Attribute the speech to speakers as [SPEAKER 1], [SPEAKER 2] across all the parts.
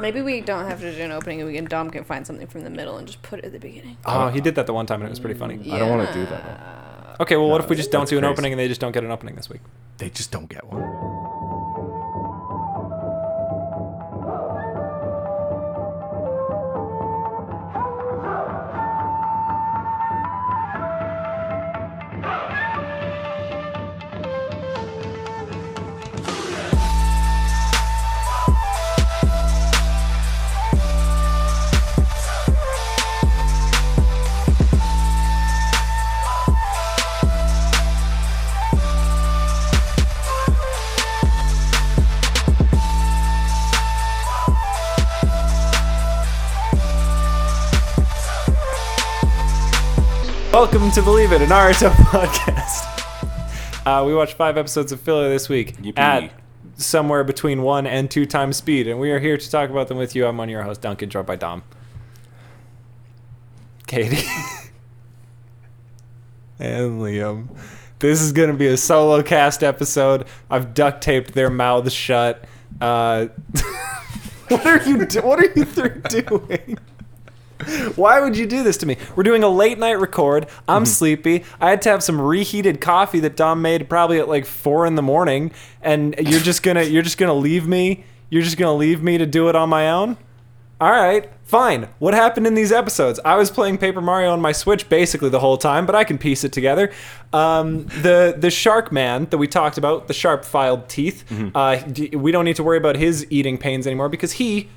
[SPEAKER 1] Maybe we don't have to do an opening, and we can Dom can find something from the middle and just put it at the beginning.
[SPEAKER 2] Oh, he did that the one time and it was pretty funny.
[SPEAKER 3] I don't wanna do that one.
[SPEAKER 1] Yeah.
[SPEAKER 2] Okay, well, what
[SPEAKER 3] No,
[SPEAKER 2] if we just don't
[SPEAKER 3] that's
[SPEAKER 2] do an
[SPEAKER 3] crazy.
[SPEAKER 2] opening and they just don't get an opening this week?
[SPEAKER 3] They just don't get one.
[SPEAKER 2] Welcome to Believe It, an Naruto podcast. Uh, we watched five episodes of filler this week
[SPEAKER 3] Yippee.
[SPEAKER 2] at somewhere between one and two times speed, and we are here to talk about them with you. I'm on your host, Duncan, joined by Dom. Katie. and Liam. This is going to be a solo cast episode. I've duct taped their mouths shut. Uh, what are you? Do- what are you three doing? Why would you do this to me? We're doing a late night record. I'm sleepy. I had to have some reheated coffee that Dom made probably at like four in the morning, and you're just gonna you're just gonna leave me. You're just gonna leave me to do it on my own. All right, fine. What happened in these episodes? I was playing Paper Mario on my Switch basically the whole time, but I can piece it together. Um, the the Shark Man that we talked about, the sharp filed teeth. Uh, d- we don't need to worry about his eating pains anymore because he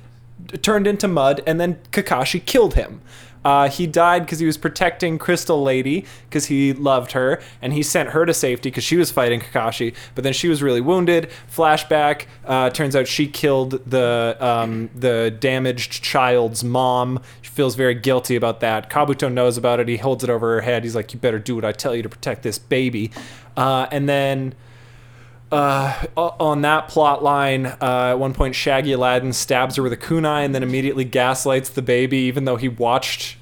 [SPEAKER 2] d- turned into mud, and then Kakashi killed him. Uh, he died because he was protecting Crystal Lady because he loved her, and he sent her to safety because she was fighting Kakashi. But then she was really wounded. Flashback. Uh, turns out she killed the um, the damaged child's mom. She feels very guilty about that. Kabuto knows about it. He holds it over her head. He's like, "You better do what I tell you to protect this baby." Uh, and then uh, o- on that plot line, uh, at one point, Shaggy Aladdin stabs her with a kunai and then immediately gaslights the baby, even though he watched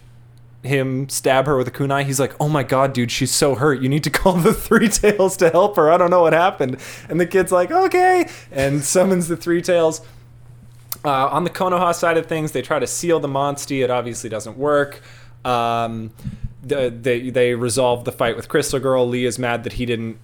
[SPEAKER 2] him stab her with a kunai. He's like, "Oh my god, dude, she's so hurt. You need to call the Three Tails to help her. I don't know what happened." And the kid's like, "Okay," and summons the Three Tails. Uh, on the Konoha side of things, they try to seal the Monstie. It obviously doesn't work. Um, the, they they resolve the fight with Crystal Girl. Lee is mad that he didn't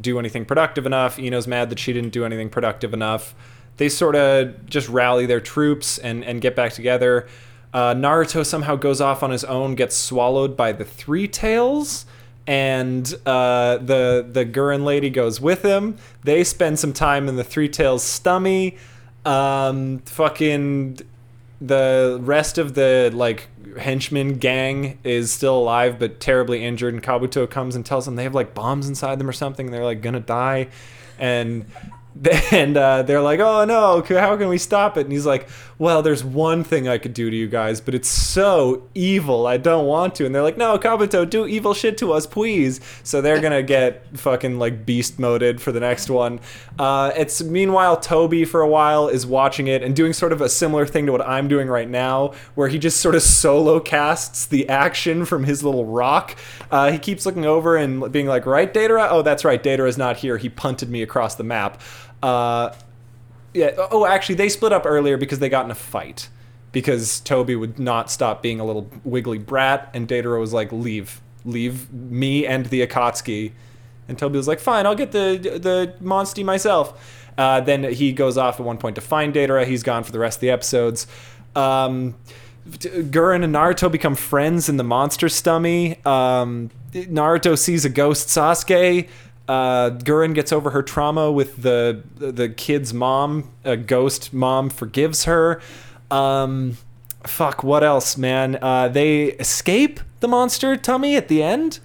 [SPEAKER 2] do anything productive enough. Ino's mad that she didn't do anything productive enough. They sort of just rally their troops and and get back together. Uh, Naruto somehow goes off on his own, gets swallowed by the Three Tails and uh, the the Gurren lady goes with him. They spend some time in the Three Tails stummy. Um, fucking the rest of the like henchmen gang is still alive but terribly injured, and Kabuto comes and tells them they have like bombs inside them or something, and they're like gonna die, and. And uh, they're like, "Oh no, c- how can we stop it?" And he's like, "Well, there's one thing I could do to you guys, but it's so evil. I don't want to." And they're like, "No, Kabuto, do evil shit to us, please." So they're gonna get fucking like beast moded for the next one. Uh, it's meanwhile Toby for a while is watching it and doing sort of a similar thing to what I'm doing right now, where he just sort of solo casts the action from his little rock. Uh, he keeps looking over and being like, "Right, Datara? Oh, that's right. Datara is not here. He punted me across the map." Uh, yeah. Oh, actually, they split up earlier because they got in a fight. Because Toby would not stop being a little wiggly brat, and Datero was like, "Leave, leave me and the Akatsuki." And Toby was like, "Fine, I'll get the the Monstie myself." Uh, then he goes off at one point to find Datera. He's gone for the rest of the episodes. Um, t- Gurren and Naruto become friends in the monster stummy. Um, Naruto sees a ghost Sasuke. Uh, Gurren gets over her trauma with the the kid's mom. A ghost mom forgives her. Um, fuck, what else, man? Uh, they escape the monster tummy at the end.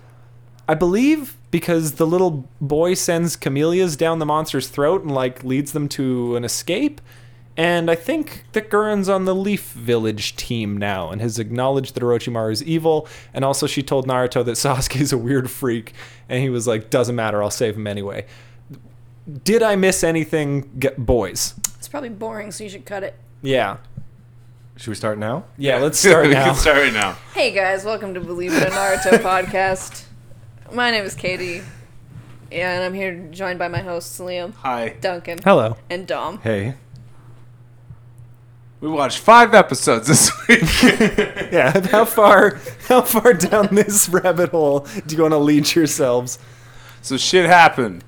[SPEAKER 2] I believe because the little boy sends camellias down the monster's throat and like leads them to an escape. And I think that Gurren's on the Leaf Village team now and has acknowledged that Orochimaru is evil. And also, she told Naruto that Sasuke is a weird freak. And he was like, doesn't matter, I'll save him anyway. Did I miss anything, g- boys?
[SPEAKER 1] It's probably boring, so you should cut it.
[SPEAKER 2] Yeah.
[SPEAKER 3] Should we start now?
[SPEAKER 2] Yeah, let's start
[SPEAKER 4] we
[SPEAKER 2] now.
[SPEAKER 4] can start right now.
[SPEAKER 1] Hey guys, welcome to Believe It or Naruto podcast. My name is Katie, and I'm here joined by my hosts Liam,
[SPEAKER 4] Hi.
[SPEAKER 1] Duncan,
[SPEAKER 2] Hello.
[SPEAKER 1] and Dom.
[SPEAKER 3] Hey. We watched five episodes this week.
[SPEAKER 2] Yeah, how far how far down this rabbit hole do you want to lead yourselves?
[SPEAKER 3] So shit happened.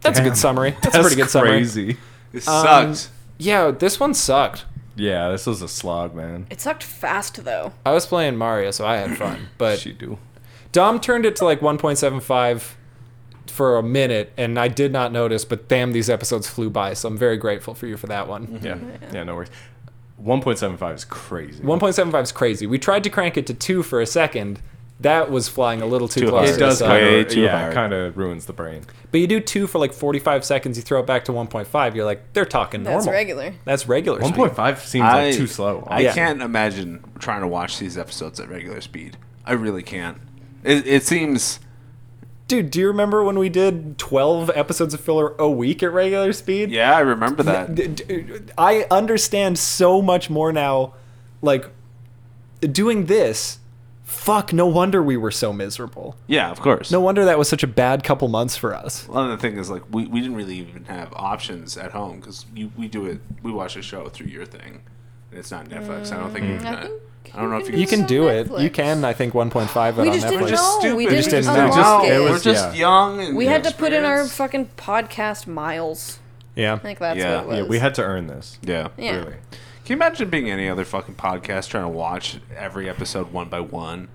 [SPEAKER 2] That's a
[SPEAKER 3] Damn.
[SPEAKER 2] good summary. That's, a pretty good summary. Um,
[SPEAKER 3] crazy. It sucked.
[SPEAKER 2] Yeah, this one sucked.
[SPEAKER 3] yeah, this was a slog, man.
[SPEAKER 1] It sucked fast though.
[SPEAKER 2] I was playing Mario, so I had fun. But
[SPEAKER 3] she do.
[SPEAKER 2] Dom turned it to like 1.75 for a minute, and I did not notice. But damn, these episodes flew by. So I'm very grateful for you for that one.
[SPEAKER 3] Yeah. Yeah, no worries. 1.75 is crazy.
[SPEAKER 2] 1.75 is crazy. We tried to crank it to two for a second. That was flying a little too,
[SPEAKER 4] Too
[SPEAKER 2] close.
[SPEAKER 4] hard.
[SPEAKER 3] it does
[SPEAKER 2] so-
[SPEAKER 4] Way
[SPEAKER 3] kind of
[SPEAKER 4] too
[SPEAKER 3] yeah,
[SPEAKER 4] hard.
[SPEAKER 3] kind of ruins the brain.
[SPEAKER 2] But you do two for like 45 seconds. You throw it back to 1.5. You're like, they're talking normal.
[SPEAKER 1] That's regular.
[SPEAKER 2] That's regular. speed.
[SPEAKER 3] 1.5 seems like too slow.
[SPEAKER 4] I
[SPEAKER 2] Yeah.
[SPEAKER 4] can't imagine trying to watch these episodes at regular speed. I really can't. It, it seems
[SPEAKER 2] Dude, do you remember when we did 12 episodes of filler a week at regular speed?
[SPEAKER 4] yeah, I remember that.
[SPEAKER 2] D- d- I understand so much more now. Like, doing this, fuck, no wonder we were so miserable.
[SPEAKER 4] Yeah, of course.
[SPEAKER 2] No wonder that was such a bad couple months for us.
[SPEAKER 4] One of the things is like we, we didn't really even have options at home because we do it. We watch a show through your thing, and it's not Netflix. I don't think. you
[SPEAKER 1] I
[SPEAKER 4] can,
[SPEAKER 1] think
[SPEAKER 4] I don't know if you
[SPEAKER 2] Mm. You
[SPEAKER 4] can.
[SPEAKER 2] can
[SPEAKER 1] It's on
[SPEAKER 2] do it.
[SPEAKER 1] Netflix.
[SPEAKER 2] You can, I think, 1.5
[SPEAKER 1] We
[SPEAKER 2] it on
[SPEAKER 1] just didn't
[SPEAKER 2] Netflix.
[SPEAKER 1] know. We
[SPEAKER 4] We're
[SPEAKER 1] didn't
[SPEAKER 4] just,
[SPEAKER 2] didn't know.
[SPEAKER 1] unlock it.
[SPEAKER 3] It
[SPEAKER 4] we're
[SPEAKER 3] was-
[SPEAKER 4] just
[SPEAKER 3] yeah.
[SPEAKER 4] young. And
[SPEAKER 1] we had to put in our
[SPEAKER 4] inexperienced.
[SPEAKER 1] fucking podcast miles.
[SPEAKER 2] Yeah.
[SPEAKER 1] I think that's
[SPEAKER 4] Yeah.
[SPEAKER 1] what it was.
[SPEAKER 3] Yeah, we had to earn this.
[SPEAKER 4] Yeah.
[SPEAKER 1] Yeah.
[SPEAKER 3] Really.
[SPEAKER 4] Can you imagine being any other fucking podcast trying to watch every episode one by one,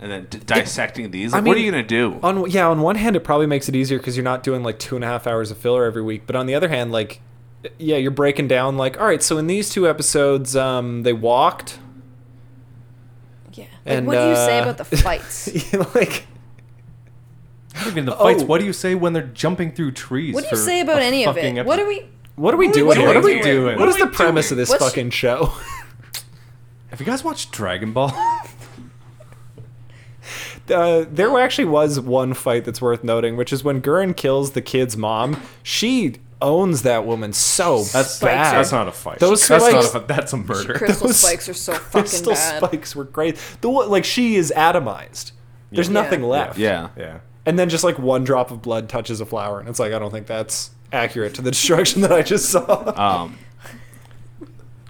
[SPEAKER 4] and then d- dissecting these? Like, what are
[SPEAKER 2] mean,
[SPEAKER 4] you gonna do?
[SPEAKER 1] oh.
[SPEAKER 2] On yeah, on one hand, it probably makes it easier because you're not doing like two and a half hours of filler every week. But on the other hand, like, yeah, you're breaking down like, all right, so in these two episodes, um, they walked.
[SPEAKER 1] Yeah. Like,
[SPEAKER 2] And,
[SPEAKER 1] what do you say
[SPEAKER 2] uh,
[SPEAKER 1] about the fights?
[SPEAKER 2] like,
[SPEAKER 3] Even the
[SPEAKER 2] Oh.
[SPEAKER 3] fights. What do you say when they're jumping through trees?
[SPEAKER 1] what do
[SPEAKER 3] for
[SPEAKER 1] you say about
[SPEAKER 3] a
[SPEAKER 1] any of it?
[SPEAKER 3] fucking
[SPEAKER 1] What
[SPEAKER 3] episode?
[SPEAKER 1] are we?
[SPEAKER 2] what are we
[SPEAKER 1] What
[SPEAKER 2] doing? here? What are we
[SPEAKER 3] doing?
[SPEAKER 2] doing?
[SPEAKER 3] What
[SPEAKER 2] What is
[SPEAKER 4] are
[SPEAKER 2] the
[SPEAKER 4] we
[SPEAKER 2] premise of
[SPEAKER 4] doing?
[SPEAKER 2] this
[SPEAKER 1] What's-
[SPEAKER 2] fucking show?
[SPEAKER 3] Have you guys watched Dragon Ball?
[SPEAKER 2] uh, there actually was one fight that's worth noting, which is when Gurren kills the kid's mom. She owns that woman so
[SPEAKER 3] That's
[SPEAKER 1] Spikes
[SPEAKER 2] bad.
[SPEAKER 3] that's not a fight.
[SPEAKER 2] Those
[SPEAKER 3] that's
[SPEAKER 2] spikes-
[SPEAKER 3] not a fight. That's a murder.
[SPEAKER 1] Crystal
[SPEAKER 2] Those
[SPEAKER 1] spikes are so fucking
[SPEAKER 2] Crystal
[SPEAKER 1] bad.
[SPEAKER 2] spikes were great. The one- like she is atomized. There's
[SPEAKER 1] Yeah.
[SPEAKER 2] nothing
[SPEAKER 1] Yeah.
[SPEAKER 2] left.
[SPEAKER 4] yeah.
[SPEAKER 3] Yeah.
[SPEAKER 2] And then just like one drop of blood touches a flower, and it's like I don't think that's accurate to the destruction that I just saw.
[SPEAKER 4] Um,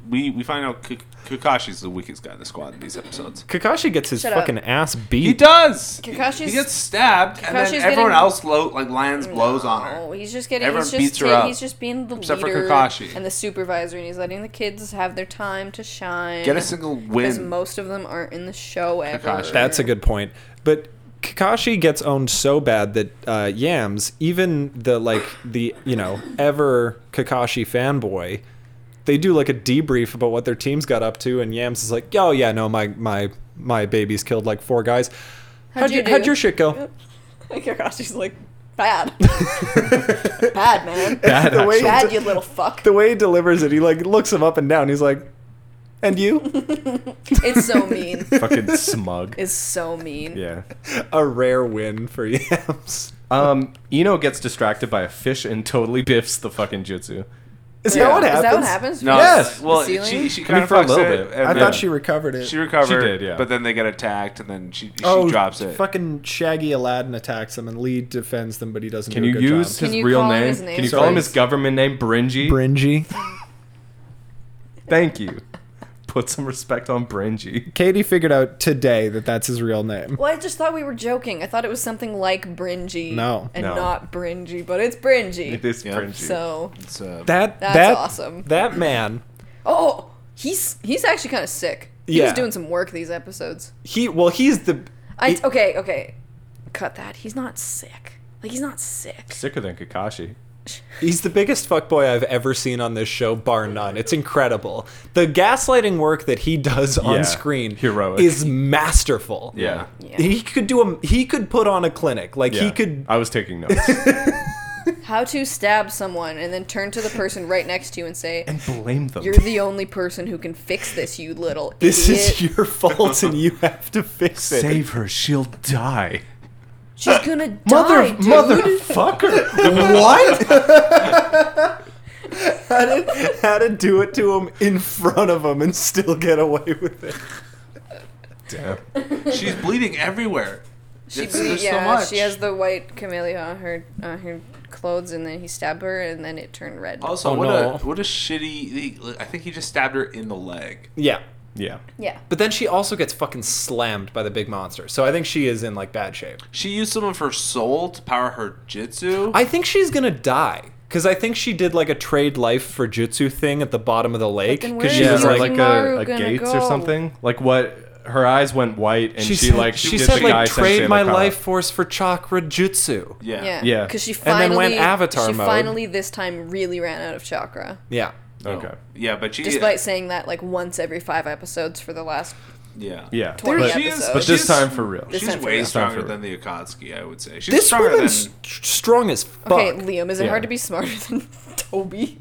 [SPEAKER 4] we we find out K- Kakashi's the weakest guy in the squad in these episodes.
[SPEAKER 2] Kakashi gets his
[SPEAKER 1] Shut up.
[SPEAKER 2] fucking ass beat.
[SPEAKER 4] He does. he
[SPEAKER 1] Kakashi's-
[SPEAKER 4] gets stabbed, and then
[SPEAKER 1] Kakashi's
[SPEAKER 4] everyone
[SPEAKER 1] getting-
[SPEAKER 4] else lo- like lands blows on
[SPEAKER 1] Oh,
[SPEAKER 4] her.
[SPEAKER 1] he's just getting.
[SPEAKER 4] Everyone
[SPEAKER 1] he's just
[SPEAKER 4] beats her
[SPEAKER 1] taking-
[SPEAKER 4] up.
[SPEAKER 1] He's just being the
[SPEAKER 4] Except for
[SPEAKER 1] leader
[SPEAKER 4] Kakashi.
[SPEAKER 1] and the supervisor, and he's letting the kids have their time to shine.
[SPEAKER 4] Get a single
[SPEAKER 1] because
[SPEAKER 4] win.
[SPEAKER 1] most of them aren't in the show ever.
[SPEAKER 4] Kakashi.
[SPEAKER 2] That's a good point. But Kakashi gets owned so bad that uh, Yams, even the like the you know ever Kakashi fanboy, they do like a debrief about what their teams got up to, and Yams is like, "Oh yeah, no, my my my baby's killed like four guys.
[SPEAKER 1] How'd you
[SPEAKER 2] your-
[SPEAKER 1] do?"
[SPEAKER 2] how'd your shit go?
[SPEAKER 1] Kakashi's like bad, bad man,
[SPEAKER 3] Bad
[SPEAKER 2] The way-
[SPEAKER 1] bad you little fuck.
[SPEAKER 2] The way he delivers it, he like looks him up and down. He's like, "And you?"
[SPEAKER 1] It's so mean.
[SPEAKER 3] fucking smug.
[SPEAKER 1] It's so mean.
[SPEAKER 3] Yeah.
[SPEAKER 2] a rare win for Yams.
[SPEAKER 3] Um, Eno gets distracted by a fish and totally biffs the fucking jutsu.
[SPEAKER 2] Is
[SPEAKER 4] Yeah.
[SPEAKER 2] that what
[SPEAKER 1] Is
[SPEAKER 2] happens?
[SPEAKER 1] that what happens?
[SPEAKER 4] No.
[SPEAKER 2] Yes.
[SPEAKER 4] Well,
[SPEAKER 1] The ceiling?
[SPEAKER 4] she she kind of
[SPEAKER 3] for a
[SPEAKER 4] fucks
[SPEAKER 3] little
[SPEAKER 4] it,
[SPEAKER 3] bit.
[SPEAKER 4] and
[SPEAKER 2] I
[SPEAKER 4] then
[SPEAKER 2] thought she recovered it.
[SPEAKER 4] she recovered.
[SPEAKER 3] She did, yeah.
[SPEAKER 4] But then they get attacked, and then she she
[SPEAKER 2] oh,
[SPEAKER 4] drops it.
[SPEAKER 2] Fucking Shaggy Aladdin attacks him, and Lee defends them, but he doesn't.
[SPEAKER 3] Can
[SPEAKER 2] do a
[SPEAKER 3] you
[SPEAKER 2] good
[SPEAKER 3] use
[SPEAKER 2] job.
[SPEAKER 3] his
[SPEAKER 1] Can you
[SPEAKER 3] real
[SPEAKER 1] call him
[SPEAKER 3] name?
[SPEAKER 1] his name,
[SPEAKER 3] Can you call him his
[SPEAKER 1] please?
[SPEAKER 3] government name, Bringy?
[SPEAKER 2] Bringy?
[SPEAKER 3] Thank you. Put some respect on Bringy.
[SPEAKER 2] Katie figured out today that that's his real name.
[SPEAKER 1] Well, I just thought we were joking. I thought it was something like Bringy.
[SPEAKER 2] No.
[SPEAKER 1] And
[SPEAKER 3] No.
[SPEAKER 1] not Bringy, but it's Bringy.
[SPEAKER 3] It is
[SPEAKER 4] Yeah.
[SPEAKER 3] Bringy.
[SPEAKER 1] So
[SPEAKER 4] It's, uh,
[SPEAKER 2] That
[SPEAKER 1] That's
[SPEAKER 2] that,
[SPEAKER 1] awesome.
[SPEAKER 2] That man,
[SPEAKER 1] Oh, he's he's actually kind of sick. He's
[SPEAKER 2] Yeah.
[SPEAKER 1] doing some work these episodes.
[SPEAKER 2] he well, he's the
[SPEAKER 1] I
[SPEAKER 2] He-
[SPEAKER 1] okay, okay. Cut that. He's not sick. Like he's not sick.
[SPEAKER 3] Sicker than Kakashi.
[SPEAKER 2] he's the biggest fuckboy I've ever seen on this show, bar none. It's incredible. The gaslighting work that he does on
[SPEAKER 3] Yeah.
[SPEAKER 2] screen
[SPEAKER 3] Heroic.
[SPEAKER 2] is masterful.
[SPEAKER 3] Yeah.
[SPEAKER 1] Yeah.
[SPEAKER 2] He could do a he could put on a clinic like
[SPEAKER 3] Yeah. Uh,
[SPEAKER 2] he could
[SPEAKER 3] I was taking notes.
[SPEAKER 1] How to stab someone and then turn to the person right next to you and say,
[SPEAKER 3] and blame them.
[SPEAKER 1] "You're the only person who can fix this, you little
[SPEAKER 2] this
[SPEAKER 1] idiot."
[SPEAKER 2] is your fault and you have to fix it.
[SPEAKER 3] Save her. She'll die.
[SPEAKER 1] She's gonna die,
[SPEAKER 3] Mother,
[SPEAKER 1] dude.
[SPEAKER 3] motherfucker. what?
[SPEAKER 2] how to, how to do it to him in front of him and still get away with it.
[SPEAKER 3] Damn.
[SPEAKER 4] she's bleeding everywhere.
[SPEAKER 1] She
[SPEAKER 4] It's- there's so
[SPEAKER 1] yeah,
[SPEAKER 4] much.
[SPEAKER 1] she has the white camellia on her on her explodes and then he stabbed her and then it turned red.
[SPEAKER 4] Also,
[SPEAKER 2] Oh,
[SPEAKER 4] what
[SPEAKER 2] no.
[SPEAKER 4] a what a shitty. I think he just stabbed her in the leg.
[SPEAKER 2] Yeah.
[SPEAKER 3] Yeah.
[SPEAKER 1] Yeah.
[SPEAKER 2] But then she also gets fucking slammed by the big monster. So I think she is in like bad shape.
[SPEAKER 4] She used some of her soul to power her jitsu.
[SPEAKER 2] I think she's gonna die because I think she did like a trade life for jutsu thing at the bottom of the lake
[SPEAKER 1] Fucking
[SPEAKER 2] because
[SPEAKER 1] where
[SPEAKER 2] she
[SPEAKER 1] is
[SPEAKER 3] Yeah,
[SPEAKER 2] was
[SPEAKER 1] he
[SPEAKER 3] or
[SPEAKER 2] like,
[SPEAKER 1] looking?
[SPEAKER 3] like
[SPEAKER 1] Maru
[SPEAKER 3] a, a
[SPEAKER 1] gonna
[SPEAKER 3] Gates
[SPEAKER 1] go?
[SPEAKER 3] or something. Like what? Her eyes went white, and she,
[SPEAKER 2] said-
[SPEAKER 3] like
[SPEAKER 2] she
[SPEAKER 3] did
[SPEAKER 2] said
[SPEAKER 3] the guy
[SPEAKER 2] like
[SPEAKER 3] sensei
[SPEAKER 2] trade my
[SPEAKER 3] look up.
[SPEAKER 2] life force for chakra jutsu.
[SPEAKER 4] yeah.
[SPEAKER 1] Yeah.
[SPEAKER 3] Yeah.
[SPEAKER 1] Because she
[SPEAKER 2] And then
[SPEAKER 1] finally
[SPEAKER 2] went Avatar
[SPEAKER 1] she
[SPEAKER 2] mode.
[SPEAKER 1] finally this time really ran out of chakra.
[SPEAKER 2] Yeah.
[SPEAKER 4] No.
[SPEAKER 3] Okay.
[SPEAKER 4] Yeah, but she.
[SPEAKER 1] Despite saying that like once every five episodes for the last
[SPEAKER 4] yeah.
[SPEAKER 3] Yeah,
[SPEAKER 1] There-
[SPEAKER 3] but,
[SPEAKER 1] She
[SPEAKER 4] is-
[SPEAKER 1] episode.
[SPEAKER 3] but
[SPEAKER 4] she's-
[SPEAKER 3] this time for real.
[SPEAKER 1] This
[SPEAKER 4] She's
[SPEAKER 1] time for
[SPEAKER 4] way
[SPEAKER 1] real.
[SPEAKER 4] stronger
[SPEAKER 3] Time for
[SPEAKER 4] than the Akatsuki, I would say. She's
[SPEAKER 2] This
[SPEAKER 4] stronger than.
[SPEAKER 2] woman's st- strong as fuck.
[SPEAKER 1] Okay, Liam, is it
[SPEAKER 3] Yeah.
[SPEAKER 1] hard to be smarter than Toby?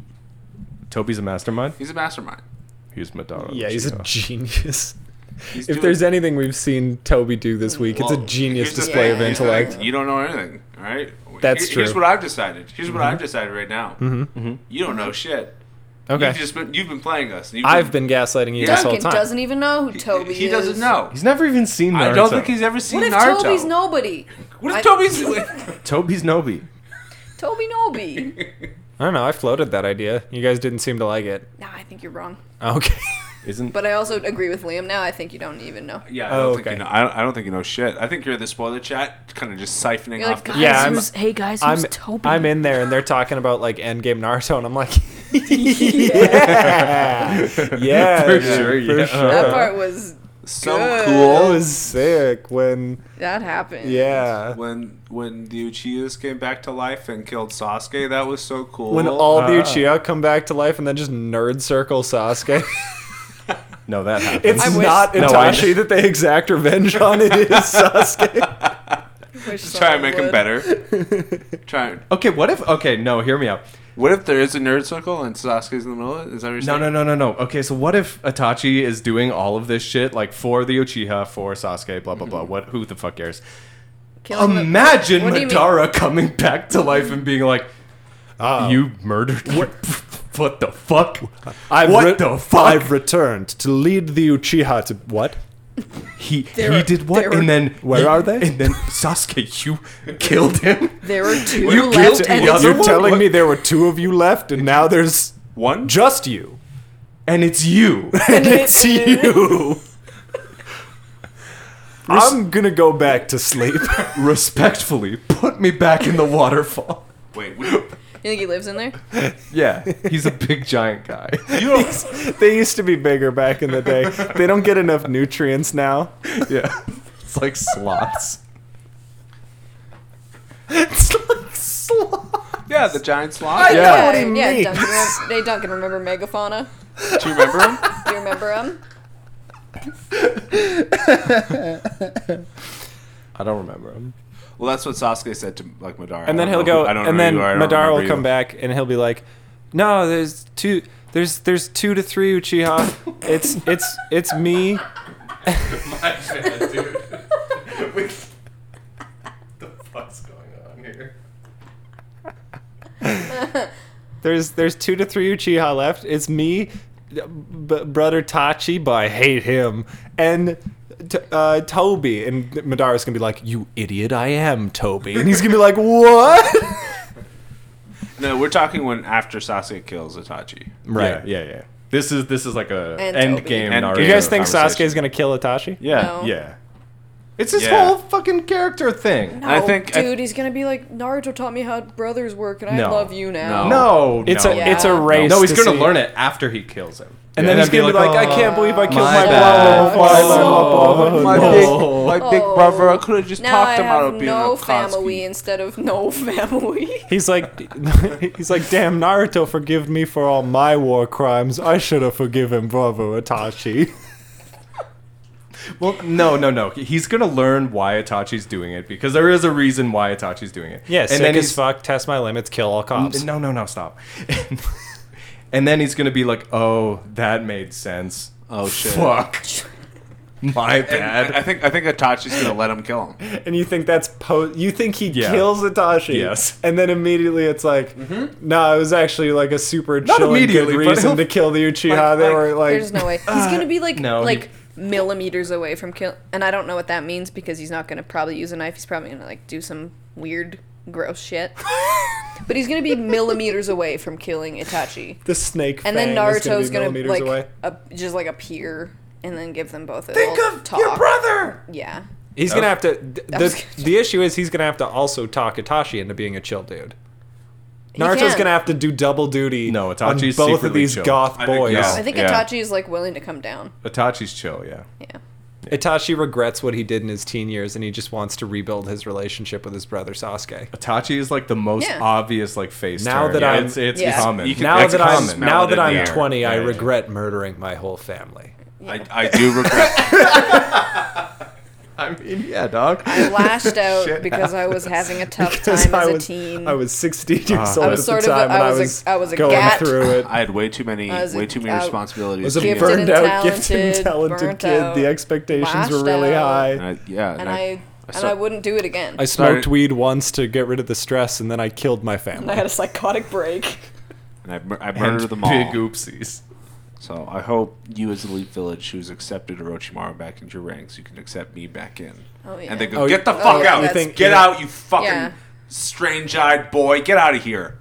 [SPEAKER 3] Toby's a mastermind.
[SPEAKER 4] He's a mastermind.
[SPEAKER 3] He's Madonna.
[SPEAKER 2] yeah, he's a
[SPEAKER 3] Chico.
[SPEAKER 2] genius.
[SPEAKER 4] He's
[SPEAKER 2] If
[SPEAKER 4] doing-
[SPEAKER 2] there's anything we've seen Toby do this week, it's a
[SPEAKER 4] Well,
[SPEAKER 2] genius
[SPEAKER 4] here's the
[SPEAKER 2] display of
[SPEAKER 4] thing.
[SPEAKER 1] Yeah.
[SPEAKER 2] intellect.
[SPEAKER 4] You don't know anything, all right?
[SPEAKER 2] That's
[SPEAKER 4] Here- Here's
[SPEAKER 2] true.
[SPEAKER 4] what I've decided. Here's what I've decided right now. Mm-hmm. You don't know shit.
[SPEAKER 2] Okay.
[SPEAKER 4] You've just been you've been playing us. and You've
[SPEAKER 2] I've been gaslighting you
[SPEAKER 4] Yeah.
[SPEAKER 2] this whole
[SPEAKER 1] Duncan
[SPEAKER 2] time.
[SPEAKER 1] doesn't even know who
[SPEAKER 4] He-
[SPEAKER 1] Toby
[SPEAKER 4] He
[SPEAKER 1] is.
[SPEAKER 4] doesn't know.
[SPEAKER 3] He's never even seen Naruto.
[SPEAKER 4] I don't think he's ever seen
[SPEAKER 1] What if
[SPEAKER 4] Naruto.
[SPEAKER 1] Toby's nobody?
[SPEAKER 4] What
[SPEAKER 1] I-
[SPEAKER 4] if Toby's?
[SPEAKER 3] Toby's Nobi.
[SPEAKER 1] Toby Noby.
[SPEAKER 2] I don't know. I floated that idea. You guys didn't seem to like it.
[SPEAKER 1] no, I think you're wrong.
[SPEAKER 2] Okay.
[SPEAKER 3] Isn't
[SPEAKER 1] But I also agree with Liam now. I think you don't even know.
[SPEAKER 4] yeah, I
[SPEAKER 2] Oh,
[SPEAKER 4] don't think
[SPEAKER 2] okay.
[SPEAKER 4] you know. I don't, I don't think you know shit. I think you're the spoiler chat, kind of just siphoning
[SPEAKER 1] You're
[SPEAKER 4] off
[SPEAKER 1] like, guys,
[SPEAKER 4] the.
[SPEAKER 2] Yeah, I'm-
[SPEAKER 1] who's, hey guys, who's
[SPEAKER 2] I'm
[SPEAKER 1] Toby?
[SPEAKER 2] I'm in there and they're talking about like Endgame Naruto and I'm like, yeah,
[SPEAKER 1] Yeah.
[SPEAKER 2] yeah,
[SPEAKER 3] For
[SPEAKER 2] dude,
[SPEAKER 3] sure, yeah.
[SPEAKER 1] That part was
[SPEAKER 4] so
[SPEAKER 1] Good.
[SPEAKER 2] That
[SPEAKER 4] cool.
[SPEAKER 2] was sick when
[SPEAKER 1] that happened.
[SPEAKER 2] yeah
[SPEAKER 4] When when the Uchiyas came back to life and killed Sasuke, that was so cool.
[SPEAKER 2] when all the
[SPEAKER 3] Uh.
[SPEAKER 2] Uchiha come back to life and then just nerd circle Sasuke.
[SPEAKER 3] no that happened.
[SPEAKER 2] It's
[SPEAKER 1] I wish-
[SPEAKER 2] not
[SPEAKER 3] No, I-
[SPEAKER 2] Itachi that they exact revenge on. It is Sasuke.
[SPEAKER 1] Wish someone
[SPEAKER 4] try and make him
[SPEAKER 1] would.
[SPEAKER 4] better. try.
[SPEAKER 3] okay, what if? Okay, no, hear me out.
[SPEAKER 4] What if there is a nerd circle and Sasuke's in the middle? of it? Is that what you're
[SPEAKER 3] No,
[SPEAKER 4] saying?
[SPEAKER 3] no, no, no, no. Okay, so what if Itachi is doing all of this shit like for the Uchiha, for Sasuke, blah blah blah. What? Who the fuck cares?
[SPEAKER 1] Kill him.
[SPEAKER 3] Imagine
[SPEAKER 1] What do you mean?
[SPEAKER 3] Madara coming back to life and being like,
[SPEAKER 2] Ah.
[SPEAKER 3] "You murdered what? what the fuck?
[SPEAKER 2] I've
[SPEAKER 3] what
[SPEAKER 2] re-
[SPEAKER 3] the fuck?
[SPEAKER 2] I've returned to lead the Uchiha to what?
[SPEAKER 3] he
[SPEAKER 1] There
[SPEAKER 3] he
[SPEAKER 1] are-
[SPEAKER 3] did what?
[SPEAKER 1] there are-
[SPEAKER 3] And then
[SPEAKER 2] Where are they?
[SPEAKER 3] And then Sasuke, you killed him.
[SPEAKER 1] There were two
[SPEAKER 3] You
[SPEAKER 1] left,
[SPEAKER 3] get to
[SPEAKER 1] and
[SPEAKER 3] the
[SPEAKER 1] it's
[SPEAKER 3] other
[SPEAKER 2] You're
[SPEAKER 3] one?
[SPEAKER 2] telling
[SPEAKER 3] What-
[SPEAKER 2] me there were two of you left, and now there's
[SPEAKER 4] One.
[SPEAKER 2] just you.
[SPEAKER 3] and it's you.
[SPEAKER 2] and it's you. I'm gonna go back to sleep.
[SPEAKER 3] Respectfully, put me back in the waterfall.
[SPEAKER 4] Wait. wait.
[SPEAKER 1] You think he lives in there?
[SPEAKER 3] Yeah, he's a big giant guy.
[SPEAKER 4] You don't.
[SPEAKER 2] they used to be bigger back in the day. They don't get enough nutrients now.
[SPEAKER 3] Yeah, it's like sloths.
[SPEAKER 2] It's like sloth.
[SPEAKER 4] yeah, the giant
[SPEAKER 2] I
[SPEAKER 4] sloth.
[SPEAKER 2] know
[SPEAKER 1] yeah,
[SPEAKER 2] what he
[SPEAKER 1] yeah,
[SPEAKER 2] means.
[SPEAKER 1] Duncan. rem- Hey, Duncan, remember Megafauna?
[SPEAKER 4] Do you remember him?
[SPEAKER 1] Do you remember him?
[SPEAKER 3] I don't remember him.
[SPEAKER 4] Well, that's what Sasuke said to like Madara.
[SPEAKER 2] And
[SPEAKER 4] I
[SPEAKER 2] then
[SPEAKER 4] don't
[SPEAKER 2] he'll
[SPEAKER 4] know
[SPEAKER 2] go,
[SPEAKER 4] who- I don't
[SPEAKER 2] and
[SPEAKER 4] know
[SPEAKER 2] then
[SPEAKER 4] you, I don't
[SPEAKER 2] Madara will
[SPEAKER 4] remember
[SPEAKER 2] come
[SPEAKER 4] you.
[SPEAKER 2] back, and he'll be like, "No, there's two. There's there's two to three Uchiha. It's it's it's me.
[SPEAKER 3] the fuck's going on here?
[SPEAKER 2] There's there's two to three Uchiha left. It's me, b- brother Tachi, but I hate him, and t- uh, Toby. And Madara's gonna be like, "You idiot, I am Toby," and he's gonna be like, "What?"
[SPEAKER 4] No, we're talking when after Sasuke kills Itachi.
[SPEAKER 3] Right. Yeah, yeah. yeah. This is this is like a
[SPEAKER 1] And
[SPEAKER 3] end
[SPEAKER 1] Toby.
[SPEAKER 3] game.
[SPEAKER 4] End
[SPEAKER 3] Naruto
[SPEAKER 4] game.
[SPEAKER 2] You guys think
[SPEAKER 4] Conversation.
[SPEAKER 2] Sasuke's gonna kill Itachi?
[SPEAKER 3] Yeah,
[SPEAKER 1] No.
[SPEAKER 3] yeah. It's his
[SPEAKER 4] Yeah.
[SPEAKER 3] whole fucking character thing.
[SPEAKER 1] No,
[SPEAKER 4] I think- I-
[SPEAKER 1] dude, he's gonna be like Naruto taught me how brothers work, and I
[SPEAKER 3] No.
[SPEAKER 1] love you now.
[SPEAKER 3] No,
[SPEAKER 2] It's
[SPEAKER 3] no.
[SPEAKER 2] a it's a
[SPEAKER 1] Yeah.
[SPEAKER 2] race.
[SPEAKER 3] no. He's
[SPEAKER 2] to
[SPEAKER 3] gonna
[SPEAKER 2] see-
[SPEAKER 3] learn it after he kills him,
[SPEAKER 2] and then he's gonna be like, "Uh, "I can't believe I killed
[SPEAKER 3] "Oh,
[SPEAKER 2] my
[SPEAKER 3] my bad. Oh,
[SPEAKER 2] brother."
[SPEAKER 3] My
[SPEAKER 2] Oh, No.
[SPEAKER 3] big-
[SPEAKER 1] my big Oh. brother, I
[SPEAKER 4] could have just
[SPEAKER 1] Now I have no family instead of no family.
[SPEAKER 2] He's like, he's like, damn Naruto, forgive me for all my war crimes. I should have forgiven brother Itachi.
[SPEAKER 3] Well, no, no, no. He's gonna learn why Itachi's doing it because there is a reason why Itachi's doing it.
[SPEAKER 2] Yeah, sick as
[SPEAKER 3] he's
[SPEAKER 2] fuck, test my limits, kill all cops.
[SPEAKER 3] no, no, no, stop. and then he's gonna be like, "Oh, that made sense.
[SPEAKER 4] Oh shit.
[SPEAKER 3] Fuck, my
[SPEAKER 4] And I I
[SPEAKER 3] bad."
[SPEAKER 4] think I think Itachi's gonna let him kill him.
[SPEAKER 2] And you think that's po- you think he
[SPEAKER 3] Yeah.
[SPEAKER 2] kills Itachi.
[SPEAKER 3] Yes.
[SPEAKER 2] And then immediately it's like, no, it was actually like a super
[SPEAKER 3] Not
[SPEAKER 2] chill and good
[SPEAKER 3] immediately, but
[SPEAKER 2] reason
[SPEAKER 3] he'll-
[SPEAKER 2] to kill the Uchiha.
[SPEAKER 3] Like-
[SPEAKER 2] they
[SPEAKER 3] like-
[SPEAKER 2] were like,
[SPEAKER 1] There's no way. He's gonna be like
[SPEAKER 3] no, he-
[SPEAKER 1] like millimeters away from kill, and I don't know what that means because he's not gonna probably use a knife. He's probably gonna like do some weird gross shit. but he's gonna be millimeters away from killing Itachi,
[SPEAKER 2] The snake.
[SPEAKER 1] and then
[SPEAKER 2] fang is
[SPEAKER 1] Naruto's gonna,
[SPEAKER 2] be millimeters
[SPEAKER 1] like
[SPEAKER 2] away.
[SPEAKER 1] a, just like appear and then give them both a
[SPEAKER 2] Think
[SPEAKER 1] little
[SPEAKER 2] of
[SPEAKER 1] talk.
[SPEAKER 2] your brother.
[SPEAKER 1] Yeah,
[SPEAKER 2] He's
[SPEAKER 3] Okay.
[SPEAKER 2] gonna have to. th-
[SPEAKER 1] I was
[SPEAKER 2] The,
[SPEAKER 1] gonna-
[SPEAKER 2] the issue is he's gonna have to also talk Itachi into being a chill dude. Naruto's
[SPEAKER 1] can.
[SPEAKER 2] gonna have to do double duty.
[SPEAKER 3] No,
[SPEAKER 2] on
[SPEAKER 3] Itachi's
[SPEAKER 2] both of
[SPEAKER 3] secretly
[SPEAKER 2] these
[SPEAKER 3] chill.
[SPEAKER 2] goth
[SPEAKER 4] I think-
[SPEAKER 2] boys.
[SPEAKER 3] yeah.
[SPEAKER 1] I think
[SPEAKER 3] Yeah.
[SPEAKER 1] Itachi is like willing to come down.
[SPEAKER 3] Itachi's chill, yeah.
[SPEAKER 1] Yeah.
[SPEAKER 2] Itachi regrets what he did in his teen years, and he just wants to rebuild his relationship with his brother Sasuke.
[SPEAKER 3] Itachi is like the most
[SPEAKER 1] Yeah.
[SPEAKER 3] obvious like face.
[SPEAKER 2] Now
[SPEAKER 3] turn.
[SPEAKER 2] that
[SPEAKER 3] Yeah,
[SPEAKER 2] I'm-
[SPEAKER 3] it's, it's
[SPEAKER 1] Yeah.
[SPEAKER 3] common.
[SPEAKER 4] You can-
[SPEAKER 2] Now
[SPEAKER 4] That's
[SPEAKER 2] that I'm
[SPEAKER 4] common.
[SPEAKER 2] now
[SPEAKER 4] Smell
[SPEAKER 2] that
[SPEAKER 4] it in
[SPEAKER 2] I'm
[SPEAKER 4] the air.
[SPEAKER 2] 20, I
[SPEAKER 3] Yeah, yeah.
[SPEAKER 2] regret murdering my whole family.
[SPEAKER 4] I, I do regret.
[SPEAKER 3] I mean, yeah, dog.
[SPEAKER 1] I lashed out
[SPEAKER 3] Shit
[SPEAKER 1] because I was having a tough
[SPEAKER 2] Because
[SPEAKER 1] time
[SPEAKER 2] I
[SPEAKER 1] as a
[SPEAKER 2] was-
[SPEAKER 1] teen.
[SPEAKER 2] I was 16 years old
[SPEAKER 1] was
[SPEAKER 2] at
[SPEAKER 1] sort
[SPEAKER 2] the
[SPEAKER 1] of a-
[SPEAKER 2] time, and
[SPEAKER 1] I
[SPEAKER 2] I
[SPEAKER 1] was a-
[SPEAKER 2] was
[SPEAKER 1] I was a
[SPEAKER 2] going
[SPEAKER 1] gat.
[SPEAKER 2] through it.
[SPEAKER 4] I had way too many,
[SPEAKER 1] I was a-
[SPEAKER 4] way too many
[SPEAKER 1] I-
[SPEAKER 4] responsibilities.
[SPEAKER 2] was a
[SPEAKER 4] to
[SPEAKER 1] Gifted
[SPEAKER 2] burned
[SPEAKER 1] and
[SPEAKER 2] out, gifted and
[SPEAKER 1] talented,
[SPEAKER 2] talented
[SPEAKER 1] burnt
[SPEAKER 2] kid. the
[SPEAKER 1] out,
[SPEAKER 2] expectations were
[SPEAKER 1] lashed
[SPEAKER 2] really
[SPEAKER 1] out.
[SPEAKER 2] high.
[SPEAKER 4] And I, yeah,
[SPEAKER 1] and I and
[SPEAKER 4] saw-
[SPEAKER 1] I wouldn't do it again.
[SPEAKER 2] I smoked
[SPEAKER 4] Started-
[SPEAKER 2] weed once to get rid of the stress, and then I killed my
[SPEAKER 1] And I
[SPEAKER 2] family.
[SPEAKER 1] had a psychotic break.
[SPEAKER 4] and I, mur- I
[SPEAKER 3] And
[SPEAKER 4] murdered them all.
[SPEAKER 3] big oopsies.
[SPEAKER 4] So I hope you, as Elite Village, who's accepted Orochimaru back into your ranks, you can accept me back in.
[SPEAKER 1] Oh, yeah.
[SPEAKER 4] And they go,
[SPEAKER 2] Oh,
[SPEAKER 4] get the
[SPEAKER 2] you-
[SPEAKER 4] fuck
[SPEAKER 1] oh,
[SPEAKER 4] out!
[SPEAKER 1] you think-
[SPEAKER 4] get
[SPEAKER 2] yeah.
[SPEAKER 4] out, you fucking
[SPEAKER 1] Yeah.
[SPEAKER 4] strange-eyed boy! Get out of here!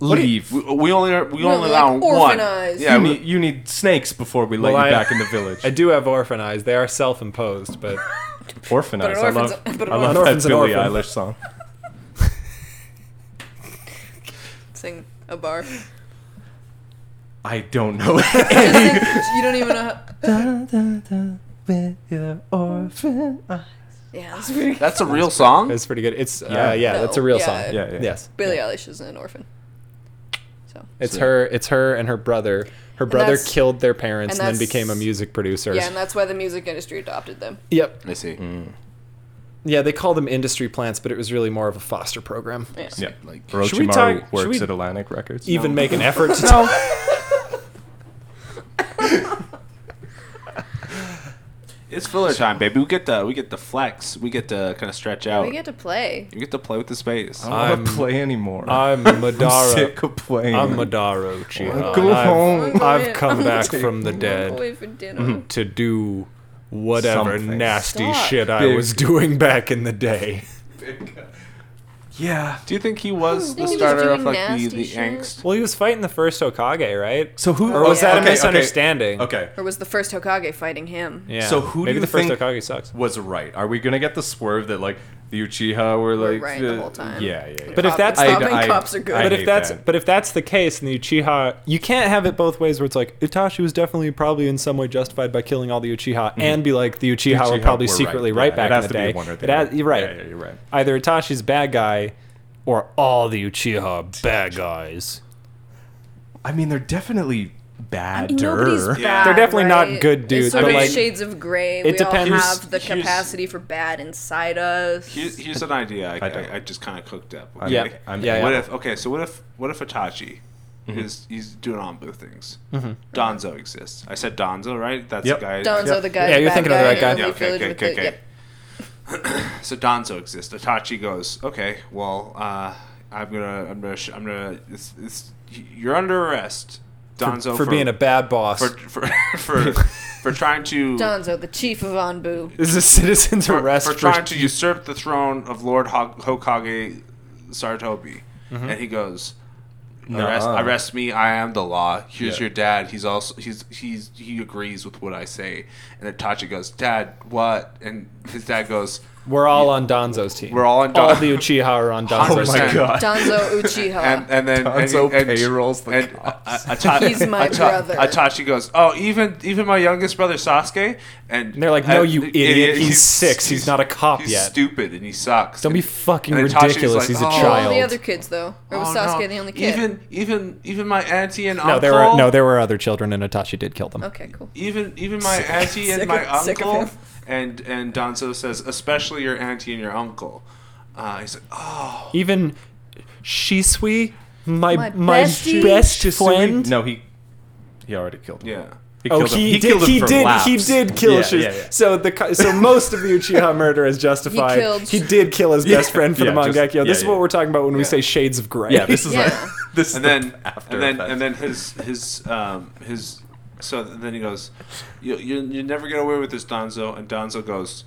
[SPEAKER 3] Leave.
[SPEAKER 4] We, we only are, we
[SPEAKER 1] No,
[SPEAKER 4] only
[SPEAKER 1] like
[SPEAKER 4] allow one.
[SPEAKER 1] orphanized.
[SPEAKER 4] Yeah,
[SPEAKER 3] you,
[SPEAKER 4] we-
[SPEAKER 3] need, you need snakes before we let
[SPEAKER 2] Well,
[SPEAKER 3] you
[SPEAKER 2] I-
[SPEAKER 3] back in the village.
[SPEAKER 2] I do have orphan eyes. They are self-imposed, but
[SPEAKER 3] Orphanized.
[SPEAKER 1] But an
[SPEAKER 3] I
[SPEAKER 1] orphan's-
[SPEAKER 3] love,
[SPEAKER 1] but an
[SPEAKER 3] I
[SPEAKER 2] orphan's-
[SPEAKER 3] love
[SPEAKER 2] Orphan's
[SPEAKER 3] that
[SPEAKER 2] an
[SPEAKER 3] Billie
[SPEAKER 2] orphan.
[SPEAKER 3] Eilish song.
[SPEAKER 1] Sing a bar.
[SPEAKER 3] I don't know.
[SPEAKER 1] you don't even know. How...
[SPEAKER 4] Ah.
[SPEAKER 1] Yeah, that's pretty.
[SPEAKER 4] that's a real song.
[SPEAKER 2] it's pretty good. It's yeah,
[SPEAKER 3] Yeah.
[SPEAKER 2] uh, yeah
[SPEAKER 1] No,
[SPEAKER 2] that's a real
[SPEAKER 1] yeah.
[SPEAKER 2] song.
[SPEAKER 3] Yeah, yeah.
[SPEAKER 2] Yes,
[SPEAKER 1] Billie Eilish isn't an orphan. So
[SPEAKER 2] it's
[SPEAKER 4] So-
[SPEAKER 2] her. It's her and her brother. Her brother
[SPEAKER 1] that's-
[SPEAKER 2] killed their parents
[SPEAKER 1] and
[SPEAKER 2] and, then
[SPEAKER 1] that's-
[SPEAKER 2] became a music producer.
[SPEAKER 1] yeah, and that's why the music industry adopted them.
[SPEAKER 2] yep.
[SPEAKER 4] I see.
[SPEAKER 2] Yeah, they call them industry plants, but it was really more of a foster program.
[SPEAKER 1] Yeah.
[SPEAKER 3] yeah,
[SPEAKER 4] Like-
[SPEAKER 2] Should we
[SPEAKER 3] Orochimaru
[SPEAKER 2] talk- should
[SPEAKER 3] works
[SPEAKER 2] we-
[SPEAKER 3] at Atlantic Records.
[SPEAKER 2] Even make an effort to.
[SPEAKER 4] It's filler time, baby. We get the we get the flex. We get to kind of stretch out.
[SPEAKER 1] We get to play.
[SPEAKER 4] you get to play with the space.
[SPEAKER 3] I don't
[SPEAKER 2] I'm-
[SPEAKER 3] want to play anymore.
[SPEAKER 2] I'm
[SPEAKER 3] I'm
[SPEAKER 2] Madara.
[SPEAKER 3] sick of playing.
[SPEAKER 2] I'm Madara Uchiha.
[SPEAKER 3] Go
[SPEAKER 2] and I've-
[SPEAKER 3] home.
[SPEAKER 2] I've come back from the dead
[SPEAKER 1] Away for dinner.
[SPEAKER 2] to do whatever
[SPEAKER 3] Something.
[SPEAKER 2] nasty
[SPEAKER 1] Stop.
[SPEAKER 2] shit I
[SPEAKER 3] Big-
[SPEAKER 2] was doing back in the day.
[SPEAKER 3] Yeah.
[SPEAKER 4] Do you think he was
[SPEAKER 1] Think
[SPEAKER 4] the
[SPEAKER 1] he was
[SPEAKER 4] starter
[SPEAKER 1] doing
[SPEAKER 4] of like the,
[SPEAKER 1] nasty
[SPEAKER 4] the
[SPEAKER 1] shit?
[SPEAKER 4] angst?
[SPEAKER 2] Well, he was fighting the first Hokage, right?
[SPEAKER 3] So who
[SPEAKER 2] or was
[SPEAKER 1] yeah.
[SPEAKER 2] that
[SPEAKER 1] Okay,
[SPEAKER 2] a
[SPEAKER 1] okay.
[SPEAKER 2] misunderstanding?
[SPEAKER 3] Okay.
[SPEAKER 1] Or was the first Hokage fighting him?
[SPEAKER 2] Yeah.
[SPEAKER 3] So who do
[SPEAKER 2] Maybe
[SPEAKER 3] you
[SPEAKER 2] the first
[SPEAKER 3] think-
[SPEAKER 2] Hokage sucks.
[SPEAKER 3] Was right. Are we gonna get the swerve that like the Uchiha were
[SPEAKER 1] We're
[SPEAKER 3] like uh,
[SPEAKER 1] right the whole time.
[SPEAKER 3] Yeah, yeah, yeah.
[SPEAKER 2] But if that's
[SPEAKER 1] I-
[SPEAKER 2] the,
[SPEAKER 1] Stopping cops are good.
[SPEAKER 3] I
[SPEAKER 2] but
[SPEAKER 3] hate
[SPEAKER 2] if that's
[SPEAKER 3] that.
[SPEAKER 2] but if that's the case, and the Uchiha, you can't have it both ways. Where it's like Itachi was definitely probably in some way justified by killing all the Uchiha, and be like the Uchiha, were
[SPEAKER 3] Mm-hmm. Uchiha
[SPEAKER 2] probably
[SPEAKER 3] were right.
[SPEAKER 2] secretly
[SPEAKER 3] Yeah,
[SPEAKER 2] right,
[SPEAKER 3] it
[SPEAKER 2] back
[SPEAKER 3] has
[SPEAKER 2] in the
[SPEAKER 3] to be
[SPEAKER 2] day.
[SPEAKER 3] one or the
[SPEAKER 2] It has-
[SPEAKER 3] other.
[SPEAKER 2] you're right.
[SPEAKER 3] Yeah, yeah, you're right.
[SPEAKER 2] Either Itachi's bad guy, or all the Uchiha are bad guys.
[SPEAKER 3] I mean, they're definitely bad.
[SPEAKER 1] Nobody's bad,
[SPEAKER 4] Yeah.
[SPEAKER 2] They're definitely not
[SPEAKER 1] right?
[SPEAKER 2] good dudes,
[SPEAKER 1] It's sort
[SPEAKER 2] but,
[SPEAKER 1] of
[SPEAKER 2] like-
[SPEAKER 1] shades of gray. we
[SPEAKER 2] depends-
[SPEAKER 1] all
[SPEAKER 2] Here's-
[SPEAKER 1] have the
[SPEAKER 4] here's-
[SPEAKER 1] capacity for bad inside us.
[SPEAKER 4] Here's, here's an idea I,
[SPEAKER 3] I don't-
[SPEAKER 4] I, I just kind of cooked up.
[SPEAKER 2] Yeah.
[SPEAKER 4] Okay?
[SPEAKER 2] I'm- Yeah, Mm-hmm.
[SPEAKER 4] What
[SPEAKER 2] yeah.
[SPEAKER 4] if okay? So what if what if Itachi is he's doing Anbu things?
[SPEAKER 2] Mm-hmm.
[SPEAKER 4] Donzo exists. I said Donzo, right? That's
[SPEAKER 3] Yep.
[SPEAKER 4] the guy.
[SPEAKER 1] Donzo, the guy.
[SPEAKER 2] Yeah, you're
[SPEAKER 1] bad
[SPEAKER 2] thinking of the
[SPEAKER 1] guy,
[SPEAKER 2] right guy.
[SPEAKER 1] and
[SPEAKER 4] Yeah,
[SPEAKER 1] we
[SPEAKER 4] okay,
[SPEAKER 1] village
[SPEAKER 4] okay,
[SPEAKER 1] with
[SPEAKER 4] okay,
[SPEAKER 1] the-
[SPEAKER 4] okay.
[SPEAKER 1] yep.
[SPEAKER 4] So Donzo exists. Itachi goes, okay, well, uh, I'm gonna, I'm gonna, sh- I'm gonna. It's, it's, you're under arrest, Donzo,
[SPEAKER 2] for, being a bad boss.
[SPEAKER 4] for for for, for trying to
[SPEAKER 1] Donzo, the chief of Anbu.
[SPEAKER 2] this is a citizen's
[SPEAKER 4] for,
[SPEAKER 2] arrest
[SPEAKER 4] for trying to usurp the throne of Lord Hok- Hokage Saratobi.
[SPEAKER 2] Mm-hmm.
[SPEAKER 4] And he goes, arrest,
[SPEAKER 3] Nuh-uh.
[SPEAKER 4] arrest me. I am the law. Here's
[SPEAKER 3] Yeah.
[SPEAKER 4] your dad. He's also he's he's he agrees with what I say. And Itachi goes, Dad, what? And his dad goes,
[SPEAKER 2] We're all on Donzo's team.
[SPEAKER 4] We're all on Don-
[SPEAKER 2] All the Uchiha are on Donzo's
[SPEAKER 3] Oh my
[SPEAKER 2] team.
[SPEAKER 4] 100%.
[SPEAKER 3] god.
[SPEAKER 1] Donzo Uchiha.
[SPEAKER 4] and and then and,
[SPEAKER 3] Donzo
[SPEAKER 4] and,
[SPEAKER 3] payrolls the
[SPEAKER 4] and
[SPEAKER 3] cops.
[SPEAKER 4] A- a- Ita-
[SPEAKER 1] He's my
[SPEAKER 4] Ita-
[SPEAKER 1] brother.
[SPEAKER 4] Itachi goes, oh, even even my youngest brother Sasuke, and,
[SPEAKER 2] they're like, "No, you idiot. He's six. He's not a cop
[SPEAKER 4] he's
[SPEAKER 2] yet."
[SPEAKER 4] Stupid, and he sucks.
[SPEAKER 2] Don't be
[SPEAKER 4] And-
[SPEAKER 2] fucking
[SPEAKER 4] and Itachi's
[SPEAKER 2] ridiculous.
[SPEAKER 4] like,
[SPEAKER 2] He's a
[SPEAKER 4] "Oh,
[SPEAKER 1] all
[SPEAKER 2] child.
[SPEAKER 1] the other kids, though. Or was
[SPEAKER 4] Oh,
[SPEAKER 1] Sasuke
[SPEAKER 4] no.
[SPEAKER 1] the only kid?
[SPEAKER 4] Even even even my auntie and uncle.
[SPEAKER 2] No, there were no, there were other children, and Itachi did kill them.
[SPEAKER 1] okay, cool.
[SPEAKER 4] even even my auntie and
[SPEAKER 1] sick
[SPEAKER 4] my
[SPEAKER 1] of- sick of
[SPEAKER 4] uncle.
[SPEAKER 1] him.
[SPEAKER 4] And and Donzo says, especially your auntie and your uncle. Uh, he's like, oh,
[SPEAKER 2] Even Shisui, my
[SPEAKER 1] My
[SPEAKER 2] my,
[SPEAKER 1] bestie?
[SPEAKER 2] best
[SPEAKER 3] Just so we-
[SPEAKER 2] friend.
[SPEAKER 3] No, he he already killed him.
[SPEAKER 4] yeah.
[SPEAKER 3] He
[SPEAKER 2] Oh,
[SPEAKER 3] killed him.
[SPEAKER 2] he, did.
[SPEAKER 3] killed him
[SPEAKER 2] he
[SPEAKER 3] for
[SPEAKER 2] did. He
[SPEAKER 3] laughs.
[SPEAKER 2] did kill
[SPEAKER 3] Yeah,
[SPEAKER 2] Shisui.
[SPEAKER 3] yeah, yeah.
[SPEAKER 2] So the co- so most of the Uchiha murder is justified. He,
[SPEAKER 1] killed-
[SPEAKER 2] did kill his best friend for
[SPEAKER 3] Yeah,
[SPEAKER 2] the
[SPEAKER 3] just-
[SPEAKER 2] Mangekyo.
[SPEAKER 3] yeah,
[SPEAKER 2] this is
[SPEAKER 3] yeah.
[SPEAKER 2] what we're talking about when we
[SPEAKER 4] Yeah.
[SPEAKER 2] say shades of gray.
[SPEAKER 3] Yeah, this is like
[SPEAKER 1] Yeah.
[SPEAKER 3] this.
[SPEAKER 4] and
[SPEAKER 3] is
[SPEAKER 4] then
[SPEAKER 3] the after
[SPEAKER 4] and then
[SPEAKER 3] effect.
[SPEAKER 4] and then his his um his so then he goes you, you you're never gonna away with this donzo and donzo goes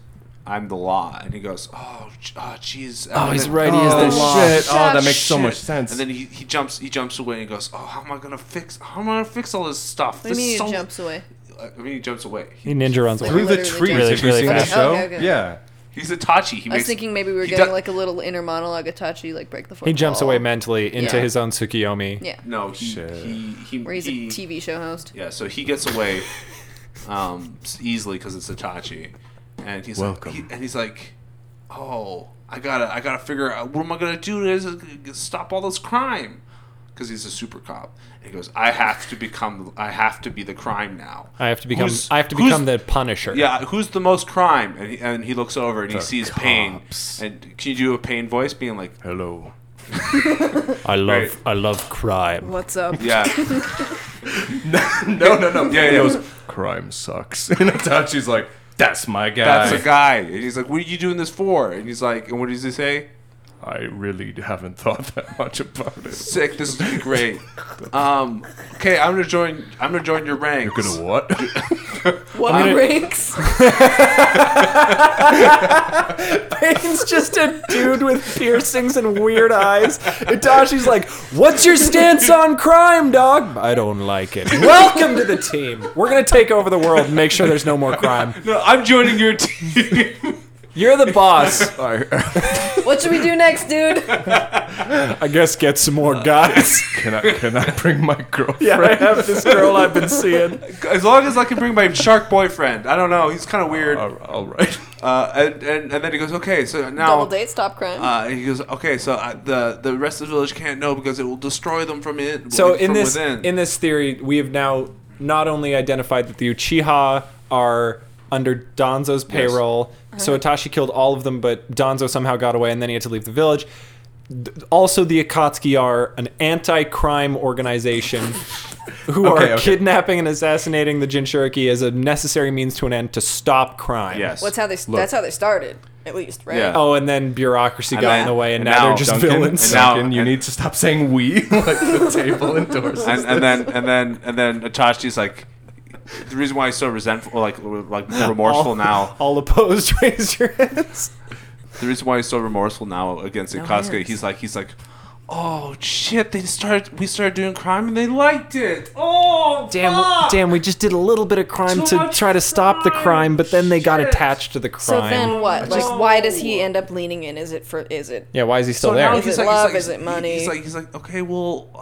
[SPEAKER 4] I'm the law, and he goes, "Oh, j- oh, jeez."
[SPEAKER 2] Oh, he's right, he is
[SPEAKER 3] oh,
[SPEAKER 2] the law.
[SPEAKER 3] shit. Oh, that
[SPEAKER 1] Shut
[SPEAKER 3] makes so
[SPEAKER 4] shit.
[SPEAKER 3] much sense.
[SPEAKER 4] And then he, he jumps he jumps away and goes, "Oh, how am I gonna fix? How am I gonna fix all this
[SPEAKER 1] What
[SPEAKER 4] stuff?"
[SPEAKER 1] do
[SPEAKER 4] This
[SPEAKER 1] you mean
[SPEAKER 4] is
[SPEAKER 1] he
[SPEAKER 4] so-
[SPEAKER 1] jumps away?
[SPEAKER 4] I mean, he jumps away.
[SPEAKER 2] He ninja runs
[SPEAKER 1] Like,
[SPEAKER 2] away.
[SPEAKER 3] through the
[SPEAKER 1] literally
[SPEAKER 3] trees.
[SPEAKER 1] jumps
[SPEAKER 3] Have you
[SPEAKER 2] really
[SPEAKER 3] seen the
[SPEAKER 2] fast.
[SPEAKER 3] show?
[SPEAKER 1] Okay, okay.
[SPEAKER 3] Yeah.
[SPEAKER 4] He's Itachi. He
[SPEAKER 1] I was
[SPEAKER 4] makes-
[SPEAKER 1] thinking maybe we were
[SPEAKER 4] he
[SPEAKER 1] getting
[SPEAKER 4] does-
[SPEAKER 1] like a little inner monologue Itachi, like break the fourth
[SPEAKER 2] He jumps
[SPEAKER 1] wall.
[SPEAKER 2] away mentally into
[SPEAKER 1] Yeah.
[SPEAKER 2] his own Tsukiyomi.
[SPEAKER 1] Yeah,
[SPEAKER 4] No, he
[SPEAKER 3] Shit.
[SPEAKER 4] he he.
[SPEAKER 1] where he's
[SPEAKER 4] he,
[SPEAKER 1] a TV show host.
[SPEAKER 4] Yeah, so he gets away um, s- easily because it's Itachi, and he's
[SPEAKER 3] Welcome.
[SPEAKER 4] like, he, and he's like, oh, I gotta, I gotta figure out what am I gonna do to s- stop all this crime, because he's a super cop. And he goes, I have to become, I have to be the crime now.
[SPEAKER 2] I have to become.
[SPEAKER 4] Who's-
[SPEAKER 2] I have to
[SPEAKER 4] who's-
[SPEAKER 2] become the Punisher.
[SPEAKER 4] Yeah, who's the most crime? And he, and he looks over and he
[SPEAKER 3] The
[SPEAKER 4] sees pain.
[SPEAKER 3] cops.
[SPEAKER 4] And can you do a pain voice, being like,
[SPEAKER 3] Hello.
[SPEAKER 2] I love.
[SPEAKER 4] Right.
[SPEAKER 2] I love crime.
[SPEAKER 1] What's up?
[SPEAKER 4] yeah,
[SPEAKER 3] No, no, no.
[SPEAKER 4] Yeah,
[SPEAKER 3] He
[SPEAKER 4] yeah.
[SPEAKER 3] goes, crime sucks. And Itachi's like, that's my guy.
[SPEAKER 4] that's a guy. And he's like, what are you doing this for? And he's like, and what does he say?
[SPEAKER 3] I really haven't thought that much about it.
[SPEAKER 4] Sick. This is gonna be great. Um, okay, I'm gonna join. I'm gonna join your ranks.
[SPEAKER 3] You're gonna what?
[SPEAKER 1] What
[SPEAKER 2] I'm gonna-
[SPEAKER 1] ranks?
[SPEAKER 2] Pain's just a dude with piercings and weird eyes. Itachi's like, "What's your stance on crime, dog?" I don't like it. Welcome to the team. We're gonna take over the world and make sure there's no more crime.
[SPEAKER 4] No, I'm joining your team.
[SPEAKER 2] You're the boss.
[SPEAKER 1] What should we do next, dude?
[SPEAKER 2] I guess get some more guys.
[SPEAKER 3] can I can I bring my girlfriend?
[SPEAKER 2] yeah, I have this girl I've been seeing.
[SPEAKER 4] as long as I can bring my shark boyfriend. I don't know. He's kind of weird.
[SPEAKER 3] All, all right.
[SPEAKER 4] Uh, and, and and then he goes, okay, so
[SPEAKER 1] Double
[SPEAKER 4] now.
[SPEAKER 1] date, stop crime.
[SPEAKER 4] Uh, and he goes, okay, so I, the the rest of the village can't know because it will destroy them from it.
[SPEAKER 2] So
[SPEAKER 4] from
[SPEAKER 2] in this
[SPEAKER 4] within.
[SPEAKER 2] in this theory, we have now not only identified that the Uchiha are under Danzo's payroll. So Itachi killed all of them, but Danzo somehow got away, and then he had to leave the village. D- Also, the Akatsuki are an anti-crime organization who
[SPEAKER 3] Okay,
[SPEAKER 2] are
[SPEAKER 3] okay.
[SPEAKER 2] kidnapping and assassinating the Jinchuriki as a necessary means to an end to stop crime.
[SPEAKER 4] yes,
[SPEAKER 1] What's how they?
[SPEAKER 3] look.
[SPEAKER 1] That's how they started, at least, right?
[SPEAKER 4] Yeah.
[SPEAKER 2] Oh, and then bureaucracy got
[SPEAKER 4] then-
[SPEAKER 2] in the way, and,
[SPEAKER 4] and
[SPEAKER 2] now,
[SPEAKER 4] now
[SPEAKER 2] they're just
[SPEAKER 3] Oh, Duncan,
[SPEAKER 2] villains.
[SPEAKER 4] And
[SPEAKER 3] and
[SPEAKER 4] now-
[SPEAKER 3] Duncan, you
[SPEAKER 4] and-
[SPEAKER 3] need to stop saying we like the table endorses.
[SPEAKER 4] and, and then and then and then Itachi's like, the reason why he's so resentful, like like remorseful
[SPEAKER 2] all,
[SPEAKER 4] now,
[SPEAKER 2] All opposed, raise your hands.
[SPEAKER 4] The reason why he's so remorseful now against
[SPEAKER 1] No
[SPEAKER 4] Ikosuke,
[SPEAKER 1] hands.
[SPEAKER 4] he's like, he's like, oh shit, they started, we started doing crime and they liked it. Oh,
[SPEAKER 2] Damn,
[SPEAKER 4] fuck.
[SPEAKER 2] damn, we just did a little bit of crime
[SPEAKER 4] Too
[SPEAKER 2] to
[SPEAKER 4] much
[SPEAKER 2] try to stop the
[SPEAKER 4] crime.
[SPEAKER 2] crime, but then they got
[SPEAKER 4] Shit.
[SPEAKER 2] attached to the crime.
[SPEAKER 1] So then what? Like,
[SPEAKER 4] just-
[SPEAKER 1] why does he end up leaning in? Is it for? Is it?
[SPEAKER 2] Yeah, why is he still
[SPEAKER 4] So
[SPEAKER 2] there?
[SPEAKER 4] now
[SPEAKER 1] Is
[SPEAKER 4] he's
[SPEAKER 1] it
[SPEAKER 4] like- he's
[SPEAKER 1] love?
[SPEAKER 4] like-
[SPEAKER 1] Is it money?
[SPEAKER 4] He's like, he's like, okay, well, I,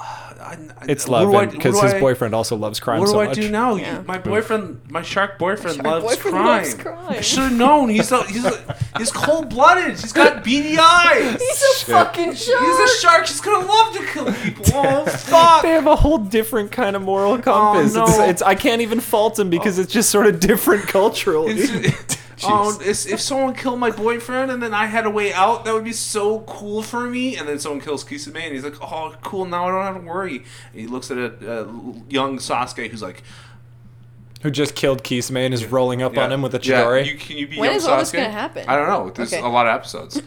[SPEAKER 4] I,
[SPEAKER 2] it's
[SPEAKER 4] what do I-
[SPEAKER 2] love
[SPEAKER 4] what
[SPEAKER 2] because
[SPEAKER 4] do
[SPEAKER 2] his
[SPEAKER 4] I-
[SPEAKER 2] boyfriend also loves crime
[SPEAKER 4] What do
[SPEAKER 2] so
[SPEAKER 4] I
[SPEAKER 2] much.
[SPEAKER 4] do now? You-
[SPEAKER 1] Yeah.
[SPEAKER 4] My boyfriend, my shark boyfriend,
[SPEAKER 1] shark
[SPEAKER 4] loves,
[SPEAKER 1] boyfriend
[SPEAKER 4] crime.
[SPEAKER 1] loves crime.
[SPEAKER 4] I should have known. He's so, he's he's cold blooded. He's got beady eyes.
[SPEAKER 1] He's a fucking shark.
[SPEAKER 4] He's a shark. He's gonna love to kill people. Oh fuck.
[SPEAKER 2] They have a whole different kind of moral compass.
[SPEAKER 4] Oh, no. Oh.
[SPEAKER 2] it's, it's, I can't even fault him because it's just sort of different culturally.
[SPEAKER 4] It's- um, it's- if someone killed my boyfriend and then I had a way out, that would be so cool for me. And then someone kills Kisame and he's like, "Oh, cool! Now I don't have to worry." And he looks at a, a young Sasuke who's like,
[SPEAKER 2] Who just killed Kisame and is rolling up on
[SPEAKER 4] "Yeah,
[SPEAKER 2] him with a
[SPEAKER 4] yeah,
[SPEAKER 2] chidori.
[SPEAKER 4] you, can you be
[SPEAKER 1] When
[SPEAKER 4] young
[SPEAKER 1] is
[SPEAKER 4] Sasuke?
[SPEAKER 1] all this gonna happen?
[SPEAKER 4] I don't know. There's
[SPEAKER 1] Okay.
[SPEAKER 4] a lot of episodes.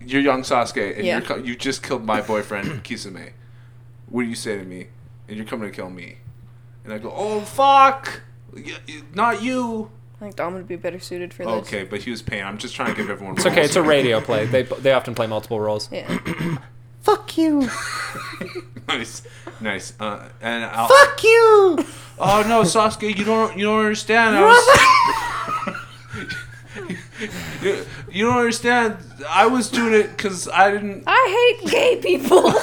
[SPEAKER 4] you're young Sasuke and
[SPEAKER 1] Yeah.
[SPEAKER 4] you're, co- you just killed my boyfriend Kisame. What do you say to me? And you're coming to kill me. And I go, "Oh fuck! Y- y- Not you."
[SPEAKER 1] I think Dom would be better suited for this.
[SPEAKER 4] Okay, but he was paying. I'm just trying to give everyone.
[SPEAKER 2] it's okay, it's a radio play. They, they often play multiple roles.
[SPEAKER 1] Yeah.
[SPEAKER 2] Fuck you.
[SPEAKER 4] nice, nice. Uh, and I'll,
[SPEAKER 2] Fuck you.
[SPEAKER 4] oh no, Sasuke, you don't, you don't understand. I was, you, you don't understand. I was doing it because I didn't.
[SPEAKER 1] I hate gay people.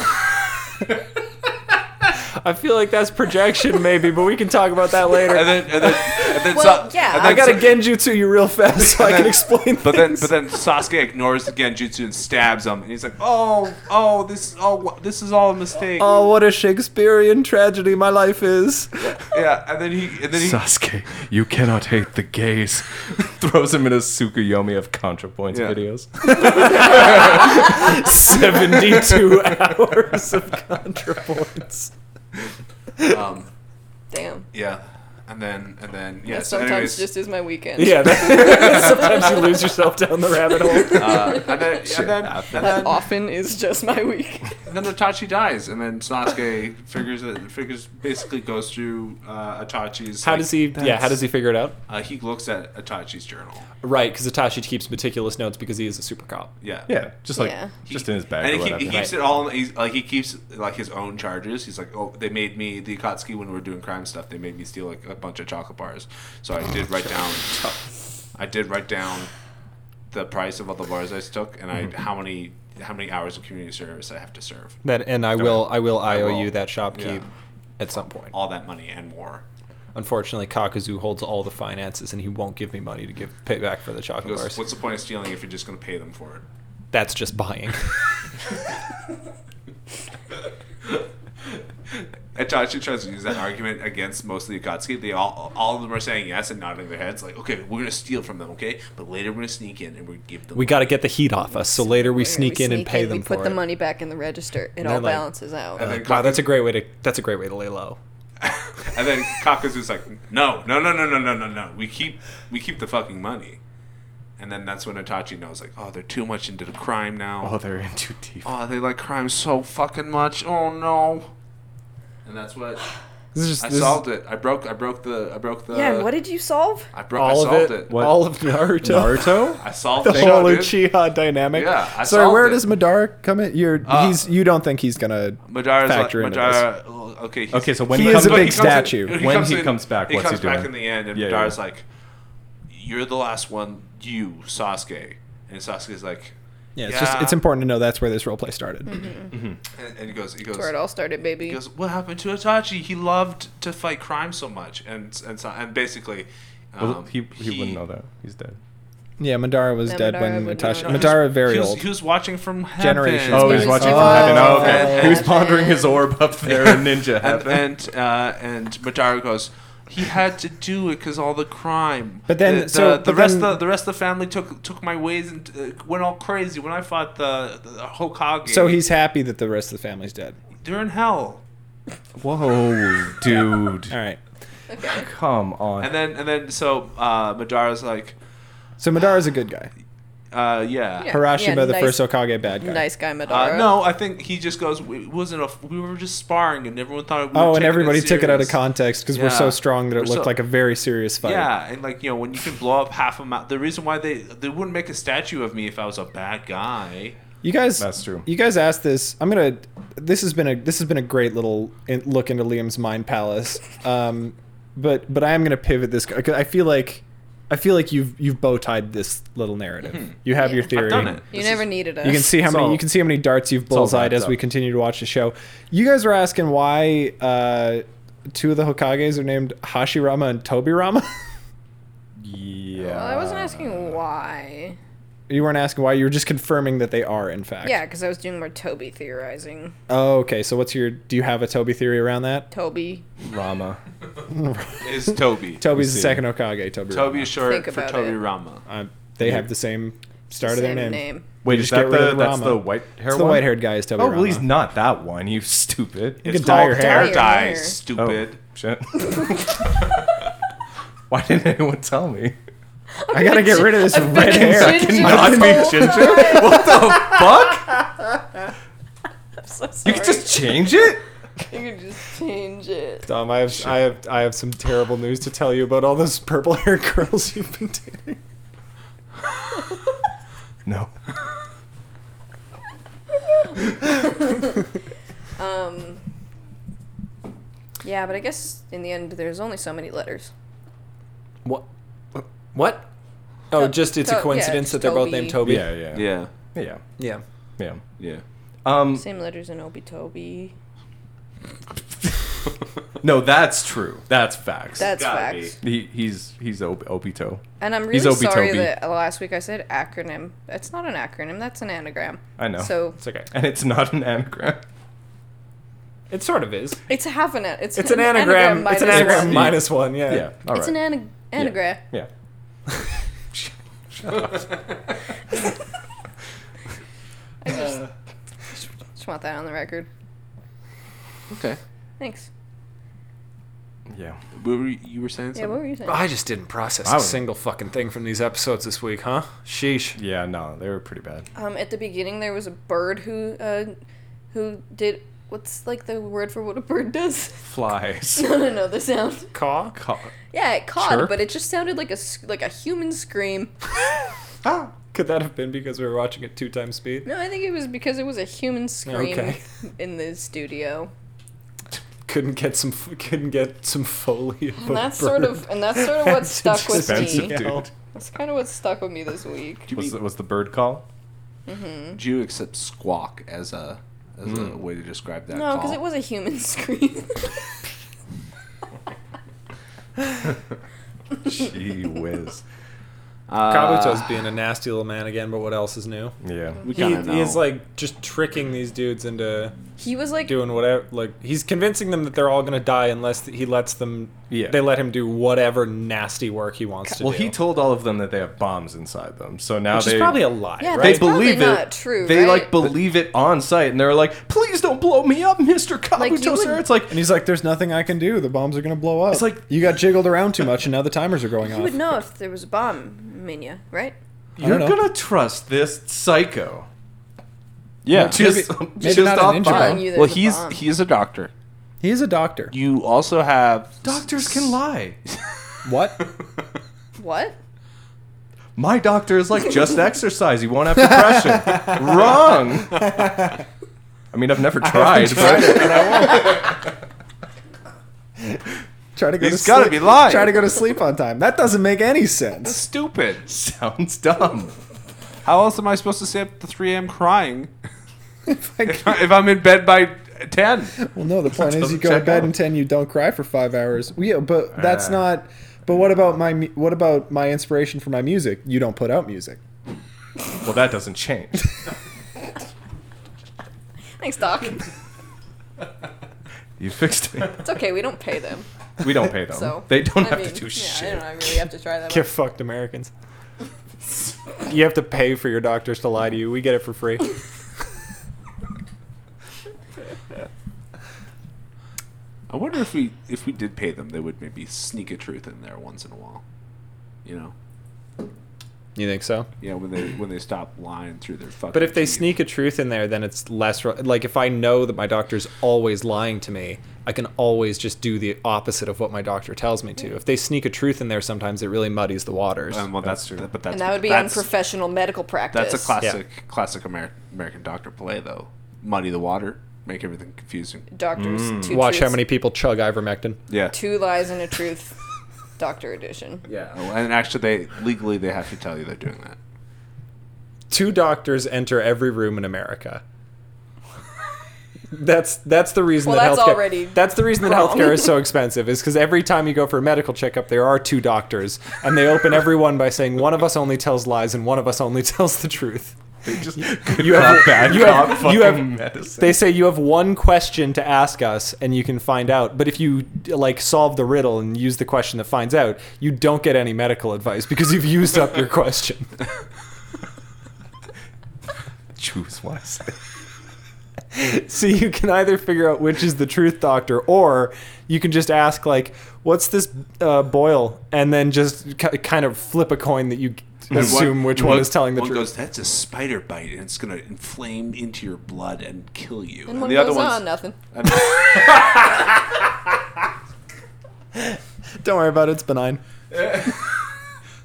[SPEAKER 2] I feel like that's projection, maybe, but we can talk about that later.
[SPEAKER 4] And then, and then, and then,
[SPEAKER 1] Well,
[SPEAKER 4] Sa-
[SPEAKER 1] yeah,
[SPEAKER 4] and
[SPEAKER 1] I
[SPEAKER 4] then
[SPEAKER 2] I got a
[SPEAKER 4] Sa-
[SPEAKER 2] genjutsu you real fast so I can
[SPEAKER 4] then-
[SPEAKER 2] explain.
[SPEAKER 4] But then,
[SPEAKER 2] things.
[SPEAKER 4] but then Sasuke ignores the genjutsu and stabs him, and he's like, "Oh, oh, this, oh, this is all a mistake."
[SPEAKER 2] oh, what a Shakespearean tragedy my life is!
[SPEAKER 4] Yeah, and then he, and then he,
[SPEAKER 3] Sasuke, you cannot hate the gays. Throws him in a Tsukuyomi of ContraPoints
[SPEAKER 4] Yeah.
[SPEAKER 3] videos.
[SPEAKER 2] Seventy-two hours of contrapoints.
[SPEAKER 4] um,
[SPEAKER 1] Damn.
[SPEAKER 4] yeah. and then and then yeah.
[SPEAKER 1] That
[SPEAKER 4] so
[SPEAKER 1] sometimes
[SPEAKER 4] anyways,
[SPEAKER 1] just is my weekend.
[SPEAKER 2] Yeah, that- sometimes you lose yourself down the rabbit hole.
[SPEAKER 4] uh, and then and then, and
[SPEAKER 3] happens.
[SPEAKER 4] then,
[SPEAKER 1] That often is just my weekend.
[SPEAKER 4] and then Itachi dies, and then Sasuke figures that figures basically goes through uh, Itachi's.
[SPEAKER 2] How
[SPEAKER 4] like,
[SPEAKER 2] does he? Yeah, how does he figure it out?
[SPEAKER 4] Uh, he looks at Itachi's journal.
[SPEAKER 2] Right, because Itachi keeps meticulous notes because he is a super cop.
[SPEAKER 4] Yeah.
[SPEAKER 3] Yeah, just like
[SPEAKER 1] Yeah.
[SPEAKER 4] He-
[SPEAKER 3] just in his bag.
[SPEAKER 4] And he,
[SPEAKER 3] or
[SPEAKER 4] keep- he
[SPEAKER 3] whatever.
[SPEAKER 4] keeps it all. in- He's, like he keeps like his own charges. He's like, oh, they made me the Akatsuki when we were doing crime stuff. They made me steal like a bunch of chocolate bars. So I did write down. I did write down the price of all the bars I took and I how many how many hours of community service I have to serve.
[SPEAKER 2] That and I will I will IOU
[SPEAKER 4] will.
[SPEAKER 2] that shopkeep
[SPEAKER 4] Yeah.
[SPEAKER 2] at some point.
[SPEAKER 4] All that money and more.
[SPEAKER 2] Unfortunately, Kakuzu holds all the finances and he won't give me money to give pay back for the
[SPEAKER 4] He
[SPEAKER 2] chocolate
[SPEAKER 4] goes,
[SPEAKER 2] bars.
[SPEAKER 4] What's the point of stealing if you're just going to pay them for it?
[SPEAKER 2] That's just buying.
[SPEAKER 4] Itachi tries to use that argument against most of the Akatsuki. They all, all of them are saying yes and nodding their heads, like, okay, we're gonna steal from them, okay, but later we're gonna sneak in and we give them.
[SPEAKER 2] we got to get the heat off us, so later we
[SPEAKER 1] Where
[SPEAKER 2] sneak in and pay them
[SPEAKER 1] We
[SPEAKER 2] for
[SPEAKER 1] put the
[SPEAKER 2] it.
[SPEAKER 1] money back in the register. It
[SPEAKER 2] they're
[SPEAKER 1] all
[SPEAKER 2] like,
[SPEAKER 1] balances out.
[SPEAKER 4] and then
[SPEAKER 2] Uh, Wow, that's a great way to that's a great way to lay low.
[SPEAKER 4] and then Kakuzu's like, no, no, no, no, no, no, no, no. We keep we keep the fucking money, and then that's when Itachi knows, like, oh, they're too much into the crime
[SPEAKER 3] Oh,
[SPEAKER 4] now.
[SPEAKER 3] they're in too deep.
[SPEAKER 4] Oh, they like crime so fucking much. Oh no. And that's what
[SPEAKER 2] This is just,
[SPEAKER 4] I
[SPEAKER 2] this is
[SPEAKER 4] solved it. I broke. I broke the. I broke the.
[SPEAKER 1] yeah, and what did you solve?
[SPEAKER 4] I broke. I
[SPEAKER 2] all of
[SPEAKER 4] solved
[SPEAKER 2] it,
[SPEAKER 4] it.
[SPEAKER 3] What?
[SPEAKER 2] all of Naruto,
[SPEAKER 3] Naruto?
[SPEAKER 4] I solved
[SPEAKER 2] the
[SPEAKER 4] it.
[SPEAKER 2] whole
[SPEAKER 4] dude.
[SPEAKER 2] Uchiha dynamic.
[SPEAKER 4] Yeah, I
[SPEAKER 2] Sorry, where
[SPEAKER 4] solved it. Uh,
[SPEAKER 2] does Madara come in? You're he's you don't think he's gonna
[SPEAKER 4] Madara's
[SPEAKER 2] factor
[SPEAKER 4] like
[SPEAKER 2] into
[SPEAKER 4] Madara. oh, Okay. he's-
[SPEAKER 3] Okay, so when
[SPEAKER 2] He
[SPEAKER 3] he
[SPEAKER 2] is
[SPEAKER 3] comes
[SPEAKER 2] a
[SPEAKER 4] but
[SPEAKER 2] big
[SPEAKER 4] he comes in-
[SPEAKER 2] statue.
[SPEAKER 3] When he comes back,
[SPEAKER 4] he
[SPEAKER 3] what's he
[SPEAKER 4] comes back
[SPEAKER 3] doing?
[SPEAKER 4] in the end, and
[SPEAKER 3] Yeah,
[SPEAKER 4] Madara's
[SPEAKER 3] yeah.
[SPEAKER 4] like, "You're the last one, you Sasuke," and Sasuke's like,
[SPEAKER 2] Yeah, it's just
[SPEAKER 4] Yeah.
[SPEAKER 2] it's important to know that's where this roleplay started.
[SPEAKER 1] Mm-hmm.
[SPEAKER 4] and, and he goes, he goes,
[SPEAKER 1] That's where it all started, baby.
[SPEAKER 4] he goes, "What happened to Itachi? He loved to fight crime so much," and and so, and basically, um,
[SPEAKER 3] Well, he, he wouldn't know that. He's dead.
[SPEAKER 2] Yeah, Madara was
[SPEAKER 1] Yeah,
[SPEAKER 2] dead
[SPEAKER 1] Madara
[SPEAKER 2] when
[SPEAKER 1] would
[SPEAKER 2] Itachi.
[SPEAKER 1] know.
[SPEAKER 2] Madara very
[SPEAKER 4] he was,
[SPEAKER 2] old.
[SPEAKER 4] He was watching from heaven.
[SPEAKER 2] Generations
[SPEAKER 3] Oh,
[SPEAKER 2] back.
[SPEAKER 3] he's
[SPEAKER 2] He's
[SPEAKER 3] watching
[SPEAKER 2] still
[SPEAKER 3] from heaven.
[SPEAKER 2] alive.
[SPEAKER 3] Oh, okay.
[SPEAKER 4] Oh.
[SPEAKER 3] He was pondering his orb up there in Ninja
[SPEAKER 4] and
[SPEAKER 3] Heaven.
[SPEAKER 4] and uh, and Madara goes. He had to do it because all the crime.
[SPEAKER 2] But then-
[SPEAKER 4] the,
[SPEAKER 2] so-
[SPEAKER 4] the, the
[SPEAKER 2] but
[SPEAKER 4] rest
[SPEAKER 2] then-
[SPEAKER 4] of the rest of the family took took my ways and uh, went all crazy when I fought the, the Hokage.
[SPEAKER 2] So he's happy that the rest of the family's dead.
[SPEAKER 4] they're in hell.
[SPEAKER 3] Whoa, dude.
[SPEAKER 2] All right.
[SPEAKER 3] Come on.
[SPEAKER 4] And then and then so uh, Madara's like,
[SPEAKER 2] So Madara's a good guy.
[SPEAKER 4] uh, yeah.
[SPEAKER 1] Yeah.
[SPEAKER 2] Harashiba, the
[SPEAKER 1] nice-
[SPEAKER 2] first Okage, bad guy.
[SPEAKER 1] Nice guy, Madara.
[SPEAKER 4] Uh, no, I think he just goes. We it wasn't a. We were just sparring, and everyone thought. We were
[SPEAKER 2] Oh, and
[SPEAKER 4] taking
[SPEAKER 2] everybody took it out of
[SPEAKER 4] serious."
[SPEAKER 2] context because we're so
[SPEAKER 4] Yeah.
[SPEAKER 2] strong that it
[SPEAKER 4] We're
[SPEAKER 2] looked
[SPEAKER 4] so-
[SPEAKER 2] like a very serious fight.
[SPEAKER 4] Yeah, and like you know, when you can blow up half a mountain, the reason why they they wouldn't make a statue of me if I was a bad guy.
[SPEAKER 2] You guys,
[SPEAKER 3] That's true.
[SPEAKER 2] You guys asked this. I'm gonna. This has been a this has been a great little in, look into Liam's mind palace. Um, but but I am gonna pivot this. 'cause I feel like I feel like you've you've bow tied this little narrative. You have your theory.
[SPEAKER 4] I've done it.
[SPEAKER 1] you
[SPEAKER 4] This
[SPEAKER 1] never
[SPEAKER 4] is-
[SPEAKER 1] needed us.
[SPEAKER 2] You can see how
[SPEAKER 3] Hmm. It's
[SPEAKER 2] many
[SPEAKER 3] all-
[SPEAKER 2] you can see how many darts you've
[SPEAKER 3] all
[SPEAKER 2] bullseyed
[SPEAKER 3] wrapped
[SPEAKER 2] as we
[SPEAKER 3] up.
[SPEAKER 2] continue to watch the show. You guys are asking why uh, two of the Hokages are named Hashirama and Tobirama.
[SPEAKER 3] yeah.
[SPEAKER 1] Well, I wasn't asking why.
[SPEAKER 2] you weren't asking why. You were just confirming that they are in fact.
[SPEAKER 1] Yeah, because I was doing more Toby theorizing.
[SPEAKER 2] Oh, okay. So what's your? Do you have a Toby theory around that?
[SPEAKER 1] Toby,
[SPEAKER 3] Rama.
[SPEAKER 4] Is Toby?
[SPEAKER 2] Toby's the
[SPEAKER 3] see.
[SPEAKER 2] second Okage. Toby.
[SPEAKER 4] Toby is short
[SPEAKER 1] Think
[SPEAKER 4] for
[SPEAKER 1] about
[SPEAKER 4] Toby
[SPEAKER 1] it.
[SPEAKER 4] Rama.
[SPEAKER 2] Um, they have the same start of their
[SPEAKER 1] same
[SPEAKER 2] name.
[SPEAKER 1] name.
[SPEAKER 3] Wait,
[SPEAKER 2] You
[SPEAKER 3] is
[SPEAKER 2] just get
[SPEAKER 3] that
[SPEAKER 2] rid
[SPEAKER 3] the,
[SPEAKER 2] of
[SPEAKER 3] that's
[SPEAKER 2] Rama.
[SPEAKER 3] the white hair
[SPEAKER 2] It's the
[SPEAKER 3] one?
[SPEAKER 2] white haired guy is Toby.
[SPEAKER 3] Oh, well, he's
[SPEAKER 2] Rama.
[SPEAKER 3] not that one, you stupid.
[SPEAKER 2] You can dye your
[SPEAKER 4] called
[SPEAKER 2] hair.
[SPEAKER 1] Dye your
[SPEAKER 4] dye,
[SPEAKER 1] hair.
[SPEAKER 4] stupid.
[SPEAKER 3] Oh, Shit. Why didn't anyone tell me?
[SPEAKER 2] I gotta get rid of this red hair.
[SPEAKER 1] Ginger
[SPEAKER 3] Not
[SPEAKER 1] is
[SPEAKER 3] me,
[SPEAKER 1] so-
[SPEAKER 3] Ginger. What the fuck?
[SPEAKER 1] I'm so
[SPEAKER 3] You
[SPEAKER 1] sorry.
[SPEAKER 3] can just change it?
[SPEAKER 1] You can just change it.
[SPEAKER 2] Dom, I have I have I have some terrible news to tell you about all those purple hair curls you've been dating.
[SPEAKER 3] No.
[SPEAKER 1] Um. Yeah, but I guess in the end, there's only so many letters.
[SPEAKER 2] What? What? Oh,
[SPEAKER 1] To-
[SPEAKER 2] just it's
[SPEAKER 1] to-
[SPEAKER 2] a
[SPEAKER 1] yeah,
[SPEAKER 2] coincidence
[SPEAKER 1] it's
[SPEAKER 2] that they're both
[SPEAKER 1] Toby.
[SPEAKER 2] named Toby.
[SPEAKER 3] yeah.
[SPEAKER 4] Yeah,
[SPEAKER 3] Yeah.
[SPEAKER 2] Yeah.
[SPEAKER 3] Yeah.
[SPEAKER 4] yeah.
[SPEAKER 3] Um,
[SPEAKER 1] Same letters in Obi Toby.
[SPEAKER 3] no, that's true. That's facts.
[SPEAKER 1] That's
[SPEAKER 4] gotta
[SPEAKER 1] facts.
[SPEAKER 3] he, he's he's Ob- Obito.
[SPEAKER 1] And I'm
[SPEAKER 3] He's
[SPEAKER 1] really
[SPEAKER 3] Obi
[SPEAKER 1] sorry
[SPEAKER 3] Toby.
[SPEAKER 1] that uh, last week I said acronym. That's not an acronym. That's an anagram.
[SPEAKER 3] I know.
[SPEAKER 1] So
[SPEAKER 2] It's okay.
[SPEAKER 3] and it's not an anagram.
[SPEAKER 2] It sort of is.
[SPEAKER 1] it's a half an. a- It's,
[SPEAKER 2] It's an anagram. It's an
[SPEAKER 1] minus
[SPEAKER 2] anagram
[SPEAKER 1] one.
[SPEAKER 3] one.
[SPEAKER 2] minus one. Yeah.
[SPEAKER 3] Yeah. All right.
[SPEAKER 1] It's an ana- anagram.
[SPEAKER 3] yeah.
[SPEAKER 1] I just, just want that on the record.
[SPEAKER 4] Okay.
[SPEAKER 1] Thanks.
[SPEAKER 3] Yeah.
[SPEAKER 4] What were you, you were saying
[SPEAKER 1] Yeah,
[SPEAKER 4] something?
[SPEAKER 1] what were you saying?
[SPEAKER 2] I just didn't process
[SPEAKER 3] I
[SPEAKER 2] a
[SPEAKER 3] would-
[SPEAKER 2] single fucking thing from these episodes this week, huh? Sheesh.
[SPEAKER 3] Yeah, no, they were pretty bad.
[SPEAKER 1] Um, at the beginning, there was a bird who, uh, who did what's like the word for what a bird does?
[SPEAKER 3] Flies.
[SPEAKER 1] no, no, no, the sound.
[SPEAKER 2] Caw?
[SPEAKER 3] Ca-
[SPEAKER 1] Yeah, it cawed,
[SPEAKER 3] Chirp?
[SPEAKER 1] but it just sounded like a s- like a human scream.
[SPEAKER 2] Ah. Could that have been because we were watching it two times speed?
[SPEAKER 1] No, I think it was because it was a human scream
[SPEAKER 2] Okay.
[SPEAKER 1] in the studio.
[SPEAKER 2] Couldn't get some. f- Couldn't get some foley. Of
[SPEAKER 1] And that's sort of and that's sort of what stuck with
[SPEAKER 3] Expensive,
[SPEAKER 1] me.
[SPEAKER 3] dude.
[SPEAKER 1] That's kind of what stuck with me this week.
[SPEAKER 4] Do you,
[SPEAKER 3] Was
[SPEAKER 4] mean,
[SPEAKER 3] the, was the bird call?
[SPEAKER 4] do you accept squawk as a as a way to describe that?
[SPEAKER 1] No, because
[SPEAKER 4] call?
[SPEAKER 1] it was a human scream.
[SPEAKER 3] Gee whiz.
[SPEAKER 4] Uh,
[SPEAKER 2] Kabuto's being a nasty little man again, but what else is new?
[SPEAKER 3] Yeah.
[SPEAKER 4] We
[SPEAKER 2] He,
[SPEAKER 4] kinda
[SPEAKER 2] he is
[SPEAKER 4] know.
[SPEAKER 2] like just tricking these dudes into
[SPEAKER 1] he was like
[SPEAKER 2] doing whatever. Like he's convincing them that they're all gonna die unless he lets them.
[SPEAKER 3] Yeah.
[SPEAKER 2] They let him do whatever nasty work he wants to
[SPEAKER 3] Well,
[SPEAKER 2] do.
[SPEAKER 3] he told all of them that they have bombs inside them, so now
[SPEAKER 2] which
[SPEAKER 3] they
[SPEAKER 2] is probably a lie,
[SPEAKER 1] Yeah,
[SPEAKER 2] right?
[SPEAKER 3] they
[SPEAKER 1] It's probably
[SPEAKER 3] believe
[SPEAKER 1] not
[SPEAKER 3] it.
[SPEAKER 1] true,
[SPEAKER 3] they
[SPEAKER 1] right?
[SPEAKER 3] like believe it on site, and they're like, "Please don't blow me up, Mister
[SPEAKER 1] Like, you
[SPEAKER 3] Kabuto, sir."
[SPEAKER 1] would-
[SPEAKER 3] It's like,
[SPEAKER 5] And he's like, "There's nothing I can do. The bombs are gonna blow up."
[SPEAKER 3] It's like-
[SPEAKER 5] you got jiggled around too much, and now the timers are going
[SPEAKER 1] you
[SPEAKER 5] off.
[SPEAKER 1] would know if there was a bomb, Minya, right?
[SPEAKER 5] I
[SPEAKER 3] "You're
[SPEAKER 5] don't know.
[SPEAKER 3] gonna trust this psycho?"
[SPEAKER 4] yeah.
[SPEAKER 3] Just,
[SPEAKER 5] maybe
[SPEAKER 3] just
[SPEAKER 5] not an
[SPEAKER 3] off
[SPEAKER 5] ninja
[SPEAKER 3] by.
[SPEAKER 1] bomb. You-
[SPEAKER 4] well,
[SPEAKER 1] there's a
[SPEAKER 4] he's
[SPEAKER 1] bomb.
[SPEAKER 4] he is a doctor.
[SPEAKER 5] He is a doctor.
[SPEAKER 4] You also have
[SPEAKER 3] Doctors can lie.
[SPEAKER 5] What?
[SPEAKER 1] What?
[SPEAKER 3] My doctor is like, just exercise. You won't have depression. Wrong. I mean, I've never tried, but
[SPEAKER 5] Try to go
[SPEAKER 4] He's
[SPEAKER 5] to
[SPEAKER 4] gotta
[SPEAKER 5] sleep.
[SPEAKER 4] be lying.
[SPEAKER 5] Try to go to sleep on time. That doesn't make any sense.
[SPEAKER 4] stupid.
[SPEAKER 3] sounds dumb.
[SPEAKER 4] How else am I supposed to stay up to 3 a.m. crying
[SPEAKER 5] Like,
[SPEAKER 4] if I'm in bed by 10?
[SPEAKER 5] well, no. The point is, you
[SPEAKER 3] Doesn't
[SPEAKER 5] go to
[SPEAKER 3] check
[SPEAKER 5] bed
[SPEAKER 3] out.
[SPEAKER 5] and ten, you don't cry for five hours. Well, Yeah, but that's
[SPEAKER 3] Ah.
[SPEAKER 5] not. But what about my mu- what about my inspiration for my music? You don't put out music.
[SPEAKER 3] Well, that doesn't change.
[SPEAKER 1] Thanks, Doc.
[SPEAKER 3] You fixed it.
[SPEAKER 1] It's okay. We don't pay them,
[SPEAKER 3] We don't pay them.
[SPEAKER 1] so
[SPEAKER 3] they don't
[SPEAKER 1] I
[SPEAKER 3] have
[SPEAKER 1] mean,
[SPEAKER 3] to do
[SPEAKER 1] yeah, I
[SPEAKER 3] shit.
[SPEAKER 1] don't know, I really have to try that.
[SPEAKER 2] Get fucked, Americans. you have to pay for your doctors to lie to you. We get it for free.
[SPEAKER 4] I wonder if we if we did pay them, they would maybe sneak a truth in there once in a while. You know,
[SPEAKER 2] You think so?
[SPEAKER 4] yeah, when they when they stop lying through their fucking.
[SPEAKER 2] But if they
[SPEAKER 4] teeth.
[SPEAKER 2] sneak a truth in there, then it's less. ro- Like if I know that my doctor's always lying to me, I can always just do the opposite of what my doctor tells me to. If they sneak a truth in there, sometimes it really muddies the waters.
[SPEAKER 4] Um, well, that's,
[SPEAKER 3] That's true.
[SPEAKER 4] But that's
[SPEAKER 1] and that would be
[SPEAKER 4] that's,
[SPEAKER 1] unprofessional medical practice.
[SPEAKER 4] That's a classic classic Amer- American doctor play though. Muddy the water, make everything confusing.
[SPEAKER 1] Doctors, two
[SPEAKER 2] Watch how
[SPEAKER 1] truths,
[SPEAKER 2] many people chug ivermectin.
[SPEAKER 4] Yeah.
[SPEAKER 1] two lies and a truth, Doctor Edition.
[SPEAKER 4] Yeah. Oh, and actually, they legally they have to tell you they're doing that.
[SPEAKER 2] Two doctors enter every room in America. That's that's the reason
[SPEAKER 1] Well,
[SPEAKER 2] that
[SPEAKER 1] that's
[SPEAKER 2] healthcare.
[SPEAKER 1] already
[SPEAKER 2] that's the reason that
[SPEAKER 1] wrong.
[SPEAKER 2] healthcare is so expensive is because every time you go for a medical checkup, there are two doctors, and they open every one by saying one of us only tells lies and one of us only tells the truth.
[SPEAKER 3] They just
[SPEAKER 2] You
[SPEAKER 3] you
[SPEAKER 2] have-
[SPEAKER 3] have bad
[SPEAKER 2] you have-
[SPEAKER 3] cop fucking
[SPEAKER 2] you have-
[SPEAKER 3] medicine.
[SPEAKER 2] They say you have one question to ask us, and you can find out. But if you like solve the riddle and use the question that finds out, you don't get any medical advice because you've used up your question.
[SPEAKER 3] choose wisely.
[SPEAKER 2] so you can either figure out which is the truth doctor, or you can just ask like, "What's this uh, boil?" and then just ki kind of flip a coin that you assume which one, is telling the
[SPEAKER 4] one
[SPEAKER 2] truth.
[SPEAKER 4] goes, "That's a spider bite, and it's gonna inflame into your blood and kill you."
[SPEAKER 1] And one
[SPEAKER 4] the
[SPEAKER 1] goes
[SPEAKER 4] other one's
[SPEAKER 1] on nothing.
[SPEAKER 2] Don't worry about it; it's benign.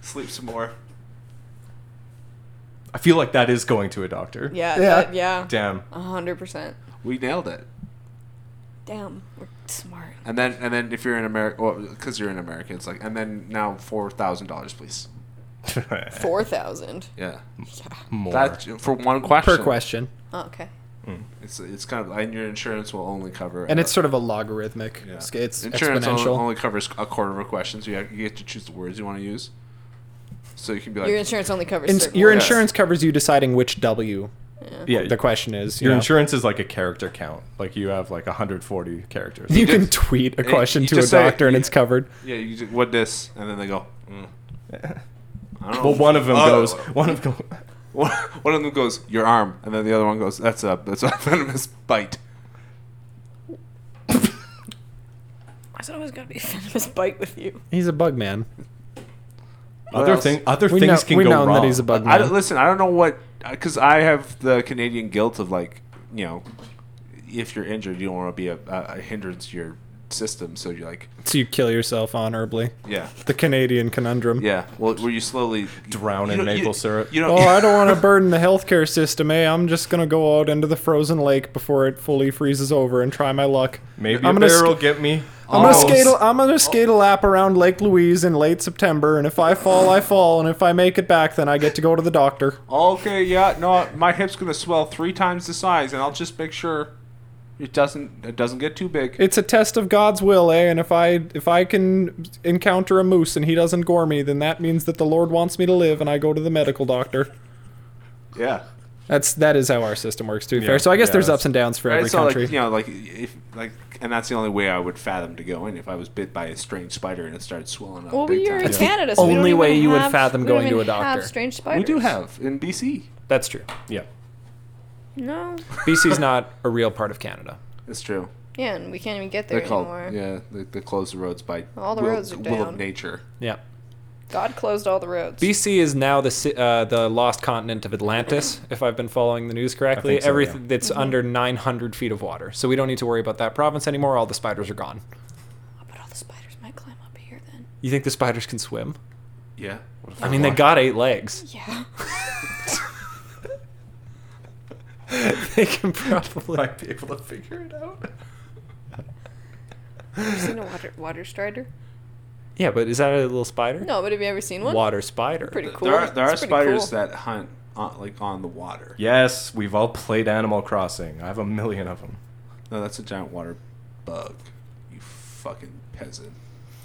[SPEAKER 4] sleep some more.
[SPEAKER 3] I feel like that is going to a doctor.
[SPEAKER 1] Yeah,
[SPEAKER 5] Yeah.
[SPEAKER 1] that- yeah,
[SPEAKER 3] Damn.
[SPEAKER 1] a hundred percent.
[SPEAKER 4] We nailed it.
[SPEAKER 1] Damn, we're smart.
[SPEAKER 4] And then, and then, if you're in America, well, because you're in America, it's like, and then now four thousand dollars, please.
[SPEAKER 1] Four thousand.
[SPEAKER 4] Yeah,
[SPEAKER 3] More.
[SPEAKER 4] that's for one question.
[SPEAKER 2] Per question,
[SPEAKER 1] Oh, okay.
[SPEAKER 4] It's it's kind of, and your insurance will only cover. uh,
[SPEAKER 5] And it's sort of a logarithmic.
[SPEAKER 4] Yeah.
[SPEAKER 5] It's it's
[SPEAKER 4] insurance only,
[SPEAKER 5] exponential.
[SPEAKER 4] only covers a quarter of a question, so you, have, you get to choose the words you want to use. So you can be like,
[SPEAKER 1] Your insurance only covers.
[SPEAKER 2] Ins-
[SPEAKER 1] certain
[SPEAKER 2] your
[SPEAKER 1] ones.
[SPEAKER 2] insurance covers you deciding which W
[SPEAKER 3] yeah.
[SPEAKER 2] the question is. You
[SPEAKER 3] your
[SPEAKER 2] know?
[SPEAKER 3] insurance is like a character count. Like you have like 140 characters.
[SPEAKER 2] You
[SPEAKER 4] just-
[SPEAKER 2] can tweet a
[SPEAKER 4] you-
[SPEAKER 2] question
[SPEAKER 4] you
[SPEAKER 2] to a
[SPEAKER 4] just say-
[SPEAKER 2] doctor and
[SPEAKER 4] you-
[SPEAKER 2] it's covered.
[SPEAKER 4] yeah, you just, what this, and then they go. Mm. I don't know.
[SPEAKER 3] Well, one of them
[SPEAKER 4] Oh.
[SPEAKER 3] goes. One of them.
[SPEAKER 4] One, one of them goes your arm, and then the other one goes that's a that's a venomous bite.
[SPEAKER 1] I Why's it always gotta be venomous bite with you?
[SPEAKER 2] He's a bug man.
[SPEAKER 3] Other
[SPEAKER 4] else?
[SPEAKER 3] thing, other
[SPEAKER 2] We know,
[SPEAKER 3] things can
[SPEAKER 2] we
[SPEAKER 3] go
[SPEAKER 2] know
[SPEAKER 3] wrong.
[SPEAKER 2] that he's a bug
[SPEAKER 4] I
[SPEAKER 2] man.
[SPEAKER 4] don't, listen, I don't know what because I have the Canadian guilt of like you know if you're injured, you don't want to be a, a, a hindrance to your system, so you're like
[SPEAKER 2] so you kill yourself honorably.
[SPEAKER 4] yeah.
[SPEAKER 2] The Canadian conundrum.
[SPEAKER 4] Yeah, well, were you slowly
[SPEAKER 3] Drown in
[SPEAKER 4] you don't-
[SPEAKER 3] maple
[SPEAKER 4] you-
[SPEAKER 3] syrup.
[SPEAKER 4] You
[SPEAKER 2] Oh,
[SPEAKER 4] don't,
[SPEAKER 2] I don't want to burden the healthcare system, eh? I'm just gonna go out into the frozen lake before it fully freezes over and try my luck.
[SPEAKER 3] Maybe
[SPEAKER 2] I'm
[SPEAKER 3] a
[SPEAKER 2] gonna
[SPEAKER 3] bear will
[SPEAKER 2] sk-
[SPEAKER 3] get me.
[SPEAKER 2] I'm gonna
[SPEAKER 4] Oh.
[SPEAKER 2] skate. A, I'm gonna skate a lap around Lake Louise in late September, and if I fall, I fall, and if I make it back, then I get to go to the doctor.
[SPEAKER 4] okay, yeah, no, my hip's gonna swell three times the size, and I'll just make sure it doesn't it doesn't get too big.
[SPEAKER 2] It's a test of God's will, eh? And if I if I can encounter a moose and he doesn't gore me, then that means that the Lord wants me to live, and I go to the medical doctor.
[SPEAKER 4] yeah,
[SPEAKER 2] That's that is how our system works. To be
[SPEAKER 3] Yeah,
[SPEAKER 2] fair, so I guess
[SPEAKER 3] yeah,
[SPEAKER 2] there's
[SPEAKER 3] that's-
[SPEAKER 2] ups and downs for
[SPEAKER 4] right.
[SPEAKER 2] every
[SPEAKER 4] so
[SPEAKER 2] country.
[SPEAKER 4] like you know, like if like, and that's the only way I would fathom to go in if I was bit by a strange spider and it started swelling up.
[SPEAKER 2] Oh,
[SPEAKER 1] Well,
[SPEAKER 4] big
[SPEAKER 1] we are
[SPEAKER 4] time.
[SPEAKER 1] in Canada, so we don't
[SPEAKER 2] only
[SPEAKER 1] even
[SPEAKER 2] way you would
[SPEAKER 1] have-
[SPEAKER 2] fathom
[SPEAKER 1] we don't
[SPEAKER 2] going to
[SPEAKER 1] even
[SPEAKER 2] a doctor.
[SPEAKER 1] Have strange spiders.
[SPEAKER 4] We do have in BC.
[SPEAKER 2] That's true.
[SPEAKER 3] Yeah.
[SPEAKER 1] No.
[SPEAKER 2] BC's not a real part of Canada.
[SPEAKER 4] That's true.
[SPEAKER 1] Yeah, and we can't even get
[SPEAKER 4] They
[SPEAKER 1] there
[SPEAKER 4] call
[SPEAKER 1] anymore.
[SPEAKER 4] yeah. They, they close the roads by
[SPEAKER 1] All the
[SPEAKER 4] will,
[SPEAKER 1] roads are
[SPEAKER 4] will of
[SPEAKER 1] down.
[SPEAKER 4] nature.
[SPEAKER 2] Yeah.
[SPEAKER 1] God closed all the roads.
[SPEAKER 2] BC is now the ci- uh, the lost continent of Atlantis, if I've been following the news correctly.
[SPEAKER 3] think so,
[SPEAKER 2] Everything that's
[SPEAKER 4] Mm-hmm.
[SPEAKER 2] under 900 feet of water, so we don't need to worry about that province anymore. All the spiders are gone.
[SPEAKER 1] Oh, but all the spiders might climb up here then.
[SPEAKER 2] You think the spiders can swim?
[SPEAKER 4] Yeah. What if
[SPEAKER 2] I mean, they got eight legs.
[SPEAKER 1] Yeah.
[SPEAKER 2] they can probably.
[SPEAKER 3] Might be able to figure it out.
[SPEAKER 1] Have you seen a water water strider?
[SPEAKER 2] Yeah, but is that a little spider?
[SPEAKER 1] No, but have you ever seen one?
[SPEAKER 2] Water spider.
[SPEAKER 1] Pretty cool.
[SPEAKER 4] There are there are
[SPEAKER 1] It's pretty
[SPEAKER 4] spiders
[SPEAKER 1] cool.
[SPEAKER 4] that hunt on, like on the water.
[SPEAKER 3] Yes, we've all played Animal Crossing. I have a million of them.
[SPEAKER 4] No, that's a giant water bug. You fucking peasant.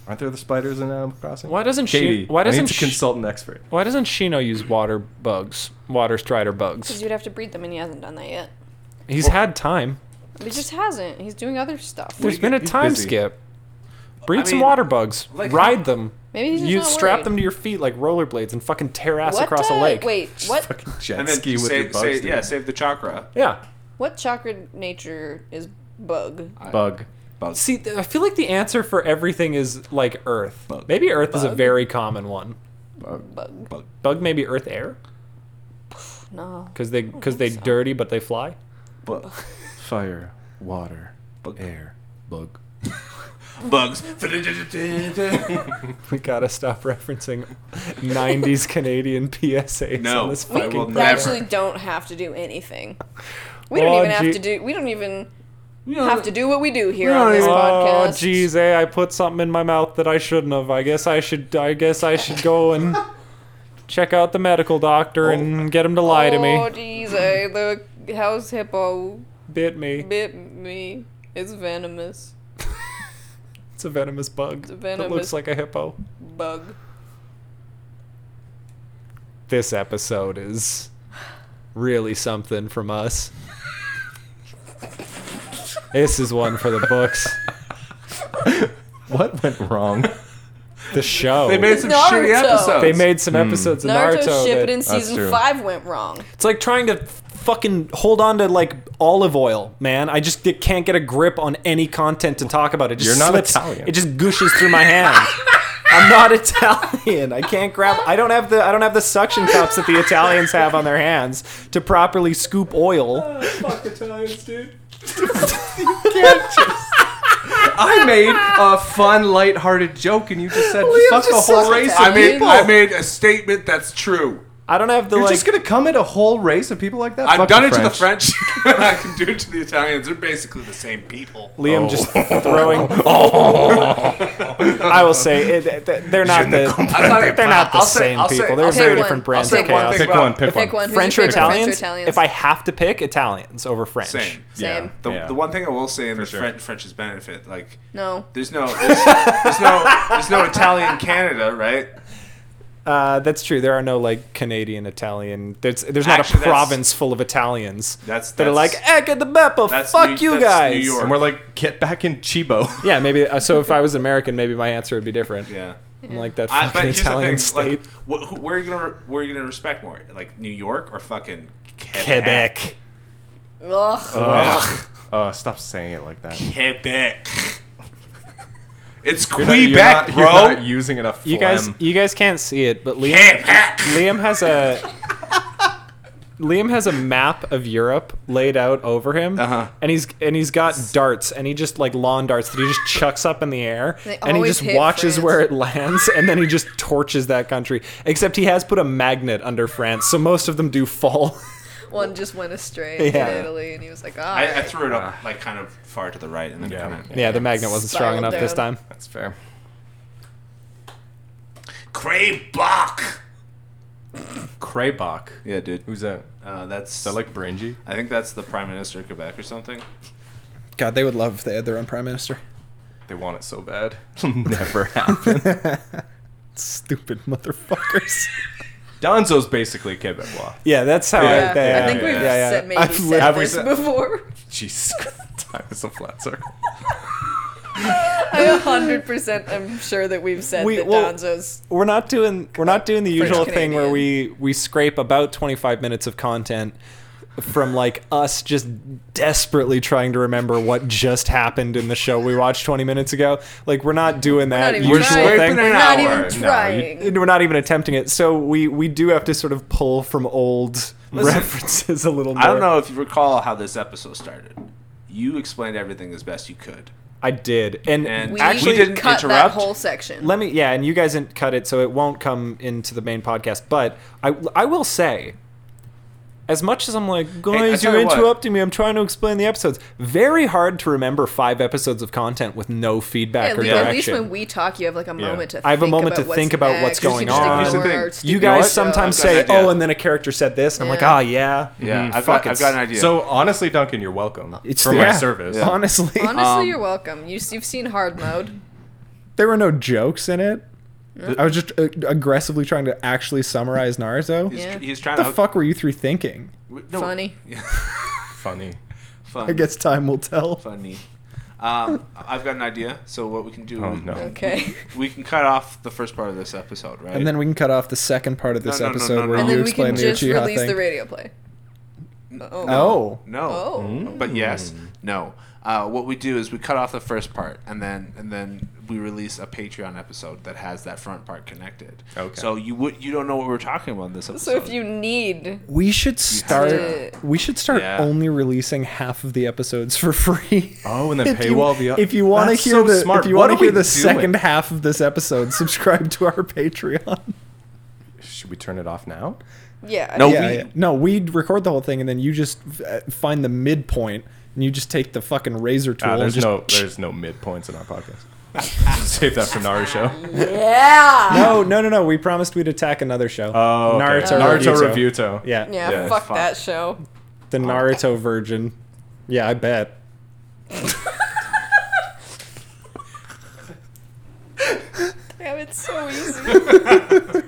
[SPEAKER 3] Aren't there the spiders in Animal Crossing?
[SPEAKER 2] Why doesn't she-
[SPEAKER 3] Katie,
[SPEAKER 2] why
[SPEAKER 3] I
[SPEAKER 2] doesn't
[SPEAKER 3] need to
[SPEAKER 2] sh-
[SPEAKER 3] consult an expert?
[SPEAKER 2] Why doesn't Shino use water bugs? Water strider
[SPEAKER 1] Because
[SPEAKER 2] bugs.
[SPEAKER 1] you'd have to breed them, and he hasn't done that yet.
[SPEAKER 2] He's had time.
[SPEAKER 1] But he just hasn't. He's doing other stuff.
[SPEAKER 2] There's
[SPEAKER 3] you
[SPEAKER 2] been a
[SPEAKER 3] get- he's
[SPEAKER 2] time
[SPEAKER 3] busy.
[SPEAKER 2] skip. Breed some
[SPEAKER 4] mean,
[SPEAKER 2] water bugs.
[SPEAKER 4] like-
[SPEAKER 2] Ride them.
[SPEAKER 1] Maybe he's just
[SPEAKER 2] you
[SPEAKER 1] not
[SPEAKER 2] strap
[SPEAKER 1] worried.
[SPEAKER 2] them to your feet like rollerblades and fucking tear ass
[SPEAKER 1] what
[SPEAKER 2] across a
[SPEAKER 1] uh,
[SPEAKER 2] lake.
[SPEAKER 1] Wait, what?
[SPEAKER 3] Fucking jet
[SPEAKER 4] And then
[SPEAKER 3] ski with
[SPEAKER 4] save,
[SPEAKER 3] your bugs.
[SPEAKER 4] save,
[SPEAKER 3] dude.
[SPEAKER 4] yeah, save the chakra.
[SPEAKER 2] Yeah.
[SPEAKER 1] What chakra nature is bug?
[SPEAKER 3] Bug.
[SPEAKER 4] Bug.
[SPEAKER 2] See, th- I feel like the answer for everything is like Earth.
[SPEAKER 4] Bug.
[SPEAKER 2] Maybe Earth is a
[SPEAKER 1] Bug?
[SPEAKER 2] very common one.
[SPEAKER 1] Bug.
[SPEAKER 2] Bug, maybe Earth air
[SPEAKER 1] No.
[SPEAKER 2] because they because they dirty but they fly.
[SPEAKER 4] Bug.
[SPEAKER 3] Fire. Water. Air. Bug.
[SPEAKER 4] Bugs.
[SPEAKER 2] We gotta stop referencing '90s Canadian PSAs
[SPEAKER 4] No,
[SPEAKER 2] on this
[SPEAKER 4] I
[SPEAKER 2] fucking
[SPEAKER 4] will
[SPEAKER 1] We
[SPEAKER 4] never.
[SPEAKER 1] actually don't have to do anything. We
[SPEAKER 2] Oh,
[SPEAKER 1] don't even
[SPEAKER 2] gee-
[SPEAKER 1] have to do. We don't even
[SPEAKER 4] You
[SPEAKER 1] have to do what we do here
[SPEAKER 4] We don't
[SPEAKER 1] on this
[SPEAKER 4] even-
[SPEAKER 1] podcast.
[SPEAKER 2] Oh jeez, eh? I put something in my mouth that I shouldn't have. I guess I should. I guess I should go and check out the medical doctor and get him to lie to
[SPEAKER 1] Oh
[SPEAKER 2] me.
[SPEAKER 1] jeez, eh, the house hippo
[SPEAKER 2] Bit me.
[SPEAKER 1] bit me. It's venomous.
[SPEAKER 2] It's a venomous bug
[SPEAKER 1] a
[SPEAKER 2] that looks
[SPEAKER 1] venomous-
[SPEAKER 2] like a hippo.
[SPEAKER 1] Bug.
[SPEAKER 2] This episode is really something from us. this is one for the books.
[SPEAKER 3] What went wrong?
[SPEAKER 2] The show.
[SPEAKER 4] They made some
[SPEAKER 1] Naruto.
[SPEAKER 4] shitty episodes.
[SPEAKER 2] They made some episodes of
[SPEAKER 1] Hmm. Naruto,
[SPEAKER 2] Naruto.
[SPEAKER 1] shipping
[SPEAKER 2] that-
[SPEAKER 1] in season
[SPEAKER 3] true.
[SPEAKER 1] five went wrong.
[SPEAKER 2] It's like trying to fucking hold on to like olive oil, man. I just get- can't get a grip on any content to talk about. It just
[SPEAKER 3] You're not
[SPEAKER 2] slips.
[SPEAKER 3] Italian.
[SPEAKER 2] It just gushes through my hand. I'm not Italian. I can't grab. I don't have the. I don't have the suction cups that the Italians have on their hands to properly scoop oil.
[SPEAKER 3] Fuck Italians, dude. I made a fun, light-hearted joke, and you just said, "Fuck
[SPEAKER 2] just
[SPEAKER 3] the whole
[SPEAKER 2] sucks
[SPEAKER 3] race."
[SPEAKER 1] at
[SPEAKER 3] of
[SPEAKER 4] I made
[SPEAKER 3] people."
[SPEAKER 4] I made a statement that's true.
[SPEAKER 2] I don't have the
[SPEAKER 3] You're
[SPEAKER 2] like.
[SPEAKER 3] just gonna come at a whole race of people like that.
[SPEAKER 4] I've
[SPEAKER 3] Fuck
[SPEAKER 4] done it to the French. I can do it to the Italians. They're basically the same people.
[SPEAKER 2] Liam just
[SPEAKER 3] Oh.
[SPEAKER 2] throwing. I will say it, it- they're not the. They're not the
[SPEAKER 4] I'll say-
[SPEAKER 2] same
[SPEAKER 4] I'll say-
[SPEAKER 2] people.
[SPEAKER 4] I'll
[SPEAKER 2] They're
[SPEAKER 4] say
[SPEAKER 2] very
[SPEAKER 1] one-
[SPEAKER 2] different
[SPEAKER 1] I'll
[SPEAKER 2] brands
[SPEAKER 1] say
[SPEAKER 2] of
[SPEAKER 1] one
[SPEAKER 2] chaos.
[SPEAKER 1] thing
[SPEAKER 3] Pick one. Pick,
[SPEAKER 1] Pick one. Who's
[SPEAKER 2] French or
[SPEAKER 1] your favorite
[SPEAKER 2] Italians?
[SPEAKER 1] French or Italians?
[SPEAKER 2] If I have to pick, Italians over French.
[SPEAKER 4] Same.
[SPEAKER 1] Same.
[SPEAKER 3] Yeah.
[SPEAKER 4] The, the one thing I will say in the French French's benefit, like
[SPEAKER 1] No.
[SPEAKER 4] there's no there's, there's no there's no Italian Canada, right?
[SPEAKER 2] Uh, that's true. There are no like Canadian Italian. There's there's not
[SPEAKER 4] Actually,
[SPEAKER 2] a
[SPEAKER 4] that's-
[SPEAKER 2] province full of Italians
[SPEAKER 4] That's-
[SPEAKER 2] that are like
[SPEAKER 4] that's-
[SPEAKER 2] heck at the Beppo.
[SPEAKER 4] that's
[SPEAKER 2] Fuck
[SPEAKER 4] New-
[SPEAKER 2] you
[SPEAKER 4] that's
[SPEAKER 2] guys.
[SPEAKER 4] New York.
[SPEAKER 3] And we're like, "Get back in Chibo."
[SPEAKER 2] Yeah, maybe. Uh, so if I was American, maybe my answer would be different.
[SPEAKER 4] Yeah.
[SPEAKER 2] I'm like that
[SPEAKER 4] I,
[SPEAKER 2] fucking
[SPEAKER 4] but here's
[SPEAKER 2] Italian
[SPEAKER 4] the thing,
[SPEAKER 2] state.
[SPEAKER 4] like, wh- who- where are you gonna where are you gonna respect more, like New York or fucking Quebec?
[SPEAKER 2] Quebec.
[SPEAKER 1] Ugh.
[SPEAKER 3] uh, Ugh. Uh, stop saying it like that.
[SPEAKER 4] Quebec. It's
[SPEAKER 3] not- you're
[SPEAKER 4] Quebec,
[SPEAKER 3] not-
[SPEAKER 4] bro.
[SPEAKER 3] You're not using enough.
[SPEAKER 2] You guys,
[SPEAKER 3] phlegm.
[SPEAKER 2] you guys can't see it, but Liam,
[SPEAKER 4] Quebec.
[SPEAKER 2] Liam has a Liam has a map of Europe laid out over him,
[SPEAKER 4] Uh-huh.
[SPEAKER 2] and he's and he's got darts, and he just like lawn darts that he just chucks up in the air,
[SPEAKER 1] They
[SPEAKER 2] and he
[SPEAKER 1] always
[SPEAKER 2] just
[SPEAKER 1] hit
[SPEAKER 2] watches
[SPEAKER 1] France.
[SPEAKER 2] where it lands, and then he just torches that country. Except he has put a magnet under France, so most of them do fall.
[SPEAKER 1] One just went astray
[SPEAKER 2] Yeah.
[SPEAKER 1] in Italy, and he was like, "Ah."
[SPEAKER 4] I, I threw it up like kind of far to the right, and then
[SPEAKER 3] Yeah.
[SPEAKER 4] kind of
[SPEAKER 2] yeah, the magnet wasn't strong
[SPEAKER 1] Spiral
[SPEAKER 2] enough this
[SPEAKER 1] down.
[SPEAKER 2] time.
[SPEAKER 3] That's fair.
[SPEAKER 4] Quebec.
[SPEAKER 3] Kraybach.
[SPEAKER 4] Yeah, dude.
[SPEAKER 3] Who's that? Is
[SPEAKER 4] Uh, that's
[SPEAKER 3] that like Brangy?
[SPEAKER 4] I think that's the prime minister of Quebec or something.
[SPEAKER 5] God, they would love if they had their own prime minister.
[SPEAKER 3] They want it so bad. Never happen.
[SPEAKER 2] Stupid motherfuckers.
[SPEAKER 3] Donzo's basically Quebecois.
[SPEAKER 2] yeah, that's how.
[SPEAKER 1] Yeah,
[SPEAKER 2] I,
[SPEAKER 1] I think
[SPEAKER 3] yeah,
[SPEAKER 1] we've
[SPEAKER 3] yeah, yeah.
[SPEAKER 1] said maybe
[SPEAKER 2] I've
[SPEAKER 1] said
[SPEAKER 2] li-
[SPEAKER 3] have we
[SPEAKER 1] this
[SPEAKER 3] said-
[SPEAKER 1] before.
[SPEAKER 3] Jesus, time is a flat circle.
[SPEAKER 1] I a hundred percent am sure that we've said
[SPEAKER 2] We-
[SPEAKER 1] that
[SPEAKER 2] well-
[SPEAKER 1] Donzo's.
[SPEAKER 2] we're not doing we're not doing the
[SPEAKER 1] French
[SPEAKER 2] usual thing where we
[SPEAKER 1] Canadian.
[SPEAKER 2] we scrape about 25 minutes of content from like us just desperately trying to remember what just happened in the show we watched 20 minutes ago like we're not doing
[SPEAKER 1] Not
[SPEAKER 2] that
[SPEAKER 1] even
[SPEAKER 2] usual
[SPEAKER 1] trying.
[SPEAKER 4] scraping
[SPEAKER 2] thing
[SPEAKER 4] it
[SPEAKER 1] not
[SPEAKER 4] out.
[SPEAKER 1] even
[SPEAKER 4] No, you-
[SPEAKER 1] trying.
[SPEAKER 2] And we're not even attempting it so we we do have to sort of pull from old references a little more
[SPEAKER 4] I don't know if you recall how this episode started. You explained everything as best you could.
[SPEAKER 2] i did and,
[SPEAKER 4] And
[SPEAKER 1] we
[SPEAKER 4] Actually,
[SPEAKER 1] actually
[SPEAKER 4] didn't
[SPEAKER 1] cut that
[SPEAKER 4] interrupt.
[SPEAKER 1] whole section.
[SPEAKER 2] Let me, yeah, and you guys didn't cut it, so it won't come into the main podcast. But I, I will say, as much as I'm like, guys,
[SPEAKER 4] tell
[SPEAKER 2] you're
[SPEAKER 4] you what.
[SPEAKER 2] interrupting me. I'm trying to explain the episodes. Very hard to remember five episodes of content with no feedback
[SPEAKER 1] Yeah, at
[SPEAKER 2] or
[SPEAKER 1] least-
[SPEAKER 2] direction.
[SPEAKER 1] at least when we talk, you have like a moment to.
[SPEAKER 2] I have a
[SPEAKER 1] think
[SPEAKER 2] moment
[SPEAKER 1] about
[SPEAKER 2] to think about
[SPEAKER 1] next.
[SPEAKER 2] what's
[SPEAKER 1] You
[SPEAKER 2] going
[SPEAKER 1] just
[SPEAKER 2] on.
[SPEAKER 1] ignore
[SPEAKER 4] Uh, Here's the
[SPEAKER 1] our
[SPEAKER 4] thing.
[SPEAKER 1] stupid
[SPEAKER 2] you guys
[SPEAKER 1] show.
[SPEAKER 2] sometimes
[SPEAKER 4] I've got
[SPEAKER 2] say,
[SPEAKER 4] an idea.
[SPEAKER 2] "Oh," and then a character said this, and I'm like,
[SPEAKER 1] Yeah.
[SPEAKER 2] "Ah, yeah,
[SPEAKER 4] Yeah,
[SPEAKER 2] mhm,
[SPEAKER 4] I've,
[SPEAKER 2] fuck
[SPEAKER 4] got, I've
[SPEAKER 2] it's-
[SPEAKER 4] got an idea.
[SPEAKER 3] So honestly, Duncan, you're welcome
[SPEAKER 2] It's
[SPEAKER 3] for my
[SPEAKER 2] yeah,
[SPEAKER 3] service.
[SPEAKER 2] Honestly,
[SPEAKER 1] Honestly,
[SPEAKER 4] Um,
[SPEAKER 1] you're welcome. You, you've seen hard mode.
[SPEAKER 5] There were no jokes in it. I was just uh, aggressively trying to actually summarize Naruto.
[SPEAKER 4] he's,
[SPEAKER 1] Yeah.
[SPEAKER 4] he's trying
[SPEAKER 5] What
[SPEAKER 4] to
[SPEAKER 5] the fuck were you three thinking?
[SPEAKER 4] No,
[SPEAKER 1] Funny.
[SPEAKER 3] Funny.
[SPEAKER 5] I
[SPEAKER 4] Funny.
[SPEAKER 5] guess time will tell.
[SPEAKER 4] Funny. Um, I've got an idea. So what we can do?
[SPEAKER 3] Oh no.
[SPEAKER 1] Okay.
[SPEAKER 4] We can cut off the first part of this episode, right?
[SPEAKER 5] And then we can cut off the second part of this
[SPEAKER 4] no, no,
[SPEAKER 5] episode
[SPEAKER 4] no, no.
[SPEAKER 5] where
[SPEAKER 4] And
[SPEAKER 1] and
[SPEAKER 5] you
[SPEAKER 1] then we
[SPEAKER 5] explain
[SPEAKER 1] can
[SPEAKER 5] the
[SPEAKER 1] just
[SPEAKER 5] Uchiha
[SPEAKER 1] release
[SPEAKER 5] thing.
[SPEAKER 1] the radio play. Oh.
[SPEAKER 5] oh,
[SPEAKER 4] no.
[SPEAKER 1] Oh.
[SPEAKER 4] But yes, no. Uh, what we do is we cut off the first part, and then and then we release a Patreon episode that has that front part connected.
[SPEAKER 3] Okay.
[SPEAKER 4] So you would you don't know what we're talking about in this episode.
[SPEAKER 1] So if you need,
[SPEAKER 5] we should start.
[SPEAKER 1] to-
[SPEAKER 5] We should start
[SPEAKER 4] Yeah.
[SPEAKER 5] only releasing half of the episodes for free.
[SPEAKER 3] Oh, and then
[SPEAKER 5] If you-
[SPEAKER 3] paywall the.
[SPEAKER 5] If you want to
[SPEAKER 3] That's
[SPEAKER 5] hear
[SPEAKER 3] so
[SPEAKER 5] the
[SPEAKER 3] smart.
[SPEAKER 5] if you
[SPEAKER 3] What
[SPEAKER 5] want to
[SPEAKER 3] are we
[SPEAKER 5] hear the
[SPEAKER 3] doing?
[SPEAKER 5] second half of this episode, subscribe to our Patreon.
[SPEAKER 3] should we turn it off now?
[SPEAKER 1] yeah.
[SPEAKER 4] No,
[SPEAKER 5] Yeah,
[SPEAKER 4] we-
[SPEAKER 5] yeah. no, we record the whole thing and then you just uh, find the midpoint and you just take the fucking razor tool.
[SPEAKER 3] Ah,
[SPEAKER 5] and
[SPEAKER 3] there's
[SPEAKER 5] just,
[SPEAKER 3] no there's no midpoints in our podcast. Save that for Naruto. show.
[SPEAKER 1] Yeah.
[SPEAKER 5] no, no, no, no. We promised we'd attack another show.
[SPEAKER 3] Oh, okay.
[SPEAKER 5] Naruto,
[SPEAKER 3] Naruto
[SPEAKER 5] Revuto.
[SPEAKER 3] Revuto.
[SPEAKER 5] Yeah,
[SPEAKER 1] Yeah.
[SPEAKER 3] Yeah,
[SPEAKER 1] fuck
[SPEAKER 4] fuck.
[SPEAKER 1] that show.
[SPEAKER 5] the Naruto virgin. Yeah, I bet.
[SPEAKER 1] Damn, it's so easy.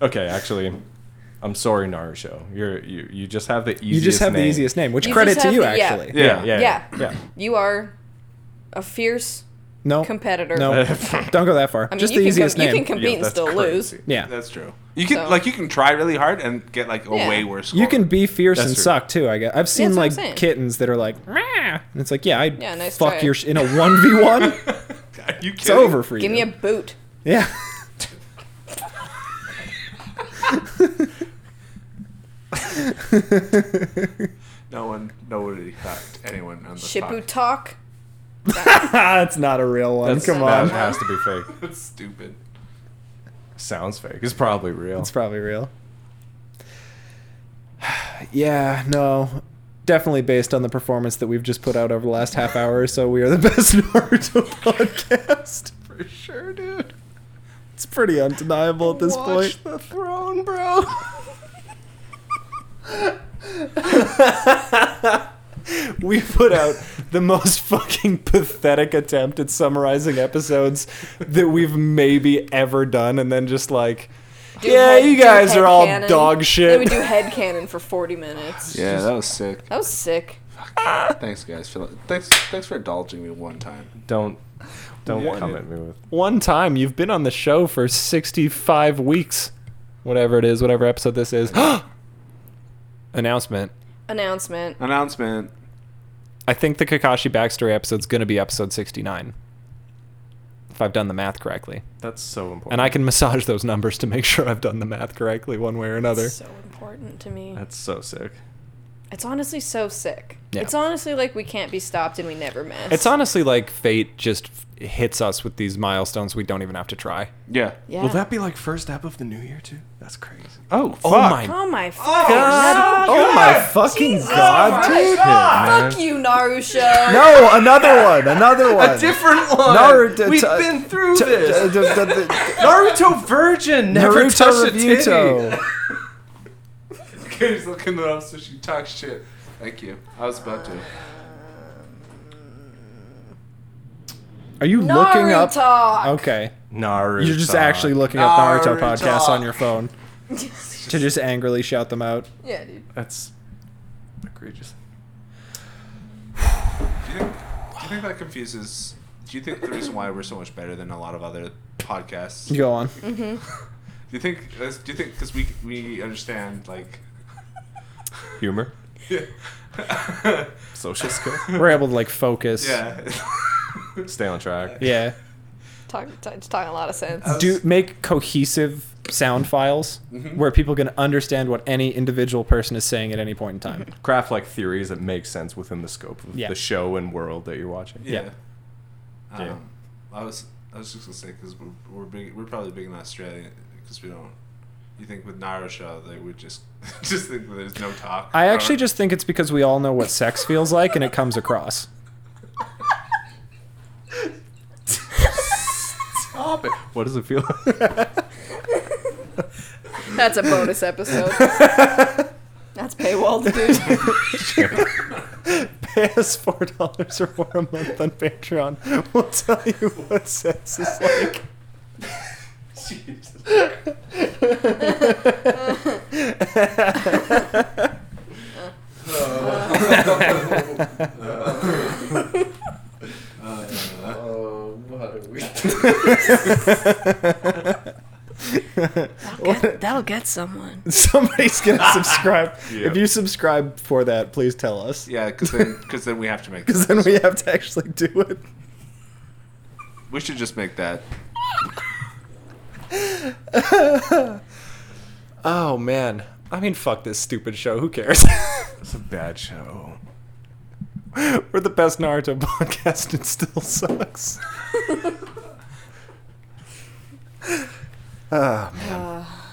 [SPEAKER 3] Okay, actually, I'm sorry, Naruto. You're you you just have the easiest.
[SPEAKER 5] You just have the
[SPEAKER 3] name.
[SPEAKER 5] easiest name, which
[SPEAKER 1] You
[SPEAKER 5] credit
[SPEAKER 1] just
[SPEAKER 5] to
[SPEAKER 1] have
[SPEAKER 5] you
[SPEAKER 1] the- yeah.
[SPEAKER 5] actually.
[SPEAKER 3] Yeah,
[SPEAKER 4] Yeah.
[SPEAKER 3] yeah,
[SPEAKER 1] Yeah.
[SPEAKER 3] yeah.
[SPEAKER 1] You are a fierce
[SPEAKER 5] No,
[SPEAKER 1] competitor.
[SPEAKER 5] no, don't go that far.
[SPEAKER 1] I mean,
[SPEAKER 5] just
[SPEAKER 1] you
[SPEAKER 5] the
[SPEAKER 1] can
[SPEAKER 5] easiest
[SPEAKER 1] com- you
[SPEAKER 5] name.
[SPEAKER 1] can compete and
[SPEAKER 3] that's
[SPEAKER 1] still lose.
[SPEAKER 3] crazy.
[SPEAKER 5] yeah,
[SPEAKER 4] That's true. You can
[SPEAKER 1] So-
[SPEAKER 4] like you can try really hard and get like a
[SPEAKER 1] Yeah.
[SPEAKER 4] way worse.
[SPEAKER 5] you
[SPEAKER 4] score.
[SPEAKER 5] can be fierce
[SPEAKER 3] That's
[SPEAKER 5] and
[SPEAKER 3] true.
[SPEAKER 5] suck too. I guess I've seen
[SPEAKER 1] that's what I'm
[SPEAKER 5] like
[SPEAKER 1] saying.
[SPEAKER 5] kittens that are like, "Meow," and it's like, yeah, I would
[SPEAKER 1] Yeah, nice
[SPEAKER 5] fuck
[SPEAKER 1] try.
[SPEAKER 5] your sh- in a one v one.
[SPEAKER 4] Are you
[SPEAKER 5] It's over for you.
[SPEAKER 1] Give me a boot.
[SPEAKER 5] yeah.
[SPEAKER 4] No one, nobody talked anyone on the
[SPEAKER 1] Shippu talk.
[SPEAKER 5] That's not a real one.
[SPEAKER 3] That's,
[SPEAKER 5] Come
[SPEAKER 3] that
[SPEAKER 5] on,
[SPEAKER 3] has to be fake.
[SPEAKER 4] That's stupid.
[SPEAKER 3] Sounds fake. It's probably real.
[SPEAKER 5] it's probably real. yeah, no, definitely based on the performance that we've just put out over the last half hour. or So we are the best Naruto podcast for sure, dude. It's pretty undeniable at this point.
[SPEAKER 3] the throne, bro.
[SPEAKER 2] we put out the most fucking pathetic attempt at summarizing episodes that we've maybe ever done, and then just like,
[SPEAKER 1] Do
[SPEAKER 2] yeah,
[SPEAKER 1] head-
[SPEAKER 2] you
[SPEAKER 1] do
[SPEAKER 2] guys
[SPEAKER 1] head
[SPEAKER 2] are all
[SPEAKER 1] cannon.
[SPEAKER 2] dog
[SPEAKER 1] Then we
[SPEAKER 2] shit.
[SPEAKER 1] do head cannon for 40 minutes.
[SPEAKER 4] Yeah, that was sick.
[SPEAKER 1] That was sick.
[SPEAKER 4] Thanks, guys. For, thanks, thanks for indulging me one time.
[SPEAKER 3] Don't don't
[SPEAKER 2] Yeah.
[SPEAKER 3] come at me with.
[SPEAKER 2] One time you've been on the show for 65 weeks, whatever it is, whatever episode this is. Announcement.
[SPEAKER 1] Announcement.
[SPEAKER 4] Announcement.
[SPEAKER 2] I think the Kakashi backstory episode's going to be episode 69. if I've done the math correctly.
[SPEAKER 3] That's so important.
[SPEAKER 2] And I can massage those numbers to make sure I've done the math correctly one way or another.
[SPEAKER 1] so important to me.
[SPEAKER 3] That's so sick.
[SPEAKER 1] It's honestly so sick.
[SPEAKER 2] Yeah.
[SPEAKER 1] It's honestly like we can't be stopped and we never miss.
[SPEAKER 2] It's honestly like fate just f- hits us with these milestones we don't even have to try.
[SPEAKER 4] Yeah.
[SPEAKER 1] Yeah.
[SPEAKER 3] Will that be like first app of the new year too? That's crazy.
[SPEAKER 4] Oh, fuck.
[SPEAKER 2] Oh my
[SPEAKER 1] oh my fucking
[SPEAKER 2] god! Oh my fucking god, dude!
[SPEAKER 1] Fuck you, Narusha.
[SPEAKER 5] No, Oh, another one, another one.
[SPEAKER 3] A different one.
[SPEAKER 5] Naruto-
[SPEAKER 3] We've
[SPEAKER 5] t-
[SPEAKER 3] been through
[SPEAKER 5] T-
[SPEAKER 3] this.
[SPEAKER 5] t- t- t- t-
[SPEAKER 3] Naruto virgin never
[SPEAKER 5] Naruto
[SPEAKER 3] touched a titty.
[SPEAKER 5] Revuto.
[SPEAKER 4] Katie's looking it up so she talks shit. Thank you. I was about to.
[SPEAKER 5] Are you looking
[SPEAKER 1] Naruto.
[SPEAKER 5] up? Okay,
[SPEAKER 3] Naruto.
[SPEAKER 5] you're just actually looking up Naruto podcasts on your phone to just angrily shout them out.
[SPEAKER 1] Yeah, dude.
[SPEAKER 3] That's egregious.
[SPEAKER 4] Do you think, do you think that confuses? Do you think the reason why we're so much better than a lot of other podcasts?
[SPEAKER 5] You go on.
[SPEAKER 4] Do you think? that's- Do you think because we we understand like
[SPEAKER 3] Humor. Social skills.
[SPEAKER 5] We're able to like focus.
[SPEAKER 4] yeah
[SPEAKER 3] Stay on track.
[SPEAKER 5] Yeah.
[SPEAKER 1] Talk, t- it's talking a lot of sense.
[SPEAKER 5] Do make cohesive sound files
[SPEAKER 3] Mm-hmm.
[SPEAKER 5] where people can understand what any individual person is saying at any point in time.
[SPEAKER 3] Craft like theories that make sense within the scope of
[SPEAKER 5] Yeah.
[SPEAKER 3] the show and world that you're watching.
[SPEAKER 4] yeah. Um,
[SPEAKER 3] Yeah.
[SPEAKER 4] I was I was just gonna say because we're we're, big, we're probably big in Australia because we don't. You think with Narusha they would just just think that there's no talk.
[SPEAKER 5] I actually
[SPEAKER 4] or-
[SPEAKER 5] just think it's because we all know what sex feels like and it comes across.
[SPEAKER 3] Stop it. What does it feel like?
[SPEAKER 1] That's a bonus episode. That's paywalled, dude.
[SPEAKER 5] Pay us four dollars or more a month on Patreon. We'll tell you what sex is like.
[SPEAKER 1] that'll get someone.
[SPEAKER 5] Somebody's gonna subscribe.
[SPEAKER 3] Yeah.
[SPEAKER 5] If you subscribe for that, please tell us.
[SPEAKER 4] yeah because then because then we have to make
[SPEAKER 5] Because then we have to actually do it.
[SPEAKER 4] we should just make that
[SPEAKER 2] Oh man! I mean, fuck this stupid show. Who cares?
[SPEAKER 3] It's a bad show.
[SPEAKER 2] We're the best Naruto podcast. It still sucks.
[SPEAKER 1] Ah.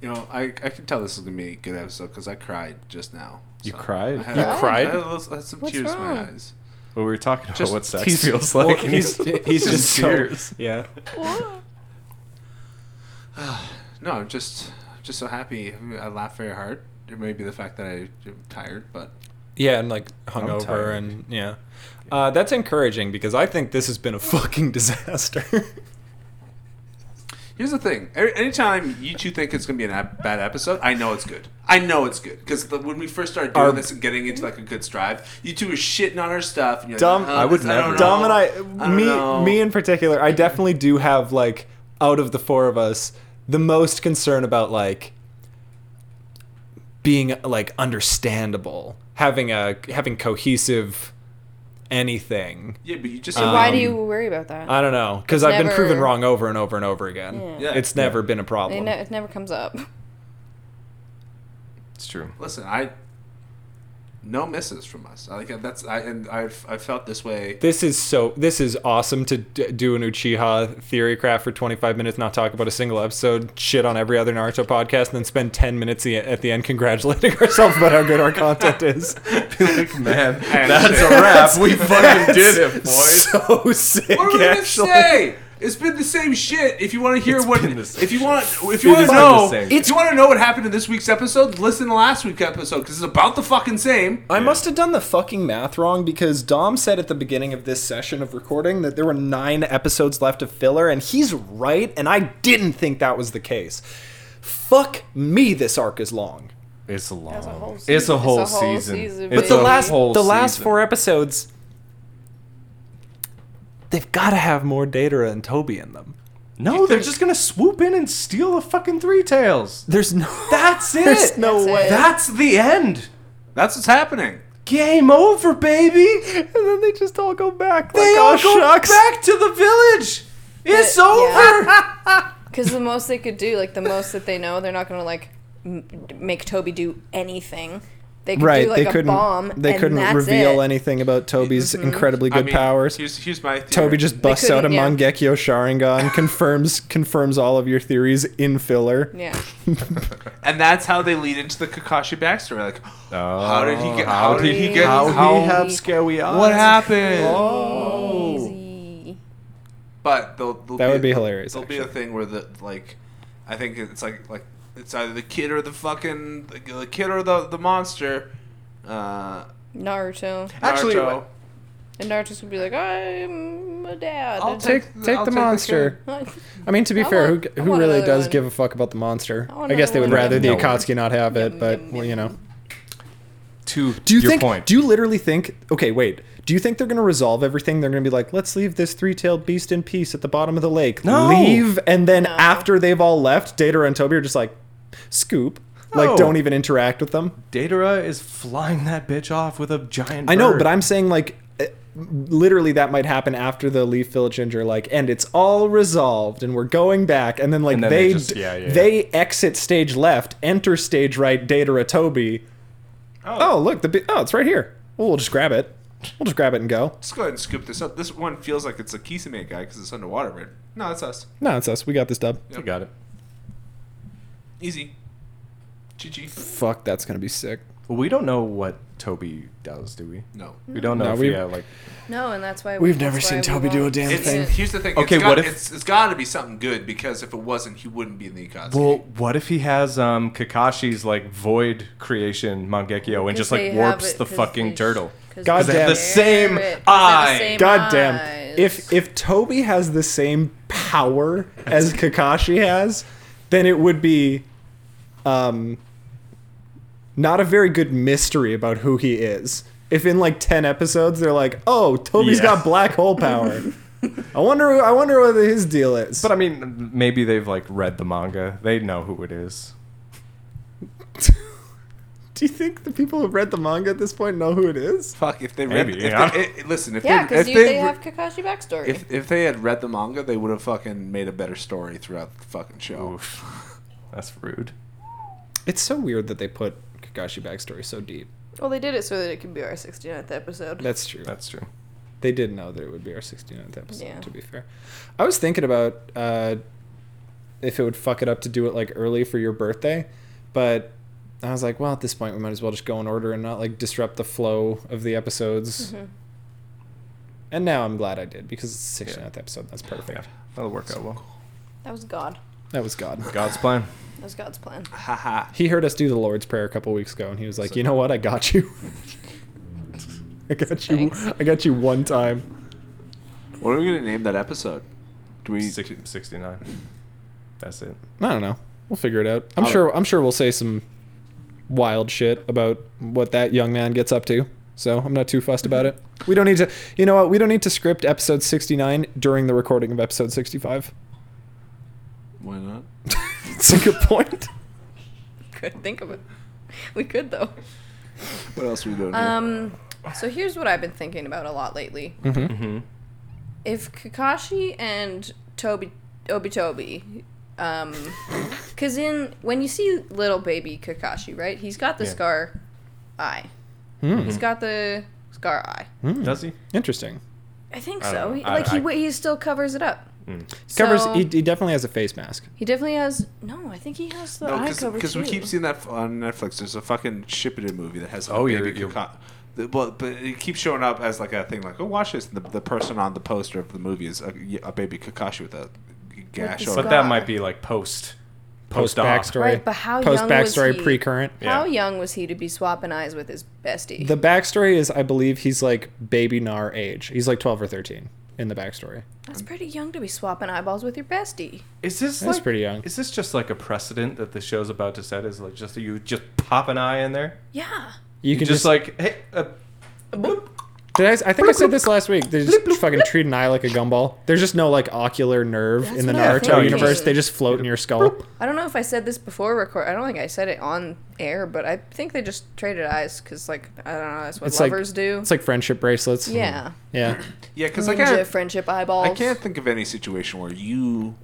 [SPEAKER 4] you know I I can tell this is gonna be a good episode because I cried just now.
[SPEAKER 3] You
[SPEAKER 4] so.
[SPEAKER 3] cried?
[SPEAKER 4] I had,
[SPEAKER 2] You
[SPEAKER 4] I had-
[SPEAKER 2] cried?
[SPEAKER 4] I had, a little- I had some
[SPEAKER 1] What's
[SPEAKER 4] tears in my
[SPEAKER 1] wrong?
[SPEAKER 4] eyes.
[SPEAKER 3] Well, we were talking about what sex
[SPEAKER 2] he's-
[SPEAKER 3] feels
[SPEAKER 2] well,
[SPEAKER 3] like. and
[SPEAKER 2] he's he's
[SPEAKER 3] in
[SPEAKER 2] just so,
[SPEAKER 3] tears.
[SPEAKER 2] yeah.
[SPEAKER 4] No, I'm just just so happy. I laugh very hard. It may be the fact that I, am tired, but
[SPEAKER 2] Yeah, and like hungover
[SPEAKER 3] tired.
[SPEAKER 2] and yeah. Uh, that's encouraging because I think this has been a fucking disaster.
[SPEAKER 4] here's the thing. Every, anytime you two think it's gonna be a ep- bad episode, I know it's good. I know it's good because when we first started doing
[SPEAKER 2] Our-
[SPEAKER 4] this and getting into like a good stride, you two were shitting on our stuff. And you're
[SPEAKER 2] Dumb-
[SPEAKER 4] Like, oh,
[SPEAKER 2] I
[SPEAKER 3] would
[SPEAKER 4] this- don't
[SPEAKER 3] never.
[SPEAKER 4] know.
[SPEAKER 2] Dom and I,
[SPEAKER 4] don't
[SPEAKER 2] me,
[SPEAKER 4] know.
[SPEAKER 2] me in particular, I definitely do have like out of the four of us the most concern about like being like understandable, having a having cohesive anything.
[SPEAKER 4] Yeah, but you just
[SPEAKER 2] Um,
[SPEAKER 1] Why do you worry about that?
[SPEAKER 2] I don't know because I've been
[SPEAKER 1] never-
[SPEAKER 2] proven wrong over and over and over again.
[SPEAKER 1] Yeah.
[SPEAKER 4] Yeah.
[SPEAKER 2] It's never been a
[SPEAKER 1] it,
[SPEAKER 2] problem.
[SPEAKER 1] ne- it never comes up.
[SPEAKER 3] It's true.
[SPEAKER 4] listen. I no misses from us. I like that's I and I I felt this way.
[SPEAKER 2] This is so. This is awesome to d- do an Uchiha theory craft for 25 minutes, not talk about a single episode, shit on every other Naruto podcast, and then spend 10 minutes the- at the end congratulating ourselves about how good our content is.
[SPEAKER 3] Man,
[SPEAKER 4] And-
[SPEAKER 3] that's a wrap. We fucking did it, boys.
[SPEAKER 2] So sick,
[SPEAKER 4] What are we
[SPEAKER 2] actually.
[SPEAKER 4] gonna say? It's been the same shit. If you want to hear
[SPEAKER 3] It's
[SPEAKER 4] what,
[SPEAKER 3] been the same
[SPEAKER 4] if you want, if
[SPEAKER 3] Dude,
[SPEAKER 4] you want
[SPEAKER 3] it's
[SPEAKER 4] to
[SPEAKER 3] been
[SPEAKER 4] know,
[SPEAKER 3] the same
[SPEAKER 4] if you want to know what happened in this week's episode, listen to last week's episode because it's about the fucking same.
[SPEAKER 5] I must have done the fucking math wrong because Dom said at the beginning of this session of recording that there were nine episodes left of filler, and he's right, and I didn't think that was the case. Fuck me, this arc is long.
[SPEAKER 3] It's a long.
[SPEAKER 1] whole
[SPEAKER 3] it's a
[SPEAKER 1] season.
[SPEAKER 3] whole
[SPEAKER 1] It's a whole
[SPEAKER 3] season.
[SPEAKER 1] season,
[SPEAKER 3] It's
[SPEAKER 1] But the
[SPEAKER 3] a
[SPEAKER 1] last-
[SPEAKER 3] whole
[SPEAKER 2] the last
[SPEAKER 3] season.
[SPEAKER 2] four episodes, they've got to have more Datara and Toby in them.
[SPEAKER 3] No, they're just gonna swoop in and steal the fucking three tails.
[SPEAKER 2] There's no.
[SPEAKER 3] That's it.
[SPEAKER 2] There's no
[SPEAKER 1] That's it.
[SPEAKER 2] way.
[SPEAKER 3] That's the end.
[SPEAKER 4] That's what's happening.
[SPEAKER 3] Game over, baby.
[SPEAKER 6] And then they just all go back.
[SPEAKER 3] They
[SPEAKER 6] like,
[SPEAKER 3] all
[SPEAKER 6] "Oh,
[SPEAKER 3] go
[SPEAKER 6] shucks."
[SPEAKER 3] back to the village. It's
[SPEAKER 1] Yeah.
[SPEAKER 3] over.
[SPEAKER 1] Because the most they could do, like the most that they know, they're not gonna like m- make Toby do anything. They could
[SPEAKER 2] right.
[SPEAKER 1] do like
[SPEAKER 2] they
[SPEAKER 1] a
[SPEAKER 2] couldn't.
[SPEAKER 1] bomb.
[SPEAKER 2] they
[SPEAKER 1] and
[SPEAKER 2] couldn't
[SPEAKER 1] that's
[SPEAKER 2] reveal
[SPEAKER 1] it. Mm-hmm.
[SPEAKER 2] anything about Toby's incredibly good
[SPEAKER 4] I mean,
[SPEAKER 2] powers.
[SPEAKER 4] Here's, here's my theory.
[SPEAKER 2] Toby just busts out a
[SPEAKER 1] couldn't, yeah.
[SPEAKER 2] Mangekyo Sharingan, confirms confirms all of your theories in filler.
[SPEAKER 1] Yeah.
[SPEAKER 4] and that's how they lead into the Kakashi backstory. Like, how did he get?
[SPEAKER 3] How
[SPEAKER 4] How
[SPEAKER 3] did he get?
[SPEAKER 1] how-
[SPEAKER 3] scary eyes?
[SPEAKER 4] What happened?
[SPEAKER 1] Easy.
[SPEAKER 4] But they'll, they'll
[SPEAKER 2] That
[SPEAKER 4] be
[SPEAKER 2] would be
[SPEAKER 4] a,
[SPEAKER 2] hilarious,
[SPEAKER 4] There'll be a thing where the like, I think it's like like it's either the kid or the fucking the kid or the the monster. Uh,
[SPEAKER 1] Naruto.
[SPEAKER 3] Actually,
[SPEAKER 4] Naruto.
[SPEAKER 1] And Naruto's gonna be like, I'm a dad.
[SPEAKER 4] I'll
[SPEAKER 2] Take
[SPEAKER 4] I'll
[SPEAKER 2] take the
[SPEAKER 4] kid.
[SPEAKER 2] monster. I mean, to be
[SPEAKER 1] I
[SPEAKER 2] fair,
[SPEAKER 1] want- I
[SPEAKER 2] who, who
[SPEAKER 1] want
[SPEAKER 2] really
[SPEAKER 1] another
[SPEAKER 2] does
[SPEAKER 1] one.
[SPEAKER 2] give a fuck about the monster?
[SPEAKER 1] I
[SPEAKER 2] I,
[SPEAKER 1] want
[SPEAKER 2] guess
[SPEAKER 1] another
[SPEAKER 2] they would
[SPEAKER 1] one.
[SPEAKER 2] rather the
[SPEAKER 3] No one.
[SPEAKER 2] Akatsuki not have it,
[SPEAKER 1] Yum,
[SPEAKER 2] but
[SPEAKER 1] yum,
[SPEAKER 2] well, you
[SPEAKER 1] yum.
[SPEAKER 2] know.
[SPEAKER 3] To
[SPEAKER 2] Do you
[SPEAKER 3] your
[SPEAKER 2] think?
[SPEAKER 3] point.
[SPEAKER 2] Do you literally think? Okay, wait. Do you think they're going to resolve everything? They're going to be like, let's leave this three-tailed beast in peace at the bottom of the lake.
[SPEAKER 3] No.
[SPEAKER 2] Leave, and then
[SPEAKER 1] No.
[SPEAKER 2] after they've all left, Data and Toby are just like, scoop.
[SPEAKER 3] No.
[SPEAKER 2] Like, don't even interact with them.
[SPEAKER 3] Datara is flying that bitch off with a giant.
[SPEAKER 2] I know,
[SPEAKER 3] bird.
[SPEAKER 2] but I'm saying like eh, literally that might happen after the Leaf Village injury, like, and it's all resolved, and we're going back, and then like
[SPEAKER 3] And then
[SPEAKER 2] they
[SPEAKER 3] they
[SPEAKER 2] d-
[SPEAKER 3] just- yeah, yeah,
[SPEAKER 2] they exit stage left, enter stage right, Datara Toby. Oh. look, the bi- oh it's right here. Well, we'll just grab it. We'll just grab it and go.
[SPEAKER 4] Let's go ahead and scoop this up. This one feels like it's a Kisame guy because it's underwater, right? No, it's us.
[SPEAKER 2] No, it's us. We got this dub.
[SPEAKER 3] You got it.
[SPEAKER 4] Easy. GG.
[SPEAKER 2] Fuck, that's gonna be sick.
[SPEAKER 3] Well, we don't know what Toby does, do we?
[SPEAKER 4] No.
[SPEAKER 3] We don't know
[SPEAKER 2] No,
[SPEAKER 3] if
[SPEAKER 2] we-
[SPEAKER 3] he had, like
[SPEAKER 1] No, and that's why
[SPEAKER 6] We've
[SPEAKER 1] that's
[SPEAKER 6] never
[SPEAKER 1] why
[SPEAKER 6] seen
[SPEAKER 1] we
[SPEAKER 6] Toby
[SPEAKER 1] won't.
[SPEAKER 6] do a damn
[SPEAKER 4] It's,
[SPEAKER 6] thing.
[SPEAKER 4] here's the thing.
[SPEAKER 3] Okay,
[SPEAKER 4] it's
[SPEAKER 3] what
[SPEAKER 4] got,
[SPEAKER 3] if-
[SPEAKER 4] it's, it's got to be something good because if it wasn't, he wouldn't be in the Akatsuki.
[SPEAKER 3] Well, what if he has um, Kakashi's like void creation Mangekyo and just like warps the fucking turtle?
[SPEAKER 2] God damn.
[SPEAKER 3] the same eye.
[SPEAKER 2] God damn. If if Toby has the same power as Kakashi has, then it would be um not a very good mystery about who he is. If in like 10 episodes they're like, "Oh, Toby's
[SPEAKER 3] Yeah.
[SPEAKER 2] got black hole power." I wonder I wonder what his deal is.
[SPEAKER 3] But I mean, maybe they've like read the manga. They know who it is.
[SPEAKER 2] do you think the people who read the manga at this point know who it is?
[SPEAKER 4] fuck, if they read,
[SPEAKER 3] Maybe,
[SPEAKER 4] if
[SPEAKER 3] yeah.
[SPEAKER 4] they, it, it- listen, if
[SPEAKER 1] Yeah,
[SPEAKER 4] they,
[SPEAKER 1] because
[SPEAKER 4] if
[SPEAKER 1] they,
[SPEAKER 4] re-
[SPEAKER 1] have Kakashi backstory.
[SPEAKER 4] if if they had read the manga, they would have fucking made a better story throughout the fucking show.
[SPEAKER 3] Oof, that's rude.
[SPEAKER 2] It's so weird that they put Kakashi backstory so deep.
[SPEAKER 1] well, they did it so that it could be our 69th episode.
[SPEAKER 2] That's true.
[SPEAKER 3] That's true.
[SPEAKER 2] they did know that it would be our 69th episode
[SPEAKER 1] Yeah.
[SPEAKER 2] to be fair i was thinking about uh, if it would fuck it up to do it like early for your birthday but i was like well at this point we might as well just go in order and not like disrupt the flow of the
[SPEAKER 1] Mm-hmm.
[SPEAKER 2] episodes and now i'm glad i did because it's the 69th episode that's perfect
[SPEAKER 3] That'll work out well.
[SPEAKER 1] That was God.
[SPEAKER 2] that was god
[SPEAKER 3] God's plan.
[SPEAKER 1] That was God's plan.
[SPEAKER 4] Haha.
[SPEAKER 2] he heard us do the lord's prayer a couple weeks ago and he was like you know what i got you i got you
[SPEAKER 1] Thanks.
[SPEAKER 2] i got you one time
[SPEAKER 4] what are we gonna name that episode? Do we?
[SPEAKER 3] Six- 69. That's it.
[SPEAKER 2] I don't know. We'll figure it out. I'm
[SPEAKER 4] I'll-
[SPEAKER 2] sure. I'm sure we'll say some wild shit about what that young man gets up to. So I'm not too fussed about it. We don't need to. You know what? We don't need to script episode 69 during the recording of episode 65.
[SPEAKER 4] Why not?
[SPEAKER 2] It's a good point.
[SPEAKER 1] Could think of it. We could though.
[SPEAKER 4] What else are we doing?
[SPEAKER 1] Um. So here's what I've been thinking about a lot lately.
[SPEAKER 3] Mm-hmm.
[SPEAKER 1] If Kakashi and Toby, Obi Toby, um, because in when you see little baby Kakashi, right? He's got the
[SPEAKER 3] Yeah.
[SPEAKER 1] scar eye.
[SPEAKER 2] Hmm.
[SPEAKER 1] He's got the scar eye.
[SPEAKER 3] Hmm. Does he?
[SPEAKER 2] Interesting.
[SPEAKER 1] I think
[SPEAKER 3] I don't
[SPEAKER 1] so.
[SPEAKER 3] know.
[SPEAKER 1] He,
[SPEAKER 3] I-
[SPEAKER 1] like he
[SPEAKER 3] I-
[SPEAKER 1] wa he still covers it up.
[SPEAKER 2] Covers.
[SPEAKER 1] So-
[SPEAKER 2] He, he definitely has a face mask.
[SPEAKER 1] He definitely has. No, I think he has the eye
[SPEAKER 4] no,
[SPEAKER 1] cover
[SPEAKER 4] because
[SPEAKER 1] too.
[SPEAKER 4] we keep seeing that f- on Netflix. There's a fucking Shippuden movie that has like,
[SPEAKER 3] Oh,
[SPEAKER 4] oh
[SPEAKER 3] yeah,
[SPEAKER 4] baby
[SPEAKER 3] you're-
[SPEAKER 4] Kaka- the- Well, but it keeps showing up as like a thing, like oh watch this. And the, the person on the poster of the movie is a, a baby Kakashi with a gash.
[SPEAKER 1] the
[SPEAKER 4] over
[SPEAKER 3] But
[SPEAKER 1] God.
[SPEAKER 3] that might be like post.
[SPEAKER 2] Post
[SPEAKER 3] Post op.
[SPEAKER 2] backstory.
[SPEAKER 1] Right, but how
[SPEAKER 2] Post
[SPEAKER 1] young was
[SPEAKER 2] backstory.
[SPEAKER 1] he?
[SPEAKER 2] Pre current.
[SPEAKER 1] How
[SPEAKER 3] Yeah.
[SPEAKER 1] young was he to be swapping eyes with his bestie?
[SPEAKER 2] The backstory is, I believe, he's like baby Nar age. He's like 12 or 13 in the backstory.
[SPEAKER 1] That's pretty young to be swapping eyeballs with your bestie.
[SPEAKER 3] Is this
[SPEAKER 2] That's
[SPEAKER 3] like-
[SPEAKER 2] pretty young.
[SPEAKER 3] Is this just like a precedent that the show's about to set? Is like just you just pop an eye in there?
[SPEAKER 1] Yeah.
[SPEAKER 2] You
[SPEAKER 3] You
[SPEAKER 2] can
[SPEAKER 3] just,
[SPEAKER 2] just,
[SPEAKER 3] like hey, uh, boop.
[SPEAKER 2] Did I, I think I said this last week. They just fucking treat an eye like a gumball. There's just no like ocular nerve
[SPEAKER 1] That's
[SPEAKER 2] in the
[SPEAKER 1] what I
[SPEAKER 2] Naruto
[SPEAKER 1] think.
[SPEAKER 2] universe. They just float in your skull.
[SPEAKER 1] I don't know if I said this before record. I don't think I said it on air, but I think they just traded eyes because, like, I don't know. That's what
[SPEAKER 2] It's like-
[SPEAKER 1] lovers do.
[SPEAKER 2] It's like friendship bracelets.
[SPEAKER 1] yeah,
[SPEAKER 2] Yeah.
[SPEAKER 4] Yeah, because I
[SPEAKER 1] ninja
[SPEAKER 4] can't.
[SPEAKER 1] friendship eyeballs.
[SPEAKER 4] I can't think of any situation where you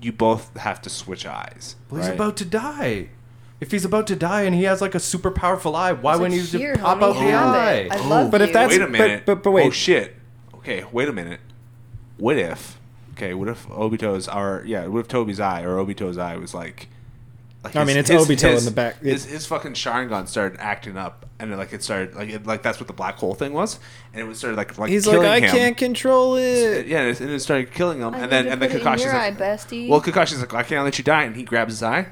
[SPEAKER 4] you both have to switch eyes.
[SPEAKER 3] Well, he's
[SPEAKER 4] right?
[SPEAKER 3] about to die. If he's about to die and he has like a super powerful eye, why
[SPEAKER 1] It's like,
[SPEAKER 3] wouldn't he just
[SPEAKER 1] "Here,
[SPEAKER 3] pop
[SPEAKER 1] homie,
[SPEAKER 3] out the
[SPEAKER 1] have
[SPEAKER 3] eye?
[SPEAKER 1] it. I love
[SPEAKER 2] But if
[SPEAKER 1] you."
[SPEAKER 2] that's-
[SPEAKER 4] Oh. wait a
[SPEAKER 2] but-
[SPEAKER 4] minute.
[SPEAKER 2] but- but wait.
[SPEAKER 4] Oh shit. Okay, wait a minute. What if? Okay, what if Obito's our yeah? What if Toby's eye or Obito's eye was like? like
[SPEAKER 2] I mean, it's Obito in the back.
[SPEAKER 4] His, his fucking Sharingan started acting up, and like it started like it, like that's what the black hole thing was, and it was started like like
[SPEAKER 2] He's
[SPEAKER 4] killing
[SPEAKER 2] like, I
[SPEAKER 4] him.
[SPEAKER 2] can't control it.
[SPEAKER 4] Yeah, and it, and it started killing him,
[SPEAKER 1] I
[SPEAKER 4] and
[SPEAKER 1] need
[SPEAKER 4] then
[SPEAKER 1] to
[SPEAKER 4] and then
[SPEAKER 1] put it in
[SPEAKER 4] Kakashi's
[SPEAKER 1] your
[SPEAKER 4] like,
[SPEAKER 1] eye, bestie.
[SPEAKER 4] well, Kakashi's like, I can't let you die, and he grabs his eye,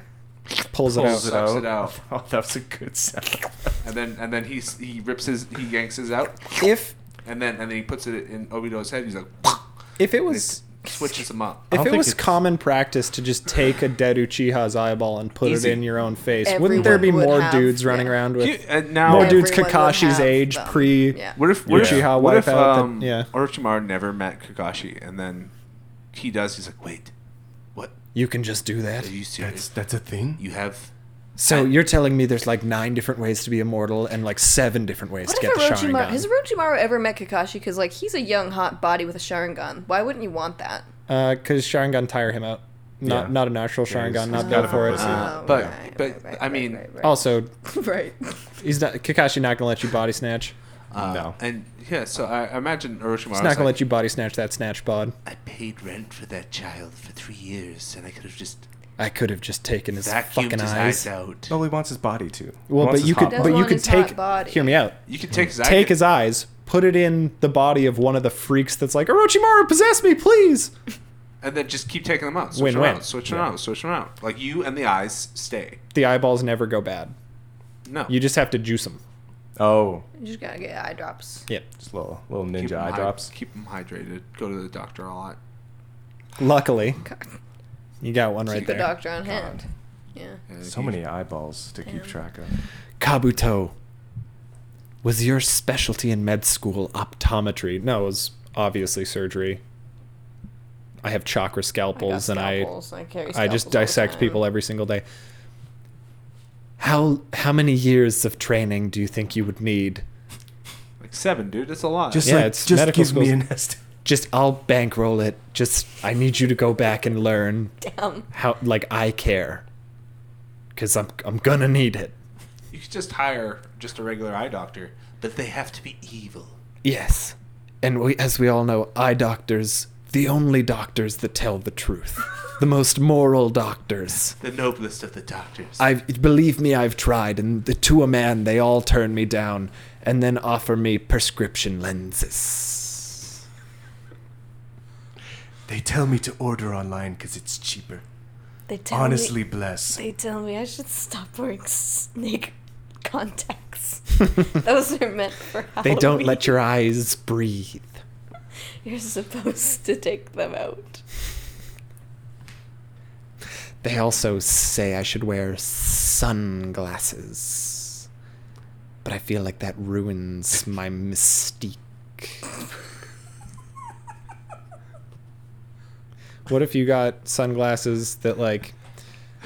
[SPEAKER 2] Pulls it out.
[SPEAKER 4] pulls it out, it out
[SPEAKER 3] Oh, that was a good sound.
[SPEAKER 4] and then and then he he rips his he yanks his out,
[SPEAKER 2] If
[SPEAKER 4] and then and then he puts it in Obito's head. He's like,
[SPEAKER 2] if it
[SPEAKER 4] and
[SPEAKER 2] was
[SPEAKER 4] it switches him up.
[SPEAKER 2] if
[SPEAKER 3] don't
[SPEAKER 2] it
[SPEAKER 3] think
[SPEAKER 2] was
[SPEAKER 3] it's-
[SPEAKER 2] common practice to just take a dead Uchiha's eyeball and put
[SPEAKER 4] Easy.
[SPEAKER 2] it in your own face,
[SPEAKER 1] Everyone
[SPEAKER 2] wouldn't there be
[SPEAKER 1] would
[SPEAKER 2] more
[SPEAKER 1] have-
[SPEAKER 2] dudes running
[SPEAKER 1] yeah.
[SPEAKER 2] around with?
[SPEAKER 4] You- and now,
[SPEAKER 2] More
[SPEAKER 1] Everyone
[SPEAKER 2] dudes
[SPEAKER 1] would
[SPEAKER 2] Kakashi's
[SPEAKER 1] have
[SPEAKER 2] age
[SPEAKER 1] them.
[SPEAKER 2] pre.
[SPEAKER 1] Yeah.
[SPEAKER 4] what if what
[SPEAKER 2] Uchiha
[SPEAKER 4] if, what if
[SPEAKER 2] wipeout that-
[SPEAKER 4] um,
[SPEAKER 2] yeah.
[SPEAKER 4] Orochimaru never met Kakashi, and then he does. He's like, wait, what?
[SPEAKER 2] You can just do that.
[SPEAKER 4] Are you serious?
[SPEAKER 3] That's that's a thing.
[SPEAKER 4] you have
[SPEAKER 2] So you're telling me there's like nine different ways to be immortal and like seven different ways
[SPEAKER 1] What
[SPEAKER 2] to
[SPEAKER 1] if
[SPEAKER 2] get the
[SPEAKER 1] Orochimaru
[SPEAKER 2] Sharingan?
[SPEAKER 1] has Orochimaru ever met Kakashi? Because like he's a young hot body with a Sharingan. Why wouldn't you want that?
[SPEAKER 2] Because Uh, Sharingan tire him out. Not
[SPEAKER 3] Yeah.
[SPEAKER 2] not a natural Sharingan,
[SPEAKER 3] he's-
[SPEAKER 2] not
[SPEAKER 3] he's
[SPEAKER 2] built
[SPEAKER 3] got
[SPEAKER 2] for
[SPEAKER 3] a
[SPEAKER 2] it.
[SPEAKER 3] pussy.
[SPEAKER 1] Oh,
[SPEAKER 4] but-
[SPEAKER 1] right,
[SPEAKER 4] but,
[SPEAKER 1] right, right,
[SPEAKER 4] I mean-
[SPEAKER 1] right, right,
[SPEAKER 2] Also,
[SPEAKER 1] right.
[SPEAKER 2] he's not Kakashi not gonna let you body snatch.
[SPEAKER 4] uh,
[SPEAKER 3] No.
[SPEAKER 4] And yeah, so I, I imagine Orochimaru.
[SPEAKER 2] He's not gonna let you body snatch that snatch bod.
[SPEAKER 4] I paid rent for that child for three years, and I could have just
[SPEAKER 2] I could have just taken his
[SPEAKER 4] vacuumed
[SPEAKER 2] fucking
[SPEAKER 4] his
[SPEAKER 2] eyes.
[SPEAKER 4] eyes out.
[SPEAKER 3] No, he wants his body to. He
[SPEAKER 2] Well,
[SPEAKER 3] wants
[SPEAKER 2] but
[SPEAKER 3] his
[SPEAKER 2] you
[SPEAKER 3] hot
[SPEAKER 2] could,
[SPEAKER 3] body.
[SPEAKER 1] Doesn't
[SPEAKER 2] but you
[SPEAKER 1] want
[SPEAKER 2] could
[SPEAKER 1] his hot
[SPEAKER 2] take.
[SPEAKER 1] body.
[SPEAKER 2] Hear me out.
[SPEAKER 4] You could take his eye.
[SPEAKER 2] Take his eyes, put it in the body of one of the freaks that's like Orochimaru, possess me, please.
[SPEAKER 4] and then just keep taking them out. Switch
[SPEAKER 2] Win,
[SPEAKER 4] them
[SPEAKER 2] win.
[SPEAKER 4] out. Switch them out. Switch them out. Like you and the eyes stay.
[SPEAKER 2] The eyeballs never go bad.
[SPEAKER 4] No,
[SPEAKER 2] You just have to juice them.
[SPEAKER 3] Oh,
[SPEAKER 1] You just gotta get eye drops.
[SPEAKER 2] Yep.
[SPEAKER 3] just little little ninja
[SPEAKER 4] keep 'em
[SPEAKER 3] eye
[SPEAKER 4] hy-
[SPEAKER 3] drops.
[SPEAKER 4] Keep them hydrated. Go to the doctor a lot.
[SPEAKER 2] Luckily,
[SPEAKER 1] God.
[SPEAKER 2] you got one right
[SPEAKER 1] Keep the
[SPEAKER 2] there.
[SPEAKER 1] doctor on hand. Yeah.
[SPEAKER 4] And
[SPEAKER 3] So
[SPEAKER 4] you-
[SPEAKER 3] many eyeballs to keep track of.
[SPEAKER 2] Kabuto, was your specialty in med school optometry? No, it was obviously surgery. I have chakra scalpels, and I
[SPEAKER 1] I, carry
[SPEAKER 2] I just
[SPEAKER 1] scalpels all the
[SPEAKER 2] dissect
[SPEAKER 1] time.
[SPEAKER 2] people every single day. How how many years of training do you think you would need?
[SPEAKER 4] Like seven, dude. That's a lot.
[SPEAKER 2] Yeah, it's medical schools.
[SPEAKER 3] nest.
[SPEAKER 2] Just I'll bankroll it. Just I need you to go back and learn
[SPEAKER 1] Damn.
[SPEAKER 2] how like I care. Cause I'm I'm gonna need it.
[SPEAKER 4] you could just hire just a regular eye doctor, but they have to be evil.
[SPEAKER 2] Yes. And we, as we all know, eye doctors, the only doctors that tell the truth, the most moral doctors.
[SPEAKER 4] The noblest of the doctors.
[SPEAKER 2] I believe me, I've tried, and the, to a man, they all turn me down and then offer me prescription lenses.
[SPEAKER 3] They tell me to order online because it's cheaper.
[SPEAKER 1] They tell
[SPEAKER 3] Honestly,
[SPEAKER 1] me,
[SPEAKER 3] bless.
[SPEAKER 1] they tell me I should stop wearing snake contacts. Those are meant for
[SPEAKER 2] They
[SPEAKER 1] Halloween.
[SPEAKER 2] don't let your eyes breathe.
[SPEAKER 1] You're supposed to take them out.
[SPEAKER 2] They also say I should wear sunglasses. But I feel like that ruins my mystique. what if you got sunglasses that like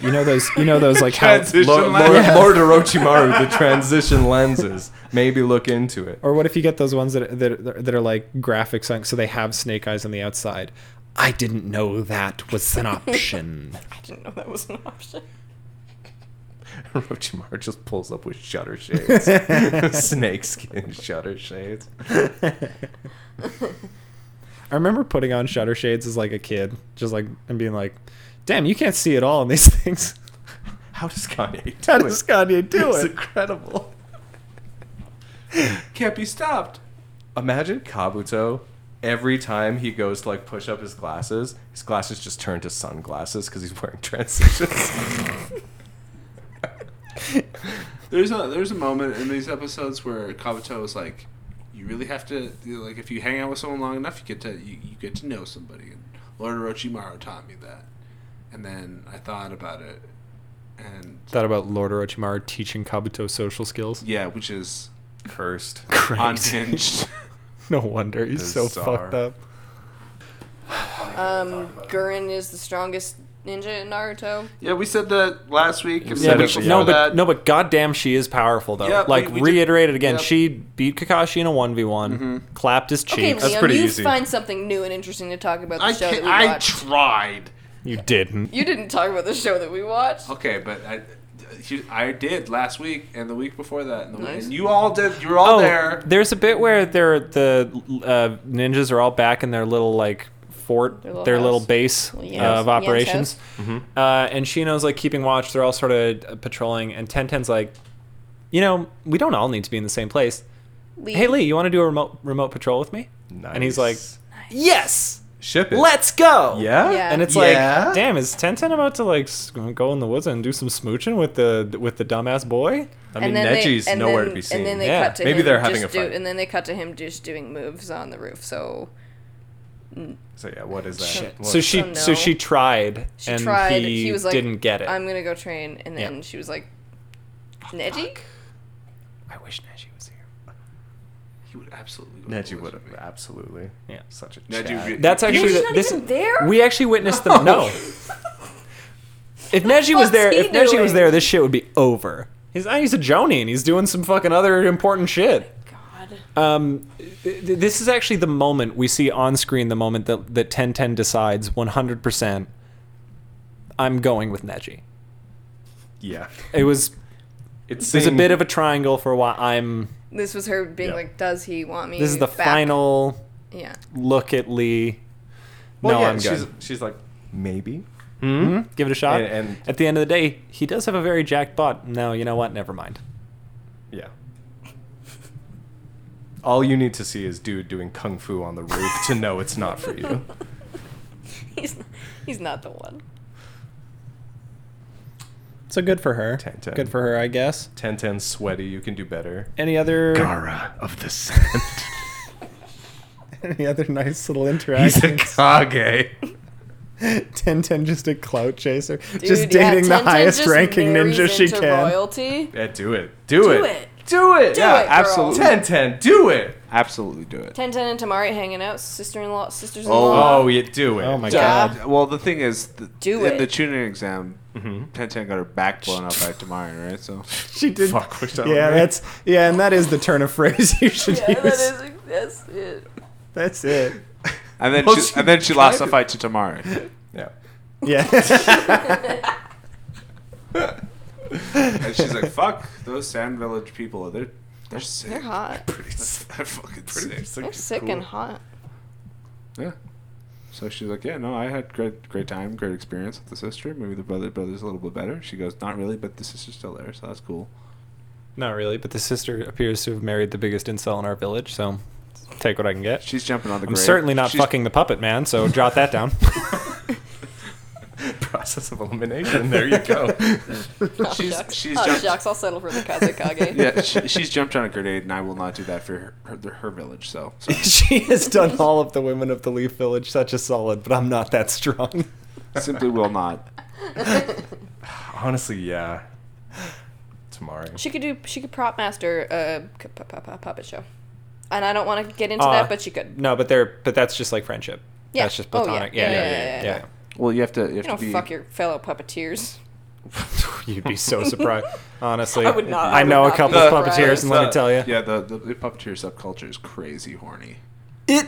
[SPEAKER 2] you know those you know those like how
[SPEAKER 4] Transition
[SPEAKER 3] Lord,
[SPEAKER 4] lens.
[SPEAKER 3] Lord, Lord Orochimaru, the transition lenses. Maybe look into it.
[SPEAKER 2] or what if you get those ones that that that are like graphic sun so they have snake eyes on the outside. I didn't know that was an option.
[SPEAKER 1] I didn't know that was an option.
[SPEAKER 3] Orochimaru just pulls up with shutter shades, snake skin shutter shades.
[SPEAKER 2] I remember putting on shutter shades as like a kid, just like and being like, "Damn, you can't see at all in these things."
[SPEAKER 3] How does Kanye do
[SPEAKER 2] How
[SPEAKER 3] it?
[SPEAKER 2] does Kanye do
[SPEAKER 3] It's
[SPEAKER 2] it?
[SPEAKER 3] incredible.
[SPEAKER 4] Can't be stopped.
[SPEAKER 3] Imagine Kabuto. Every time he goes to like push up his glasses, his glasses just turn to sunglasses because he's wearing transitions.
[SPEAKER 4] There's a there's a moment in these episodes where Kabuto is like, you really have to you know, like if you hang out with someone long enough, you get to you, you get to know somebody. And Lord Orochimaru taught me that. And then I thought about it, and
[SPEAKER 2] Thought about Lord Orochimaru teaching Kabuto social skills.
[SPEAKER 4] yeah, which is
[SPEAKER 3] Cursed.
[SPEAKER 2] Crazy.
[SPEAKER 4] unhinged.
[SPEAKER 2] No wonder he's so
[SPEAKER 3] Bizarre.
[SPEAKER 2] fucked up.
[SPEAKER 1] Um, Gurren is the strongest ninja in Naruto.
[SPEAKER 4] Yeah, we said that last week. And
[SPEAKER 2] Yeah,
[SPEAKER 3] Said
[SPEAKER 4] the
[SPEAKER 3] it
[SPEAKER 2] but,
[SPEAKER 4] week
[SPEAKER 2] she-
[SPEAKER 3] before
[SPEAKER 2] no,
[SPEAKER 4] that.
[SPEAKER 2] but no, but goddamn, she is powerful though.
[SPEAKER 4] Yeah,
[SPEAKER 2] like
[SPEAKER 4] we- we did-
[SPEAKER 2] reiterated again,
[SPEAKER 4] yeah.
[SPEAKER 2] she beat Kakashi in a one v one, clapped his
[SPEAKER 1] Okay,
[SPEAKER 2] cheeks.
[SPEAKER 3] That's
[SPEAKER 1] Liam,
[SPEAKER 3] pretty
[SPEAKER 1] you
[SPEAKER 3] easy.
[SPEAKER 1] find something new and interesting to talk about the
[SPEAKER 4] I,
[SPEAKER 1] show that
[SPEAKER 4] can't,
[SPEAKER 1] we
[SPEAKER 4] I
[SPEAKER 1] watched.
[SPEAKER 4] tried.
[SPEAKER 2] you didn't.
[SPEAKER 1] you didn't talk about the show that we watched.
[SPEAKER 4] Okay, but I, he- I did last week and the week before that, and, the
[SPEAKER 1] Nice.
[SPEAKER 4] and you all did. You were
[SPEAKER 2] Oh.
[SPEAKER 4] all there.
[SPEAKER 2] there's a bit where they're the uh, ninjas are all back in their little like fort,
[SPEAKER 1] Their
[SPEAKER 2] their
[SPEAKER 1] little
[SPEAKER 2] little,
[SPEAKER 1] house.
[SPEAKER 2] base
[SPEAKER 1] Little
[SPEAKER 2] uh,
[SPEAKER 1] Yan's- Yan's
[SPEAKER 2] of operations,
[SPEAKER 3] house. Mhm.
[SPEAKER 2] uh, and Shino's like keeping watch. They're all sort of uh, patrolling, and Ten Ten's like, you know, we don't all need to be in the same place.
[SPEAKER 1] Lee,
[SPEAKER 2] Hey Lee, you want to do a remote remote patrol with me? And he's like,
[SPEAKER 3] Nice.
[SPEAKER 2] yes,
[SPEAKER 3] ship it.
[SPEAKER 2] let's go.
[SPEAKER 3] yeah?
[SPEAKER 1] Yeah.
[SPEAKER 2] And it's
[SPEAKER 3] Yeah?
[SPEAKER 2] like, damn, is Ten Ten about to like s- go in the woods and do some smooching with the with the dumbass boy?
[SPEAKER 3] I
[SPEAKER 1] and
[SPEAKER 3] mean,
[SPEAKER 1] then they-
[SPEAKER 3] Neji's
[SPEAKER 1] and
[SPEAKER 3] nowhere
[SPEAKER 1] then-
[SPEAKER 3] to be seen.
[SPEAKER 1] And then they
[SPEAKER 2] Yeah.
[SPEAKER 1] cut to
[SPEAKER 3] Maybe
[SPEAKER 1] him
[SPEAKER 3] they're having
[SPEAKER 1] just
[SPEAKER 3] a
[SPEAKER 1] do-
[SPEAKER 3] fight.
[SPEAKER 1] and then they cut to him just doing moves on the roof. So
[SPEAKER 3] so yeah, what is that?
[SPEAKER 1] Shit.
[SPEAKER 3] What
[SPEAKER 2] So
[SPEAKER 3] is
[SPEAKER 2] she
[SPEAKER 1] Oh, no.
[SPEAKER 2] so she tried
[SPEAKER 1] she
[SPEAKER 2] and
[SPEAKER 1] tried.
[SPEAKER 2] he,
[SPEAKER 1] was like,
[SPEAKER 2] didn't get it.
[SPEAKER 1] I'm gonna go train, and
[SPEAKER 2] Yeah.
[SPEAKER 1] then she was like, Neji.
[SPEAKER 2] I wish Neji was here.
[SPEAKER 4] He would absolutely.
[SPEAKER 3] that? Neji would have absolutely.
[SPEAKER 2] Yeah.
[SPEAKER 3] Such a
[SPEAKER 4] Neji
[SPEAKER 3] Chad.
[SPEAKER 4] would-
[SPEAKER 2] That's
[SPEAKER 4] You
[SPEAKER 2] actually
[SPEAKER 1] Neji's
[SPEAKER 2] the,
[SPEAKER 1] not
[SPEAKER 2] this
[SPEAKER 1] even there?
[SPEAKER 2] we actually witnessed
[SPEAKER 1] Oh.
[SPEAKER 2] the no. If Neji
[SPEAKER 1] fuck's
[SPEAKER 2] was there,
[SPEAKER 1] he
[SPEAKER 2] if Neji
[SPEAKER 1] doing?
[SPEAKER 2] was there, this shit would be over. He's not, he's a Joni and he's doing some fucking other important shit.
[SPEAKER 1] God.
[SPEAKER 2] Um, th- th- this is actually the moment we see on screen. The moment that that ten ten decides one hundred percent. I'm going with Neji.
[SPEAKER 3] Yeah.
[SPEAKER 2] It was
[SPEAKER 3] It's
[SPEAKER 2] there's a bit of a triangle for a while. I'm.
[SPEAKER 1] This was her being
[SPEAKER 3] Yeah.
[SPEAKER 1] like, "Does he want me?"
[SPEAKER 2] This is the
[SPEAKER 1] back?
[SPEAKER 2] final
[SPEAKER 1] Yeah.
[SPEAKER 2] look at Lee.
[SPEAKER 3] well,
[SPEAKER 2] no,
[SPEAKER 3] yeah,
[SPEAKER 2] I'm good.
[SPEAKER 3] she's, she's like, maybe.
[SPEAKER 2] Hmm? Give it a shot.
[SPEAKER 3] And- and-
[SPEAKER 2] at the end of the day, he does have a very jacked butt. No, you know what? Never mind.
[SPEAKER 3] Yeah. All you need to see is dude doing kung fu on the roof to know it's not for you.
[SPEAKER 1] He's he's not the one.
[SPEAKER 5] So good for her.
[SPEAKER 3] Ten, ten.
[SPEAKER 5] Good for her, I guess.
[SPEAKER 3] Ten ten sweaty, you can do better.
[SPEAKER 5] Any other
[SPEAKER 3] Gara of the sand.
[SPEAKER 5] any other nice little
[SPEAKER 3] He's a
[SPEAKER 5] interaction?
[SPEAKER 3] kage.
[SPEAKER 5] Ten Ten just a clout chaser,
[SPEAKER 1] Dude,
[SPEAKER 5] just
[SPEAKER 1] yeah,
[SPEAKER 5] dating the
[SPEAKER 1] Tenten
[SPEAKER 5] highest
[SPEAKER 1] just
[SPEAKER 5] ranking
[SPEAKER 1] marries
[SPEAKER 5] ninja she
[SPEAKER 1] into
[SPEAKER 5] can.
[SPEAKER 1] Royalty.
[SPEAKER 3] Yeah, do it. Do,
[SPEAKER 1] Do
[SPEAKER 3] it.
[SPEAKER 1] it.
[SPEAKER 3] Do it.
[SPEAKER 1] Do
[SPEAKER 3] yeah,
[SPEAKER 1] it, girl.
[SPEAKER 3] absolutely. Ten ten, do it.
[SPEAKER 4] Absolutely do it.
[SPEAKER 1] Tenten and Tamari hanging out, sister-in-law, sisters-in-law.
[SPEAKER 3] Oh, you do it.
[SPEAKER 5] Oh my
[SPEAKER 1] Yeah.
[SPEAKER 5] god!
[SPEAKER 4] Well, the thing is, the,
[SPEAKER 1] Do
[SPEAKER 4] in
[SPEAKER 1] it.
[SPEAKER 4] the tuning exam,
[SPEAKER 3] Mm-hmm.
[SPEAKER 4] Ten Ten got her back blown out by Tamari, right? So
[SPEAKER 5] She did.
[SPEAKER 3] Fuck, wish that
[SPEAKER 5] Yeah,
[SPEAKER 3] were me.
[SPEAKER 5] that's yeah, and that is the turn of phrase you should
[SPEAKER 1] Yeah, that
[SPEAKER 5] use.
[SPEAKER 1] is that's it.
[SPEAKER 5] That's it.
[SPEAKER 4] and then
[SPEAKER 3] Well,
[SPEAKER 4] she,
[SPEAKER 3] she
[SPEAKER 4] and then she lost the fight
[SPEAKER 3] tried
[SPEAKER 4] to Tamari.
[SPEAKER 3] Yeah.
[SPEAKER 5] Yeah.
[SPEAKER 4] And she's like, "Fuck those Sand Village people. They're they're sick.
[SPEAKER 1] They're hot.
[SPEAKER 4] Pretty sick. They're fucking sick."
[SPEAKER 1] They're sick and hot.
[SPEAKER 4] Yeah. So she's like, "Yeah, no, I had great great time, great experience with the sister. Maybe the brother brother's a little bit better." She goes, "Not really, but the sister's still there, so that's cool."
[SPEAKER 2] Not really, but the sister appears to have married the biggest incel in our village, so take what I can get.
[SPEAKER 4] She's jumping on the.
[SPEAKER 2] I'm
[SPEAKER 4] grave.
[SPEAKER 2] certainly not
[SPEAKER 4] She's-
[SPEAKER 2] fucking the puppet man, so jot that down.
[SPEAKER 3] Process of elimination. There you go.
[SPEAKER 1] Oh,
[SPEAKER 4] She's-
[SPEAKER 1] shucks.
[SPEAKER 4] she's
[SPEAKER 1] oh,
[SPEAKER 4] just-
[SPEAKER 1] shucks. I'll settle for the Kazekage.
[SPEAKER 4] yeah, she, she's jumped on a grenade, and I will not do that for her her, her village. So, so
[SPEAKER 5] she has done all of the women of the Leaf Village such a solid, but I'm not that strong.
[SPEAKER 4] simply will not.
[SPEAKER 3] Honestly, yeah. Tamari.
[SPEAKER 1] She could do. She could prop master uh, a c- pu- pu- pu- puppet show, and I don't want to get into
[SPEAKER 2] Uh,
[SPEAKER 1] that, but she could.
[SPEAKER 2] no, but they're but that's just like friendship.
[SPEAKER 1] Yeah.
[SPEAKER 2] That's just
[SPEAKER 1] Oh, yeah.
[SPEAKER 2] platonic.
[SPEAKER 1] Yeah,
[SPEAKER 2] yeah, yeah,
[SPEAKER 1] yeah, yeah,
[SPEAKER 2] yeah,
[SPEAKER 1] yeah.
[SPEAKER 2] yeah.
[SPEAKER 4] Well, you have to. You have
[SPEAKER 1] You
[SPEAKER 4] to
[SPEAKER 1] don't
[SPEAKER 4] be.
[SPEAKER 1] fuck your fellow puppeteers.
[SPEAKER 2] You'd be so surprised. Honestly,
[SPEAKER 1] I would not- I
[SPEAKER 2] I,
[SPEAKER 1] would
[SPEAKER 2] know
[SPEAKER 1] not
[SPEAKER 2] a
[SPEAKER 1] be
[SPEAKER 2] couple of
[SPEAKER 1] surprised.
[SPEAKER 2] puppeteers, and let me
[SPEAKER 3] Uh,
[SPEAKER 2] tell you,
[SPEAKER 4] Yeah, the, the the puppeteer subculture is crazy horny.
[SPEAKER 2] it.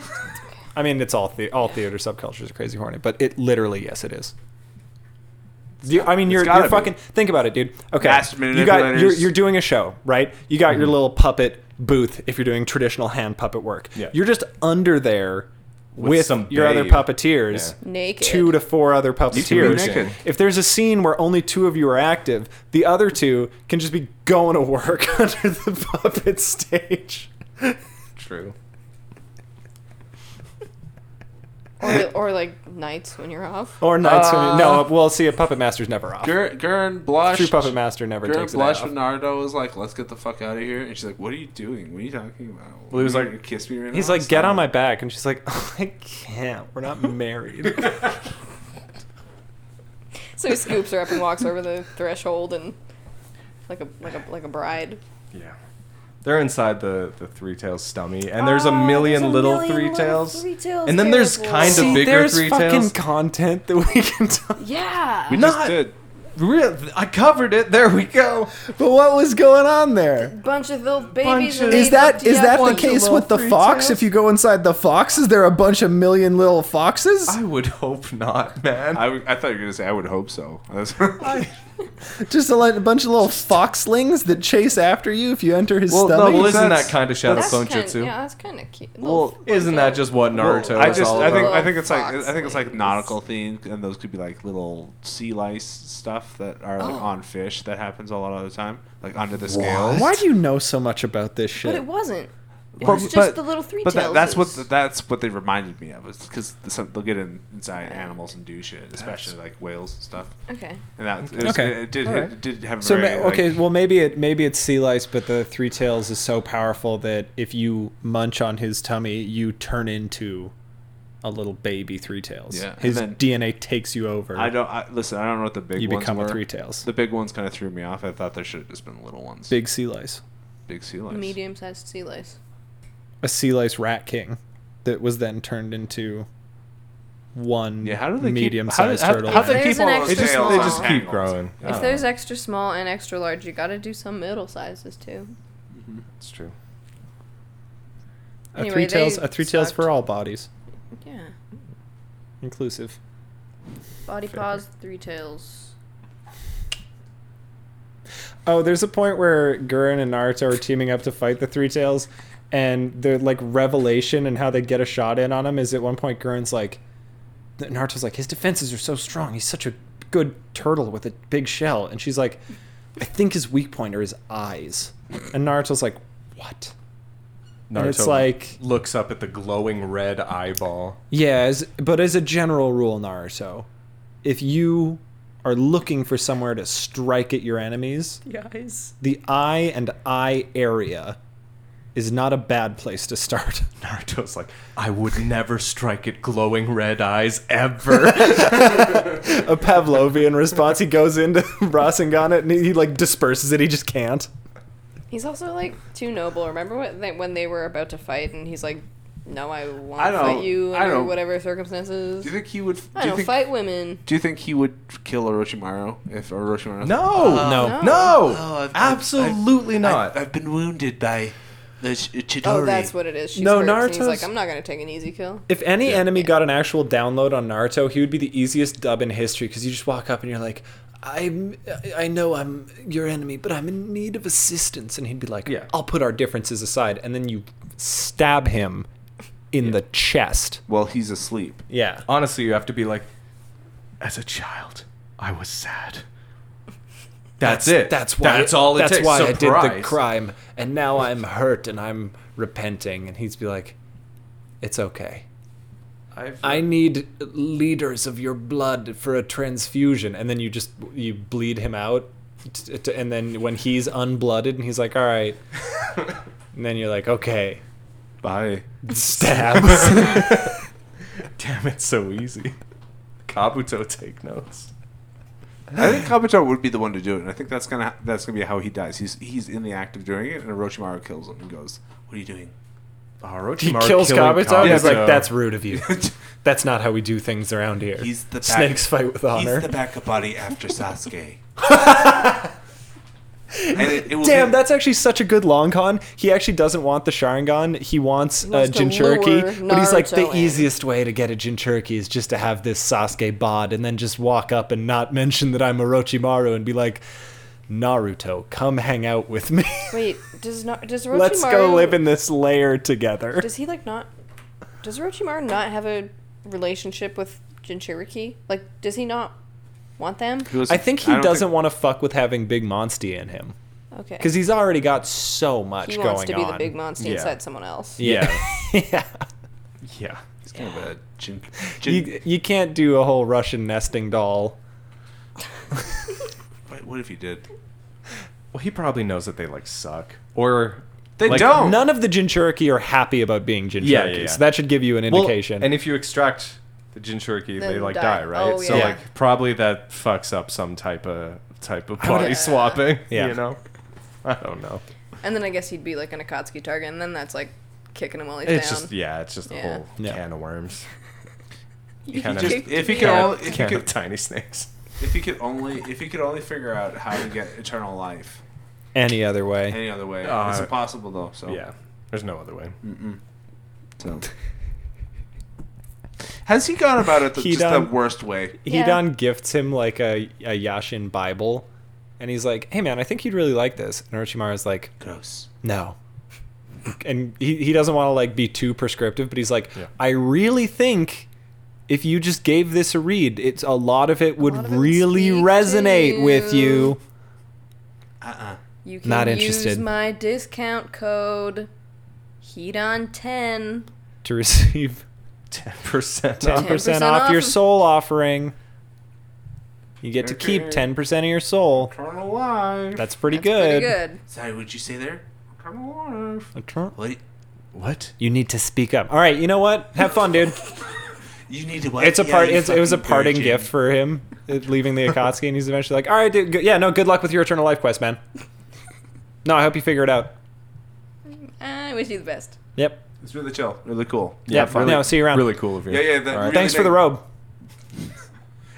[SPEAKER 2] I mean, it's all the- all theater subcultures are crazy horny, but it literally yes, it is. You, I mean, you're,
[SPEAKER 4] gotta
[SPEAKER 2] you're
[SPEAKER 4] be.
[SPEAKER 2] fucking think about it, dude. Okay,
[SPEAKER 4] Master
[SPEAKER 2] you got you're,
[SPEAKER 4] manipulators.
[SPEAKER 2] you're doing a show, right? You got your little puppet booth if you're doing traditional hand puppet work.
[SPEAKER 3] Yeah.
[SPEAKER 2] You're just under there with,
[SPEAKER 3] some
[SPEAKER 2] your other
[SPEAKER 3] babe.
[SPEAKER 2] puppeteers,
[SPEAKER 1] Yeah. Naked.
[SPEAKER 2] two to four other
[SPEAKER 3] can be
[SPEAKER 2] puppeteers.
[SPEAKER 4] naked.
[SPEAKER 2] If there's a scene where only two of you are active, the other two can just be going to work under the puppet stage.
[SPEAKER 3] True.
[SPEAKER 1] Or, or like nights when you're off.
[SPEAKER 2] Or nights when you, no, well, see, a puppet master's never off.
[SPEAKER 4] Gur- Gurren blush.
[SPEAKER 2] Uh, True puppet master never
[SPEAKER 4] Gurren
[SPEAKER 2] takes a day
[SPEAKER 4] blush
[SPEAKER 2] off.
[SPEAKER 4] when Naruto was like, "Let's get the fuck out of here," and she's like, "What are you doing? What are you talking about?"
[SPEAKER 3] Well, he was
[SPEAKER 4] You
[SPEAKER 3] like-
[SPEAKER 4] gonna "Kiss me right
[SPEAKER 2] He's
[SPEAKER 4] now."
[SPEAKER 2] like, get
[SPEAKER 4] Stop."
[SPEAKER 2] on my back, and she's like, I can't. We're not married.
[SPEAKER 1] So he scoops her up and walks over the threshold and like a like a like a bride.
[SPEAKER 3] Yeah. They're inside the, the three tails stummy, and Oh, there's a million little three tails. And then there's kind of
[SPEAKER 7] See,
[SPEAKER 3] bigger
[SPEAKER 7] there's
[SPEAKER 3] three
[SPEAKER 7] fucking
[SPEAKER 3] tails.
[SPEAKER 7] content that we can talk.
[SPEAKER 1] Yeah.
[SPEAKER 4] We
[SPEAKER 3] Not-
[SPEAKER 4] just did.
[SPEAKER 3] Real, I covered it. There we go.
[SPEAKER 2] But what was going on there?
[SPEAKER 1] bunch of little babies.
[SPEAKER 3] of-
[SPEAKER 1] and
[SPEAKER 2] Is
[SPEAKER 1] they
[SPEAKER 2] that
[SPEAKER 1] don't
[SPEAKER 2] is
[SPEAKER 1] have
[SPEAKER 2] that the
[SPEAKER 1] one.
[SPEAKER 2] case with the fox? If you go inside the fox, is there a bunch of million little foxes?
[SPEAKER 3] I would hope not, man.
[SPEAKER 4] I, w- I thought you were gonna say I would hope so. That's-
[SPEAKER 2] Just a, li- a bunch of little foxlings that chase after you if you enter his
[SPEAKER 3] well, no,
[SPEAKER 2] stomach.
[SPEAKER 3] well, isn't that
[SPEAKER 4] that's-
[SPEAKER 3] kind of shadow
[SPEAKER 1] That's
[SPEAKER 3] bone
[SPEAKER 1] kind,
[SPEAKER 3] jutsu?
[SPEAKER 1] yeah, that's kind of cute.
[SPEAKER 3] Well, isn't that just what Naruto
[SPEAKER 4] Well, I
[SPEAKER 3] is
[SPEAKER 4] just
[SPEAKER 3] all
[SPEAKER 4] I think
[SPEAKER 3] about?
[SPEAKER 4] I
[SPEAKER 1] Oh,
[SPEAKER 4] think it's like
[SPEAKER 1] Fox
[SPEAKER 4] I think it's like
[SPEAKER 1] legs.
[SPEAKER 4] nautical themed, and those could be like little sea lice stuff that are
[SPEAKER 1] Oh.
[SPEAKER 4] like on fish that happens a lot of the time, like under the scales.
[SPEAKER 2] Why do you know so much about this shit?
[SPEAKER 1] But it wasn't. It
[SPEAKER 4] But-
[SPEAKER 1] was just
[SPEAKER 4] but-
[SPEAKER 1] the little three
[SPEAKER 4] But
[SPEAKER 1] tails.
[SPEAKER 4] that, that's what that's what they reminded me of, is because they'll get in, inside animals and do shit, especially like whales and stuff.
[SPEAKER 1] okay.
[SPEAKER 4] And that it, was,
[SPEAKER 2] Okay.
[SPEAKER 4] it did
[SPEAKER 2] All right.
[SPEAKER 4] it did have a
[SPEAKER 2] So ma-
[SPEAKER 4] very
[SPEAKER 2] okay,
[SPEAKER 4] like,
[SPEAKER 2] well maybe it maybe it's sea lice, but the three tails is so powerful that if you munch on his tummy, you turn into a little baby three tails.
[SPEAKER 4] Yeah, and
[SPEAKER 2] his
[SPEAKER 4] then-
[SPEAKER 2] DNA takes you over.
[SPEAKER 4] I don't I, listen. I don't know what the big
[SPEAKER 2] you
[SPEAKER 4] ones
[SPEAKER 2] become
[SPEAKER 4] were.
[SPEAKER 2] a three tails.
[SPEAKER 4] The big ones kind of threw me off. I thought there should have just been little ones. Big,
[SPEAKER 2] Big sea lice,
[SPEAKER 4] sea lice.
[SPEAKER 1] Medium sized sea lice.
[SPEAKER 2] a sea lice rat king, that was then turned into one
[SPEAKER 4] Yeah, how do they keep-
[SPEAKER 2] medium-sized
[SPEAKER 4] how- how-
[SPEAKER 2] turtle.
[SPEAKER 4] how
[SPEAKER 1] do they
[SPEAKER 4] they
[SPEAKER 1] There's
[SPEAKER 4] keep
[SPEAKER 1] keep an all those
[SPEAKER 4] all those
[SPEAKER 1] extra
[SPEAKER 3] They just,
[SPEAKER 1] tails
[SPEAKER 3] they
[SPEAKER 1] on?
[SPEAKER 3] just keep growing.
[SPEAKER 1] If there's extra small and extra large, you got to do some middle sizes too.
[SPEAKER 3] That's true.
[SPEAKER 2] a
[SPEAKER 1] Anyway,
[SPEAKER 2] three tails,
[SPEAKER 1] they
[SPEAKER 2] a three tails for
[SPEAKER 1] sucked.
[SPEAKER 2] all bodies,
[SPEAKER 1] Yeah.
[SPEAKER 2] inclusive.
[SPEAKER 1] Body paws, three tails.
[SPEAKER 2] Oh, there's a point where Gurren and Naruto are teaming up to fight the Three Tails, and the like revelation and how they get a shot in on him is at one point Gurren's like, Naruto's like, his defenses are so strong. He's such a good turtle with a big shell, and she's like, I think his weak point are his eyes, and Naruto's like, what?
[SPEAKER 3] Naruto
[SPEAKER 2] it's like-
[SPEAKER 3] looks up at the glowing red eyeball.
[SPEAKER 2] Yeah, as, but as a general rule, Naruto, if you are looking for somewhere to strike at your enemies,
[SPEAKER 8] The eyes.
[SPEAKER 2] the eye and eye area is not a bad place to start.
[SPEAKER 3] Naruto's like, I would never strike at glowing red eyes ever.
[SPEAKER 2] a Pavlovian response. He goes into Rasengan it and he, he, like disperses it. He just can't.
[SPEAKER 1] He's also like too noble. Remember what they, when they were about to fight, and he's like, "No, I won't
[SPEAKER 4] I don't-
[SPEAKER 1] fight you
[SPEAKER 4] I
[SPEAKER 1] under
[SPEAKER 4] don't-
[SPEAKER 1] whatever circumstances.
[SPEAKER 4] Do you think he would?
[SPEAKER 1] I
[SPEAKER 4] do
[SPEAKER 1] don't
[SPEAKER 4] you think,
[SPEAKER 1] fight women."
[SPEAKER 4] Do you think he would kill Orochimaru if Orochimaru?
[SPEAKER 3] no,
[SPEAKER 2] no.
[SPEAKER 3] no,
[SPEAKER 4] Oh, I've-
[SPEAKER 3] absolutely not.
[SPEAKER 4] I've been wounded by the uh, Chidori.
[SPEAKER 1] Oh, that's what it is. She's
[SPEAKER 2] No,
[SPEAKER 1] hurt. And he's
[SPEAKER 2] Naruto's-
[SPEAKER 1] like, "I'm not gonna take an easy kill."
[SPEAKER 2] If any enemy got an actual download on Naruto, he would be the easiest dub in history because you just walk up and you're like, I'm, I know I'm your enemy, but I'm in need of assistance. And he'd be like,
[SPEAKER 3] Yeah.
[SPEAKER 2] I'll put our differences aside. And then you stab him in the chest.
[SPEAKER 4] Well, he's asleep.
[SPEAKER 2] Yeah.
[SPEAKER 3] Honestly, you have to be like, as a child, I was sad. That's, it.
[SPEAKER 2] That's why.
[SPEAKER 3] That's all it
[SPEAKER 2] that's
[SPEAKER 3] takes.
[SPEAKER 2] why I did the
[SPEAKER 3] Surprise.
[SPEAKER 2] crime, and now I'm hurt and I'm repenting. And he's be like, "It's okay.
[SPEAKER 3] I've,
[SPEAKER 2] I need liters of your blood for a transfusion." And then you just you bleed him out, t- t- and then when he's unblooded, and he's like, "All right," and then you're like, "Okay."
[SPEAKER 4] Bye.
[SPEAKER 2] Stabs.
[SPEAKER 3] damn, it's so easy. Kabuto take notes.
[SPEAKER 4] I think Kabuto would be the one to do it, and I think that's gonna that's gonna be how he dies. He's he's in the act of doing it, and Orochimaru kills him and goes, "What are you doing?"
[SPEAKER 3] Orochimaru
[SPEAKER 2] he kills
[SPEAKER 3] killing
[SPEAKER 2] Kabuto. He's like,
[SPEAKER 3] Kabuto.
[SPEAKER 2] "That's rude of you. That's not how we do things around here."
[SPEAKER 4] He's the back-
[SPEAKER 2] snakes fight with honor.
[SPEAKER 4] He's the backup body after Sasuke. and it, it will
[SPEAKER 2] Damn,
[SPEAKER 4] be,
[SPEAKER 2] that's actually such a good long con. He actually doesn't want the Sharingan. He wants,
[SPEAKER 1] wants
[SPEAKER 2] uh,
[SPEAKER 1] to
[SPEAKER 2] Jinchuriki.
[SPEAKER 1] lure
[SPEAKER 2] But he's like,
[SPEAKER 1] Naruto
[SPEAKER 2] the
[SPEAKER 1] in."
[SPEAKER 2] easiest way to get a Jinchuriki is just to have this Sasuke bod and then just walk up and not mention that I'm Orochimaru and be like, Naruto, come hang out with me.
[SPEAKER 1] Wait, does not does Orochimaru?
[SPEAKER 2] Let's go live in this lair together.
[SPEAKER 1] Does he like not? Does Orochimaru not have a relationship with Jinchuriki? Like, does he not want them?
[SPEAKER 4] He was-
[SPEAKER 2] I think he
[SPEAKER 4] don't
[SPEAKER 2] doesn't want to fuck with having Big Monstie in him
[SPEAKER 1] Okay.
[SPEAKER 2] because he's already got so much
[SPEAKER 1] he
[SPEAKER 2] going on.
[SPEAKER 1] wants to be the big monster
[SPEAKER 3] Yeah.
[SPEAKER 1] inside someone else.
[SPEAKER 2] Yeah. yeah.
[SPEAKER 3] yeah.
[SPEAKER 4] He's kind of a Jin, Jin,
[SPEAKER 2] You, you can't do a whole Russian nesting doll.
[SPEAKER 4] Wait, what if he did?
[SPEAKER 3] Well, he probably knows that they like suck or
[SPEAKER 4] They
[SPEAKER 3] like,
[SPEAKER 4] don't.
[SPEAKER 2] None of the Jinchuriki are happy about being Jinchuriki,
[SPEAKER 3] Yeah, yeah, yeah.
[SPEAKER 2] so that should give you an
[SPEAKER 3] Well,
[SPEAKER 2] indication.
[SPEAKER 3] and if you extract the Jinchuriki, they
[SPEAKER 1] Then
[SPEAKER 3] like die,
[SPEAKER 1] die.
[SPEAKER 3] right?
[SPEAKER 1] Oh,
[SPEAKER 3] So
[SPEAKER 1] yeah.
[SPEAKER 3] like probably that fucks up some type of type of
[SPEAKER 2] would-
[SPEAKER 3] body swapping.
[SPEAKER 2] Yeah.
[SPEAKER 3] You know? I don't know.
[SPEAKER 1] And then I guess he'd be like an Akatsuki target, and then that's like kicking him while he's
[SPEAKER 3] It's
[SPEAKER 1] down.
[SPEAKER 3] just yeah, it's just a
[SPEAKER 1] Yeah.
[SPEAKER 3] whole
[SPEAKER 5] Yeah.
[SPEAKER 3] can of worms.
[SPEAKER 1] You
[SPEAKER 3] kind of-
[SPEAKER 4] Just-
[SPEAKER 1] kicked
[SPEAKER 4] if
[SPEAKER 1] me
[SPEAKER 4] he could
[SPEAKER 1] out.
[SPEAKER 4] only if he
[SPEAKER 3] Can of
[SPEAKER 4] could,
[SPEAKER 3] tiny snakes.
[SPEAKER 4] if he could only if he could only figure out how to get eternal life
[SPEAKER 5] Any other way.
[SPEAKER 4] any other way,
[SPEAKER 3] Uh,
[SPEAKER 4] it's impossible though. So
[SPEAKER 3] Yeah, there's no other way.
[SPEAKER 4] So. Has he gone about it the,
[SPEAKER 2] He
[SPEAKER 4] just
[SPEAKER 2] done-
[SPEAKER 4] the worst way?
[SPEAKER 1] Yeah.
[SPEAKER 2] Hidan gifts him like a, a Yashin Bible, and he's like, "Hey man, I think you'd really like this." And Orochimaru's like,
[SPEAKER 4] Gross.
[SPEAKER 2] "No," and he, he doesn't want to like be too prescriptive, but he's like,
[SPEAKER 3] Yeah.
[SPEAKER 2] "I really think if you just gave this a read, it's a lot of it would
[SPEAKER 1] lot of it
[SPEAKER 2] really
[SPEAKER 1] speak to
[SPEAKER 2] resonate with you."
[SPEAKER 1] you.
[SPEAKER 4] Uh uh
[SPEAKER 1] You can
[SPEAKER 2] Not
[SPEAKER 1] use
[SPEAKER 2] interested.
[SPEAKER 1] my discount code, heat on ten.
[SPEAKER 2] to receive
[SPEAKER 3] Ten percent.
[SPEAKER 2] 10%, off,
[SPEAKER 1] off
[SPEAKER 2] your
[SPEAKER 1] of-
[SPEAKER 2] soul offering. You get to keep
[SPEAKER 4] Okay.
[SPEAKER 2] 10% of your soul.
[SPEAKER 4] Eternal life.
[SPEAKER 2] That's pretty
[SPEAKER 1] That's
[SPEAKER 2] good.
[SPEAKER 1] pretty good.
[SPEAKER 4] Sorry, what'd you say there? Eternal life.
[SPEAKER 2] Etern-
[SPEAKER 4] What?
[SPEAKER 3] What?
[SPEAKER 2] You need to speak up. All right, you know what? Have fun, dude.
[SPEAKER 4] You need to what?
[SPEAKER 2] It's a
[SPEAKER 4] Yeah,
[SPEAKER 2] part.
[SPEAKER 4] you
[SPEAKER 2] It's, it was a
[SPEAKER 4] fucking
[SPEAKER 2] parting
[SPEAKER 4] virgin.
[SPEAKER 2] gift for him, uh, leaving the Akatsuki, and he's eventually like, "All right, dude. Go, yeah, no. Good luck with your eternal life quest, man. No, I hope you figure it out.
[SPEAKER 1] I wish you the best.
[SPEAKER 2] Yep.
[SPEAKER 4] It's really chill. Really cool.
[SPEAKER 2] Yeah,
[SPEAKER 3] fun.
[SPEAKER 2] no, see you around.
[SPEAKER 3] Really cool of you.
[SPEAKER 4] Yeah, yeah. That really
[SPEAKER 2] Thanks for the
[SPEAKER 4] make-
[SPEAKER 2] robe.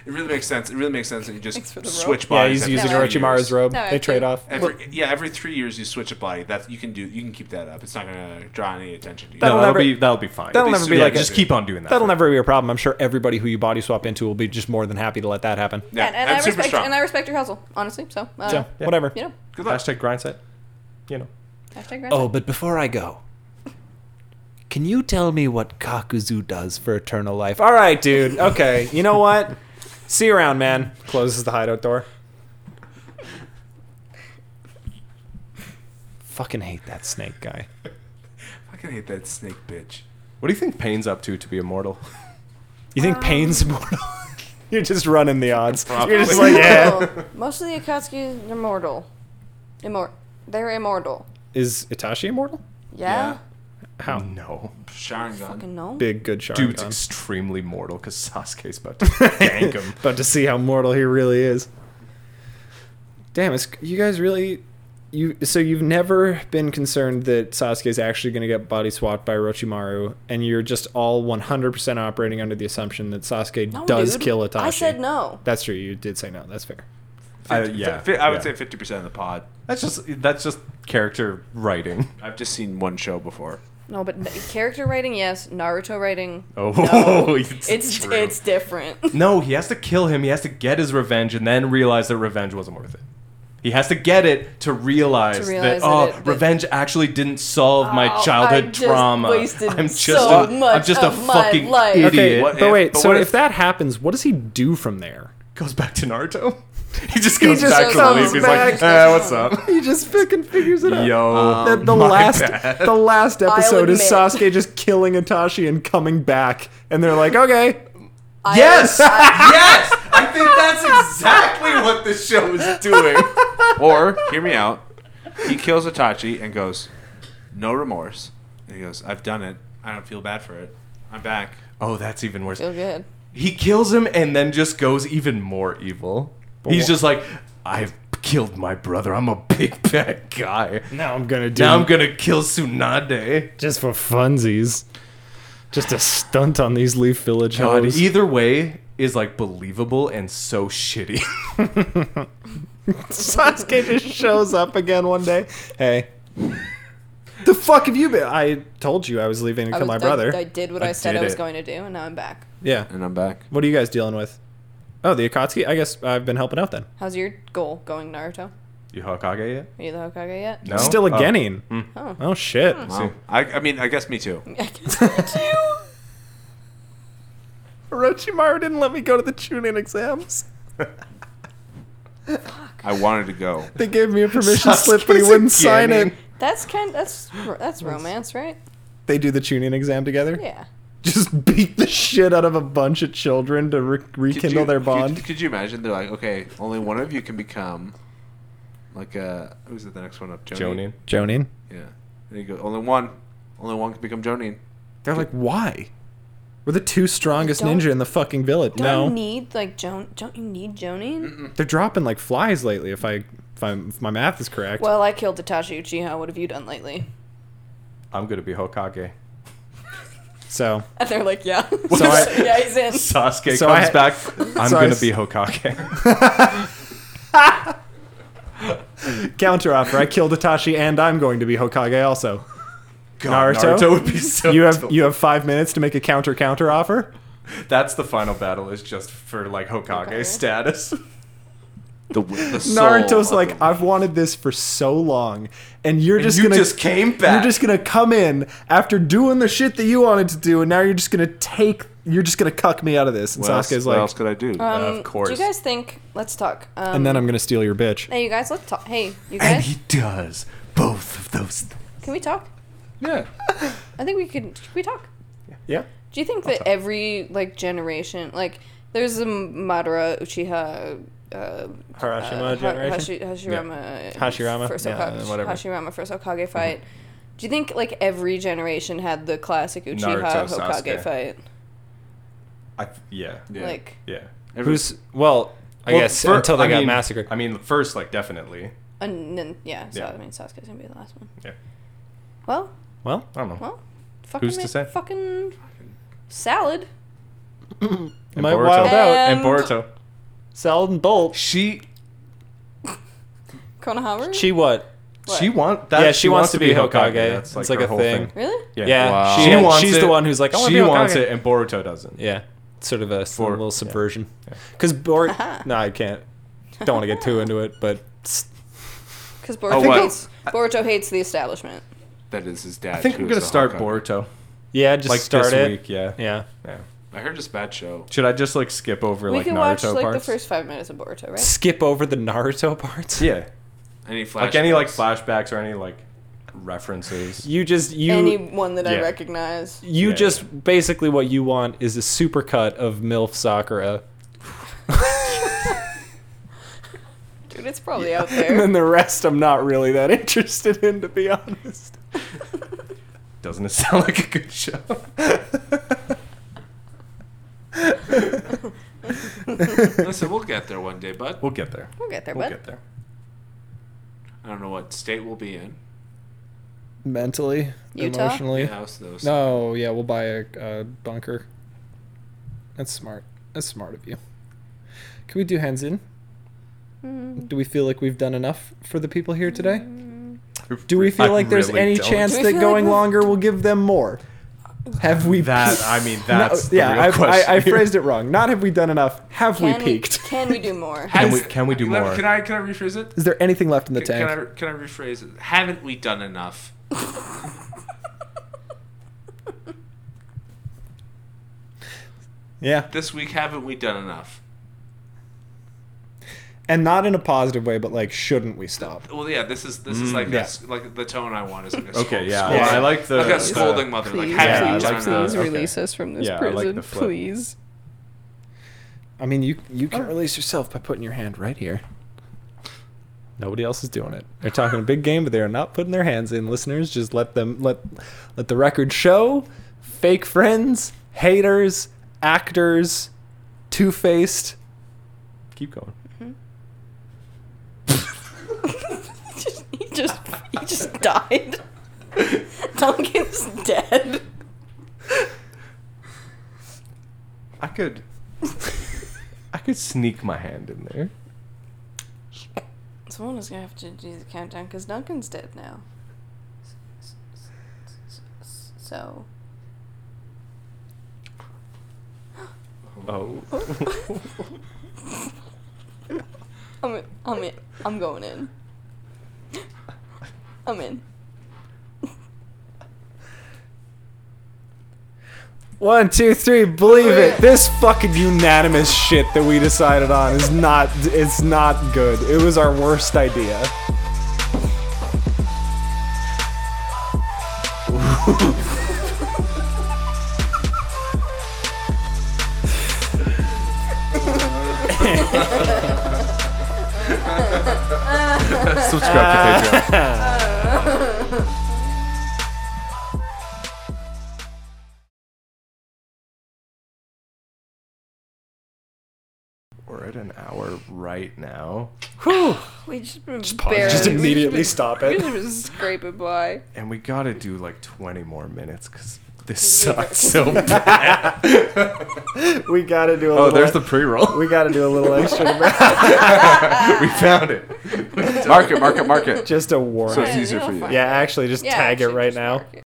[SPEAKER 4] It really makes sense. It really makes sense that you just
[SPEAKER 1] Thanks for the robe.
[SPEAKER 4] switch
[SPEAKER 2] Yeah,
[SPEAKER 4] bodies.
[SPEAKER 2] he's
[SPEAKER 4] every
[SPEAKER 2] using
[SPEAKER 1] No, I-
[SPEAKER 4] three years.
[SPEAKER 2] Orochimaru's robe.
[SPEAKER 1] No, I
[SPEAKER 2] They trade
[SPEAKER 1] do.
[SPEAKER 2] off.
[SPEAKER 4] Every, yeah, every three years you switch a body. That you can do. You can keep that up. It's not gonna draw any attention to you.
[SPEAKER 2] That'll
[SPEAKER 3] No, that'll
[SPEAKER 2] never-
[SPEAKER 3] be that'll be fine.
[SPEAKER 2] that'll
[SPEAKER 3] At
[SPEAKER 2] never
[SPEAKER 3] least-
[SPEAKER 2] be
[SPEAKER 3] yeah,
[SPEAKER 2] like a-
[SPEAKER 3] just keep on doing that.
[SPEAKER 2] That'll
[SPEAKER 3] for-
[SPEAKER 2] never be a problem. I'm sure everybody who you body swap into will be just more than happy to let that happen.
[SPEAKER 4] yeah,
[SPEAKER 1] and, and
[SPEAKER 4] I'm
[SPEAKER 1] I
[SPEAKER 4] super
[SPEAKER 1] respect
[SPEAKER 4] strong.
[SPEAKER 1] and I respect your hustle, honestly. So, uh,
[SPEAKER 2] So
[SPEAKER 3] yeah.
[SPEAKER 2] whatever.
[SPEAKER 1] you know,
[SPEAKER 4] Good luck.
[SPEAKER 3] Hashtag grindset. You know.
[SPEAKER 1] hashtag gratitude.
[SPEAKER 2] Oh, but before I go, can you tell me what Kakuzu does for eternal life? All right, dude. Okay. You know what? See you around, man. Closes the hideout door. Fucking hate that snake guy.
[SPEAKER 4] I fucking hate that snake bitch.
[SPEAKER 3] What do you think Payne's up to to be immortal?
[SPEAKER 2] You think Payne's immortal? You're just running the odds. You're just
[SPEAKER 4] Probably.
[SPEAKER 2] like, yeah.
[SPEAKER 1] Well, most of the Akatsuki are immortal. Immor- they're immortal.
[SPEAKER 2] Is Itachi immortal?
[SPEAKER 1] Yeah?
[SPEAKER 4] Yeah.
[SPEAKER 2] How?
[SPEAKER 3] No.
[SPEAKER 4] Sharingan.
[SPEAKER 1] Fucking no.
[SPEAKER 2] Big good Sharingan.
[SPEAKER 3] Dude's extremely mortal because Sasuke's about to gank him.
[SPEAKER 2] About to see how mortal he really is. Damn, it's, you guys really, you so you've never been concerned that Sasuke is actually going to get body swapped by Orochimaru, and you're just all 100% operating under the assumption that Sasuke
[SPEAKER 1] No,
[SPEAKER 2] does
[SPEAKER 1] dude.
[SPEAKER 2] kill Itachi.
[SPEAKER 1] I said no.
[SPEAKER 2] That's true. You did say no. That's fair.
[SPEAKER 3] I, yeah,
[SPEAKER 4] Fi- I would
[SPEAKER 3] yeah.
[SPEAKER 4] say fifty percent of the pod.
[SPEAKER 3] that's just that's just character writing.
[SPEAKER 4] I've just seen one show before.
[SPEAKER 1] No, but n- character writing, yes. Naruto writing,
[SPEAKER 3] Oh, it's,
[SPEAKER 1] it's
[SPEAKER 3] true.
[SPEAKER 1] it's different.
[SPEAKER 3] no. He has to kill him. He has to get his revenge, and then realize that revenge wasn't worth it. He has to get it to realize,
[SPEAKER 1] To realize
[SPEAKER 3] that
[SPEAKER 1] that
[SPEAKER 3] oh,
[SPEAKER 1] it- that-
[SPEAKER 3] revenge actually didn't solve my
[SPEAKER 1] Oh,
[SPEAKER 3] childhood
[SPEAKER 1] I just
[SPEAKER 3] trauma.
[SPEAKER 1] wasted
[SPEAKER 3] I'm just
[SPEAKER 1] so
[SPEAKER 3] a,
[SPEAKER 1] much
[SPEAKER 3] I'm just a
[SPEAKER 1] of my
[SPEAKER 3] fucking
[SPEAKER 1] life."
[SPEAKER 3] idiot.
[SPEAKER 2] Okay,
[SPEAKER 4] What
[SPEAKER 2] but
[SPEAKER 4] if-
[SPEAKER 2] wait.
[SPEAKER 4] but
[SPEAKER 2] so
[SPEAKER 4] what
[SPEAKER 2] if
[SPEAKER 4] if-
[SPEAKER 2] that happens, what does he do from there?
[SPEAKER 3] goes back to Naruto. He just goes
[SPEAKER 2] just
[SPEAKER 3] back to
[SPEAKER 1] comes
[SPEAKER 3] Leaf. He's
[SPEAKER 1] back.
[SPEAKER 3] like, eh, what's up?
[SPEAKER 2] He just fucking figures it out.
[SPEAKER 3] Yo,
[SPEAKER 2] the, the
[SPEAKER 3] my
[SPEAKER 2] last
[SPEAKER 3] bad.
[SPEAKER 2] the last episode is
[SPEAKER 1] admit.
[SPEAKER 2] Sasuke just killing Itachi and coming back, and they're like, okay,
[SPEAKER 1] I-
[SPEAKER 3] Yes! yes! I think that's exactly what this show is doing.
[SPEAKER 4] Or hear me out. He kills Itachi and goes, "No remorse." And he goes, "I've done it. I don't feel bad for it. I'm back."
[SPEAKER 3] Oh, that's even worse.
[SPEAKER 1] Feel good.
[SPEAKER 3] He kills him and then just goes even more evil. He's just like, I've killed my brother. I'm a big bad guy.
[SPEAKER 2] now I'm gonna do
[SPEAKER 3] Now I'm gonna kill Tsunade.
[SPEAKER 2] just for funsies, just a stunt on these Leaf Village
[SPEAKER 3] God,
[SPEAKER 2] hoes.
[SPEAKER 3] either way is like believable and so shitty.
[SPEAKER 2] Sasuke just shows up again one day. Hey, the fuck have you been? I told you I was leaving to
[SPEAKER 1] I
[SPEAKER 2] kill
[SPEAKER 1] was-
[SPEAKER 2] my
[SPEAKER 1] I-
[SPEAKER 2] brother.
[SPEAKER 1] I, did what
[SPEAKER 3] I
[SPEAKER 1] I, said
[SPEAKER 3] did
[SPEAKER 1] I was
[SPEAKER 3] it.
[SPEAKER 1] going to do, and now I'm back.
[SPEAKER 2] yeah.
[SPEAKER 4] And I'm back.
[SPEAKER 2] What are you guys dealing with? Oh, the Akatsuki. I guess I've been helping out then.
[SPEAKER 1] How's your goal going, Naruto?
[SPEAKER 3] you Hokage yet?
[SPEAKER 1] Are you the Hokage yet?
[SPEAKER 3] No.
[SPEAKER 2] Still a
[SPEAKER 3] Oh.
[SPEAKER 2] Genin.
[SPEAKER 1] Oh.
[SPEAKER 2] Oh shit.
[SPEAKER 4] Wow. I, I mean, I guess me too.
[SPEAKER 1] I guess I do.
[SPEAKER 2] Orochimaru didn't let me go to the Chunin exams.
[SPEAKER 4] I wanted to go.
[SPEAKER 2] They gave me a permission slip, but he
[SPEAKER 3] Sasuke's
[SPEAKER 2] wouldn't
[SPEAKER 3] a
[SPEAKER 2] sign
[SPEAKER 3] genin.
[SPEAKER 2] it.
[SPEAKER 1] That's kind. that's that's romance, right?
[SPEAKER 2] They do the tuning exam together.
[SPEAKER 1] Yeah.
[SPEAKER 2] Just beat the shit out of a bunch of children to re-
[SPEAKER 4] Could
[SPEAKER 2] rekindle
[SPEAKER 4] you-
[SPEAKER 2] their
[SPEAKER 4] could-
[SPEAKER 2] bond.
[SPEAKER 4] Could, you imagine? They're like, okay, only one of you can become like a who's the next one up?
[SPEAKER 3] Jonin.
[SPEAKER 2] Jonin.
[SPEAKER 4] Yeah. There you go. Only one. Only one can become Jonin.
[SPEAKER 2] They're like, why? We're the two strongest
[SPEAKER 1] Don't-
[SPEAKER 2] ninja in the fucking village.
[SPEAKER 1] Don't
[SPEAKER 2] No,
[SPEAKER 1] you need like Joan? Don't you need Joanie?
[SPEAKER 2] they're dropping like flies lately. If I If, I'm, if my math is correct.
[SPEAKER 1] Well, I killed Itachi Uchiha. What have you done lately?
[SPEAKER 3] I'm gonna be Hokage.
[SPEAKER 2] So
[SPEAKER 1] And they're like, yeah.
[SPEAKER 2] So I-
[SPEAKER 1] yeah, he's in.
[SPEAKER 3] Sasuke
[SPEAKER 2] So
[SPEAKER 3] comes
[SPEAKER 2] I-
[SPEAKER 3] back. I'm
[SPEAKER 2] so I
[SPEAKER 3] gonna
[SPEAKER 2] s-
[SPEAKER 3] be Hokage.
[SPEAKER 2] counter offer. I killed Itachi, and I'm going to be Hokage also.
[SPEAKER 3] God,
[SPEAKER 2] Naruto?
[SPEAKER 3] would be so.
[SPEAKER 2] You have
[SPEAKER 3] dope.
[SPEAKER 2] you have five minutes to make a counter counter offer.
[SPEAKER 3] That's the final battle. Is just for like Hokage
[SPEAKER 1] Hokage.
[SPEAKER 3] status.
[SPEAKER 4] The, the soul
[SPEAKER 2] Naruto's
[SPEAKER 4] of
[SPEAKER 2] like,
[SPEAKER 4] the-
[SPEAKER 2] I've wanted this for so long, and you're just
[SPEAKER 3] you
[SPEAKER 2] gonna
[SPEAKER 3] just came
[SPEAKER 2] You're
[SPEAKER 3] back.
[SPEAKER 2] just gonna come in after doing the shit that you wanted to do, and now you're just gonna take. You're just gonna cuck me out of this. And
[SPEAKER 4] what else,
[SPEAKER 2] Sasuke's
[SPEAKER 4] what
[SPEAKER 2] like,
[SPEAKER 4] else could I do?
[SPEAKER 1] Um,
[SPEAKER 3] course.
[SPEAKER 1] Do you guys think? Let's talk. Um,
[SPEAKER 2] and then I'm gonna steal your bitch.
[SPEAKER 1] Hey, you guys. Let's talk. Hey, you guys.
[SPEAKER 3] does both of those. things.
[SPEAKER 1] Can we talk?
[SPEAKER 4] yeah.
[SPEAKER 1] I think we can. Should we talk?
[SPEAKER 2] Yeah.
[SPEAKER 1] Do you think that every like generation, like there's a Madara Uchiha, uh,
[SPEAKER 2] Harashima
[SPEAKER 1] uh, Ha-
[SPEAKER 2] generation?
[SPEAKER 1] Hashi, Hashirama,
[SPEAKER 2] Hashirama?
[SPEAKER 1] first
[SPEAKER 2] Yeah,
[SPEAKER 1] Hokage,
[SPEAKER 2] whatever. Mm-hmm.
[SPEAKER 1] Hashirama first Hokage fight. Do you think like every generation had the classic Uchiha
[SPEAKER 3] Naruto,
[SPEAKER 1] Hokage
[SPEAKER 3] Sasuke.
[SPEAKER 1] fight?
[SPEAKER 3] I, yeah.
[SPEAKER 4] Yeah.
[SPEAKER 1] Like,
[SPEAKER 3] Yeah.
[SPEAKER 9] Who's well? I
[SPEAKER 3] Well,
[SPEAKER 9] guess
[SPEAKER 3] fir-
[SPEAKER 9] until they
[SPEAKER 3] I
[SPEAKER 9] got
[SPEAKER 3] mean-
[SPEAKER 9] massacred.
[SPEAKER 3] I mean, first, like definitely.
[SPEAKER 1] and then yeah, so
[SPEAKER 3] Yeah.
[SPEAKER 1] I mean Sasuke's gonna be the last one.
[SPEAKER 3] Yeah.
[SPEAKER 1] Well,
[SPEAKER 2] Well,
[SPEAKER 3] I don't know.
[SPEAKER 1] well, fucking
[SPEAKER 3] Who's to
[SPEAKER 1] make
[SPEAKER 3] say?
[SPEAKER 1] fucking salad.
[SPEAKER 2] And might Boruto. wild
[SPEAKER 1] out.
[SPEAKER 3] And
[SPEAKER 1] And-
[SPEAKER 3] Boruto.
[SPEAKER 9] Seldon Bolt.
[SPEAKER 3] She
[SPEAKER 1] Konohamaru.
[SPEAKER 9] She what?
[SPEAKER 1] What?
[SPEAKER 3] she want that.
[SPEAKER 9] Yeah, she wants to be Hokage.
[SPEAKER 3] That's like,
[SPEAKER 9] It's like
[SPEAKER 3] her
[SPEAKER 9] a
[SPEAKER 3] whole
[SPEAKER 9] thing.
[SPEAKER 1] really?
[SPEAKER 3] Yeah.
[SPEAKER 9] Yeah,
[SPEAKER 4] Wow.
[SPEAKER 9] she,
[SPEAKER 3] She wants
[SPEAKER 9] she's
[SPEAKER 3] it.
[SPEAKER 9] the one who's like, I want to
[SPEAKER 3] she
[SPEAKER 9] be Hokage.
[SPEAKER 3] wants it, and Boruto doesn't.
[SPEAKER 9] Yeah, sort of a s-
[SPEAKER 3] For-
[SPEAKER 9] little subversion. Because Bor, no, I can't. Don't want to get too into it, but s-
[SPEAKER 1] Because
[SPEAKER 3] Oh,
[SPEAKER 1] Boruto
[SPEAKER 4] what?
[SPEAKER 1] hates Boruto hates the establishment.
[SPEAKER 4] That is his dad.
[SPEAKER 3] I think
[SPEAKER 4] who
[SPEAKER 3] I'm
[SPEAKER 4] is
[SPEAKER 3] gonna
[SPEAKER 4] the
[SPEAKER 3] start
[SPEAKER 4] Hokage.
[SPEAKER 3] Boruto
[SPEAKER 9] yeah, just
[SPEAKER 3] like
[SPEAKER 9] start
[SPEAKER 3] this
[SPEAKER 9] it.
[SPEAKER 3] week. Yeah.
[SPEAKER 9] Yeah,
[SPEAKER 3] Yeah.
[SPEAKER 4] I heard this bad show.
[SPEAKER 3] Should I just like skip over
[SPEAKER 1] we
[SPEAKER 3] like
[SPEAKER 1] can
[SPEAKER 3] Naruto
[SPEAKER 1] watch like
[SPEAKER 3] parts?
[SPEAKER 1] the first five minutes of Boruto, right?
[SPEAKER 9] skip over the Naruto parts.
[SPEAKER 3] yeah.
[SPEAKER 4] Any flashbacks?
[SPEAKER 3] Like any like flashbacks or any like references.
[SPEAKER 9] You just you
[SPEAKER 1] Anyone that I
[SPEAKER 3] yeah.
[SPEAKER 1] recognize.
[SPEAKER 9] you
[SPEAKER 3] Yeah,
[SPEAKER 9] just basically what you want is a supercut of MILF Sakura,
[SPEAKER 1] Dude, it's probably out
[SPEAKER 2] and
[SPEAKER 1] there.
[SPEAKER 2] then the rest I'm not really that interested in, to be honest.
[SPEAKER 3] Doesn't it sound like a good show?
[SPEAKER 4] Listen, we'll get there one day, bud.
[SPEAKER 3] We'll get there.
[SPEAKER 1] We'll get there,
[SPEAKER 3] We'll
[SPEAKER 1] bud.
[SPEAKER 3] get there.
[SPEAKER 4] I don't know what state we'll be in.
[SPEAKER 2] Mentally,
[SPEAKER 1] Utah?
[SPEAKER 2] emotionally.
[SPEAKER 4] Yeah, those- those-
[SPEAKER 2] No, yeah, we'll buy a, a bunker. That's smart. That's smart of you. Can we do hands in?
[SPEAKER 1] Hmm.
[SPEAKER 2] Do we feel like we've done enough for the people here today? Do we feel
[SPEAKER 3] I
[SPEAKER 2] like there's
[SPEAKER 3] really
[SPEAKER 2] any
[SPEAKER 3] don't.
[SPEAKER 2] chance
[SPEAKER 1] Do we
[SPEAKER 2] that
[SPEAKER 1] feel like
[SPEAKER 2] going
[SPEAKER 1] we've-
[SPEAKER 2] longer will give them more? Have we
[SPEAKER 3] That
[SPEAKER 2] peaked?
[SPEAKER 3] I mean
[SPEAKER 2] No,
[SPEAKER 3] that's the
[SPEAKER 2] yeah,
[SPEAKER 3] real
[SPEAKER 2] I,
[SPEAKER 3] question.
[SPEAKER 2] I, I phrased it wrong. Not have we done enough? Have
[SPEAKER 1] Can
[SPEAKER 2] we
[SPEAKER 1] we,
[SPEAKER 2] peaked?
[SPEAKER 1] can we do more?
[SPEAKER 3] Can we can we do
[SPEAKER 4] Let-
[SPEAKER 3] more?
[SPEAKER 4] Can I can I rephrase it?
[SPEAKER 2] Is there anything left in the
[SPEAKER 4] Can
[SPEAKER 2] tank?
[SPEAKER 4] I can I rephrase it? Haven't we done enough?
[SPEAKER 2] Yeah,
[SPEAKER 4] This week, haven't we done enough?
[SPEAKER 2] and not in a positive way, but like, shouldn't we stop?
[SPEAKER 4] Well, yeah. This is this is like a
[SPEAKER 2] yeah.
[SPEAKER 4] s like the tone I want is like a
[SPEAKER 3] Mm. Okay,
[SPEAKER 4] scold-
[SPEAKER 3] yeah.
[SPEAKER 4] scolding-
[SPEAKER 2] Yeah.
[SPEAKER 3] I like the
[SPEAKER 4] like
[SPEAKER 3] the-
[SPEAKER 4] a scolding mother. Like,
[SPEAKER 1] Please,
[SPEAKER 4] haven't
[SPEAKER 3] Yeah,
[SPEAKER 4] we
[SPEAKER 3] I
[SPEAKER 4] done
[SPEAKER 3] like the-
[SPEAKER 4] enough?
[SPEAKER 1] please
[SPEAKER 3] okay.
[SPEAKER 1] release us from this
[SPEAKER 3] Yeah, I like
[SPEAKER 1] prison,
[SPEAKER 3] the flip.
[SPEAKER 1] please.
[SPEAKER 2] I mean, you you can release yourself by putting your hand right here. Nobody else is doing it. They're talking a big game, but they are not putting their hands in. Listeners, just let them let let the record show. Fake friends, haters, actors, two faced.
[SPEAKER 3] keep going.
[SPEAKER 1] he just he just died. Duncan's dead.
[SPEAKER 3] I could I could sneak my hand in there.
[SPEAKER 1] Someone is gonna have to do the countdown because Duncan's dead now. So
[SPEAKER 3] Oh.
[SPEAKER 1] I'm in, I'm in. I'm going in. I'm in.
[SPEAKER 2] One, two, three, believe it. This fucking unanimous shit that we decided on is not it's not good. It was our worst idea.
[SPEAKER 3] Subscribe to Patreon. We're at an hour right now,
[SPEAKER 1] We just been
[SPEAKER 4] pause it.
[SPEAKER 1] barely,
[SPEAKER 2] Just
[SPEAKER 1] we
[SPEAKER 2] immediately
[SPEAKER 1] been-
[SPEAKER 2] stop
[SPEAKER 1] We
[SPEAKER 2] it.
[SPEAKER 1] just been scraping by.
[SPEAKER 3] and we gotta do like 20 more minutes because this sucks so bad.
[SPEAKER 2] We gotta do a
[SPEAKER 3] Oh,
[SPEAKER 2] little.
[SPEAKER 3] there's the pre-roll.
[SPEAKER 2] We gotta do a little extra. to make-
[SPEAKER 3] we found it.
[SPEAKER 4] Mark it, mark it, mark it.
[SPEAKER 2] just a warning.
[SPEAKER 4] So it's
[SPEAKER 1] Yeah,
[SPEAKER 4] easier for
[SPEAKER 1] it'll
[SPEAKER 4] you.
[SPEAKER 1] fine.
[SPEAKER 2] yeah, actually, just
[SPEAKER 1] Yeah,
[SPEAKER 2] tag it
[SPEAKER 1] actually,
[SPEAKER 2] right
[SPEAKER 1] just
[SPEAKER 2] now.
[SPEAKER 1] mark it.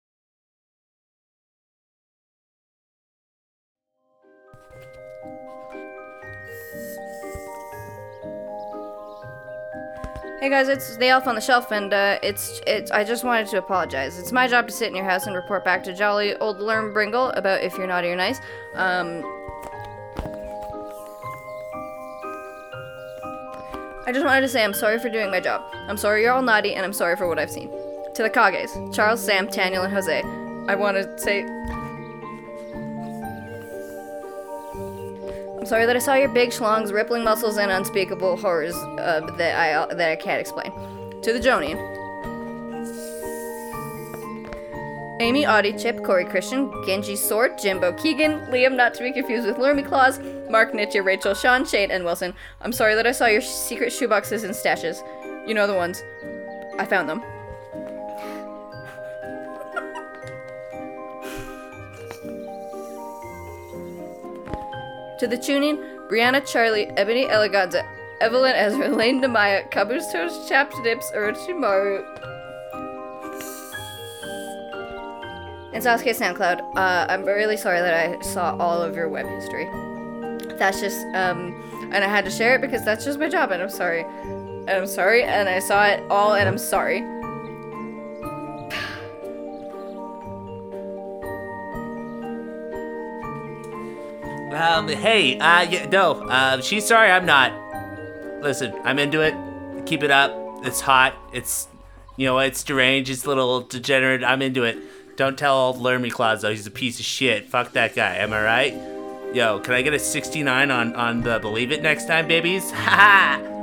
[SPEAKER 1] Hey guys, it's the elf on the shelf, and uh, it's it's. I just wanted to apologize. It's my job to sit in your house and report back to jolly old Lerm Bringle about if you're naughty or nice. Um, I just wanted to say I'm sorry for doing my job. I'm sorry you're all naughty, and I'm sorry for what I've seen. To the Kages, Charles, Sam, Taniel, and Jose, I want to say. I'm sorry that I saw your big schlongs, rippling muscles, and unspeakable horrors uh, that I that I can't explain. To the Joni. Amy, Audie, Chip, Corey Christian, Genji Sword, Jimbo Keegan, Liam, not to be confused with Lurmy Claws, Mark Nitya, Rachel, Sean, Shane, and Wilson. I'm sorry that I saw your secret shoeboxes and stashes. You know the ones. I found them. To the tuning, Brianna, Charlie, Ebony, Eleganza, Evelyn, Ezra, Elaine, Namaya, Caboose Toast, Chapped Dips, Orochimaru, And Sasuke SoundCloud, uh, I'm really sorry that I saw all of your web history. That's just, um, and I had to share it because that's just my job, and I'm sorry. And I'm sorry, and I saw it all, and I'm sorry.
[SPEAKER 10] Um, hey, uh, yeah, no, uh, she's sorry, I'm not. Listen, I'm into it. Keep it up. It's hot. It's, you know, it's deranged. It's a little degenerate. I'm into it. Don't tell old Lermy Claus, though. He's a piece of shit. Fuck that guy. Am I right? Yo, can I get a 69 on, on the Believe It next time, babies? Ha ha!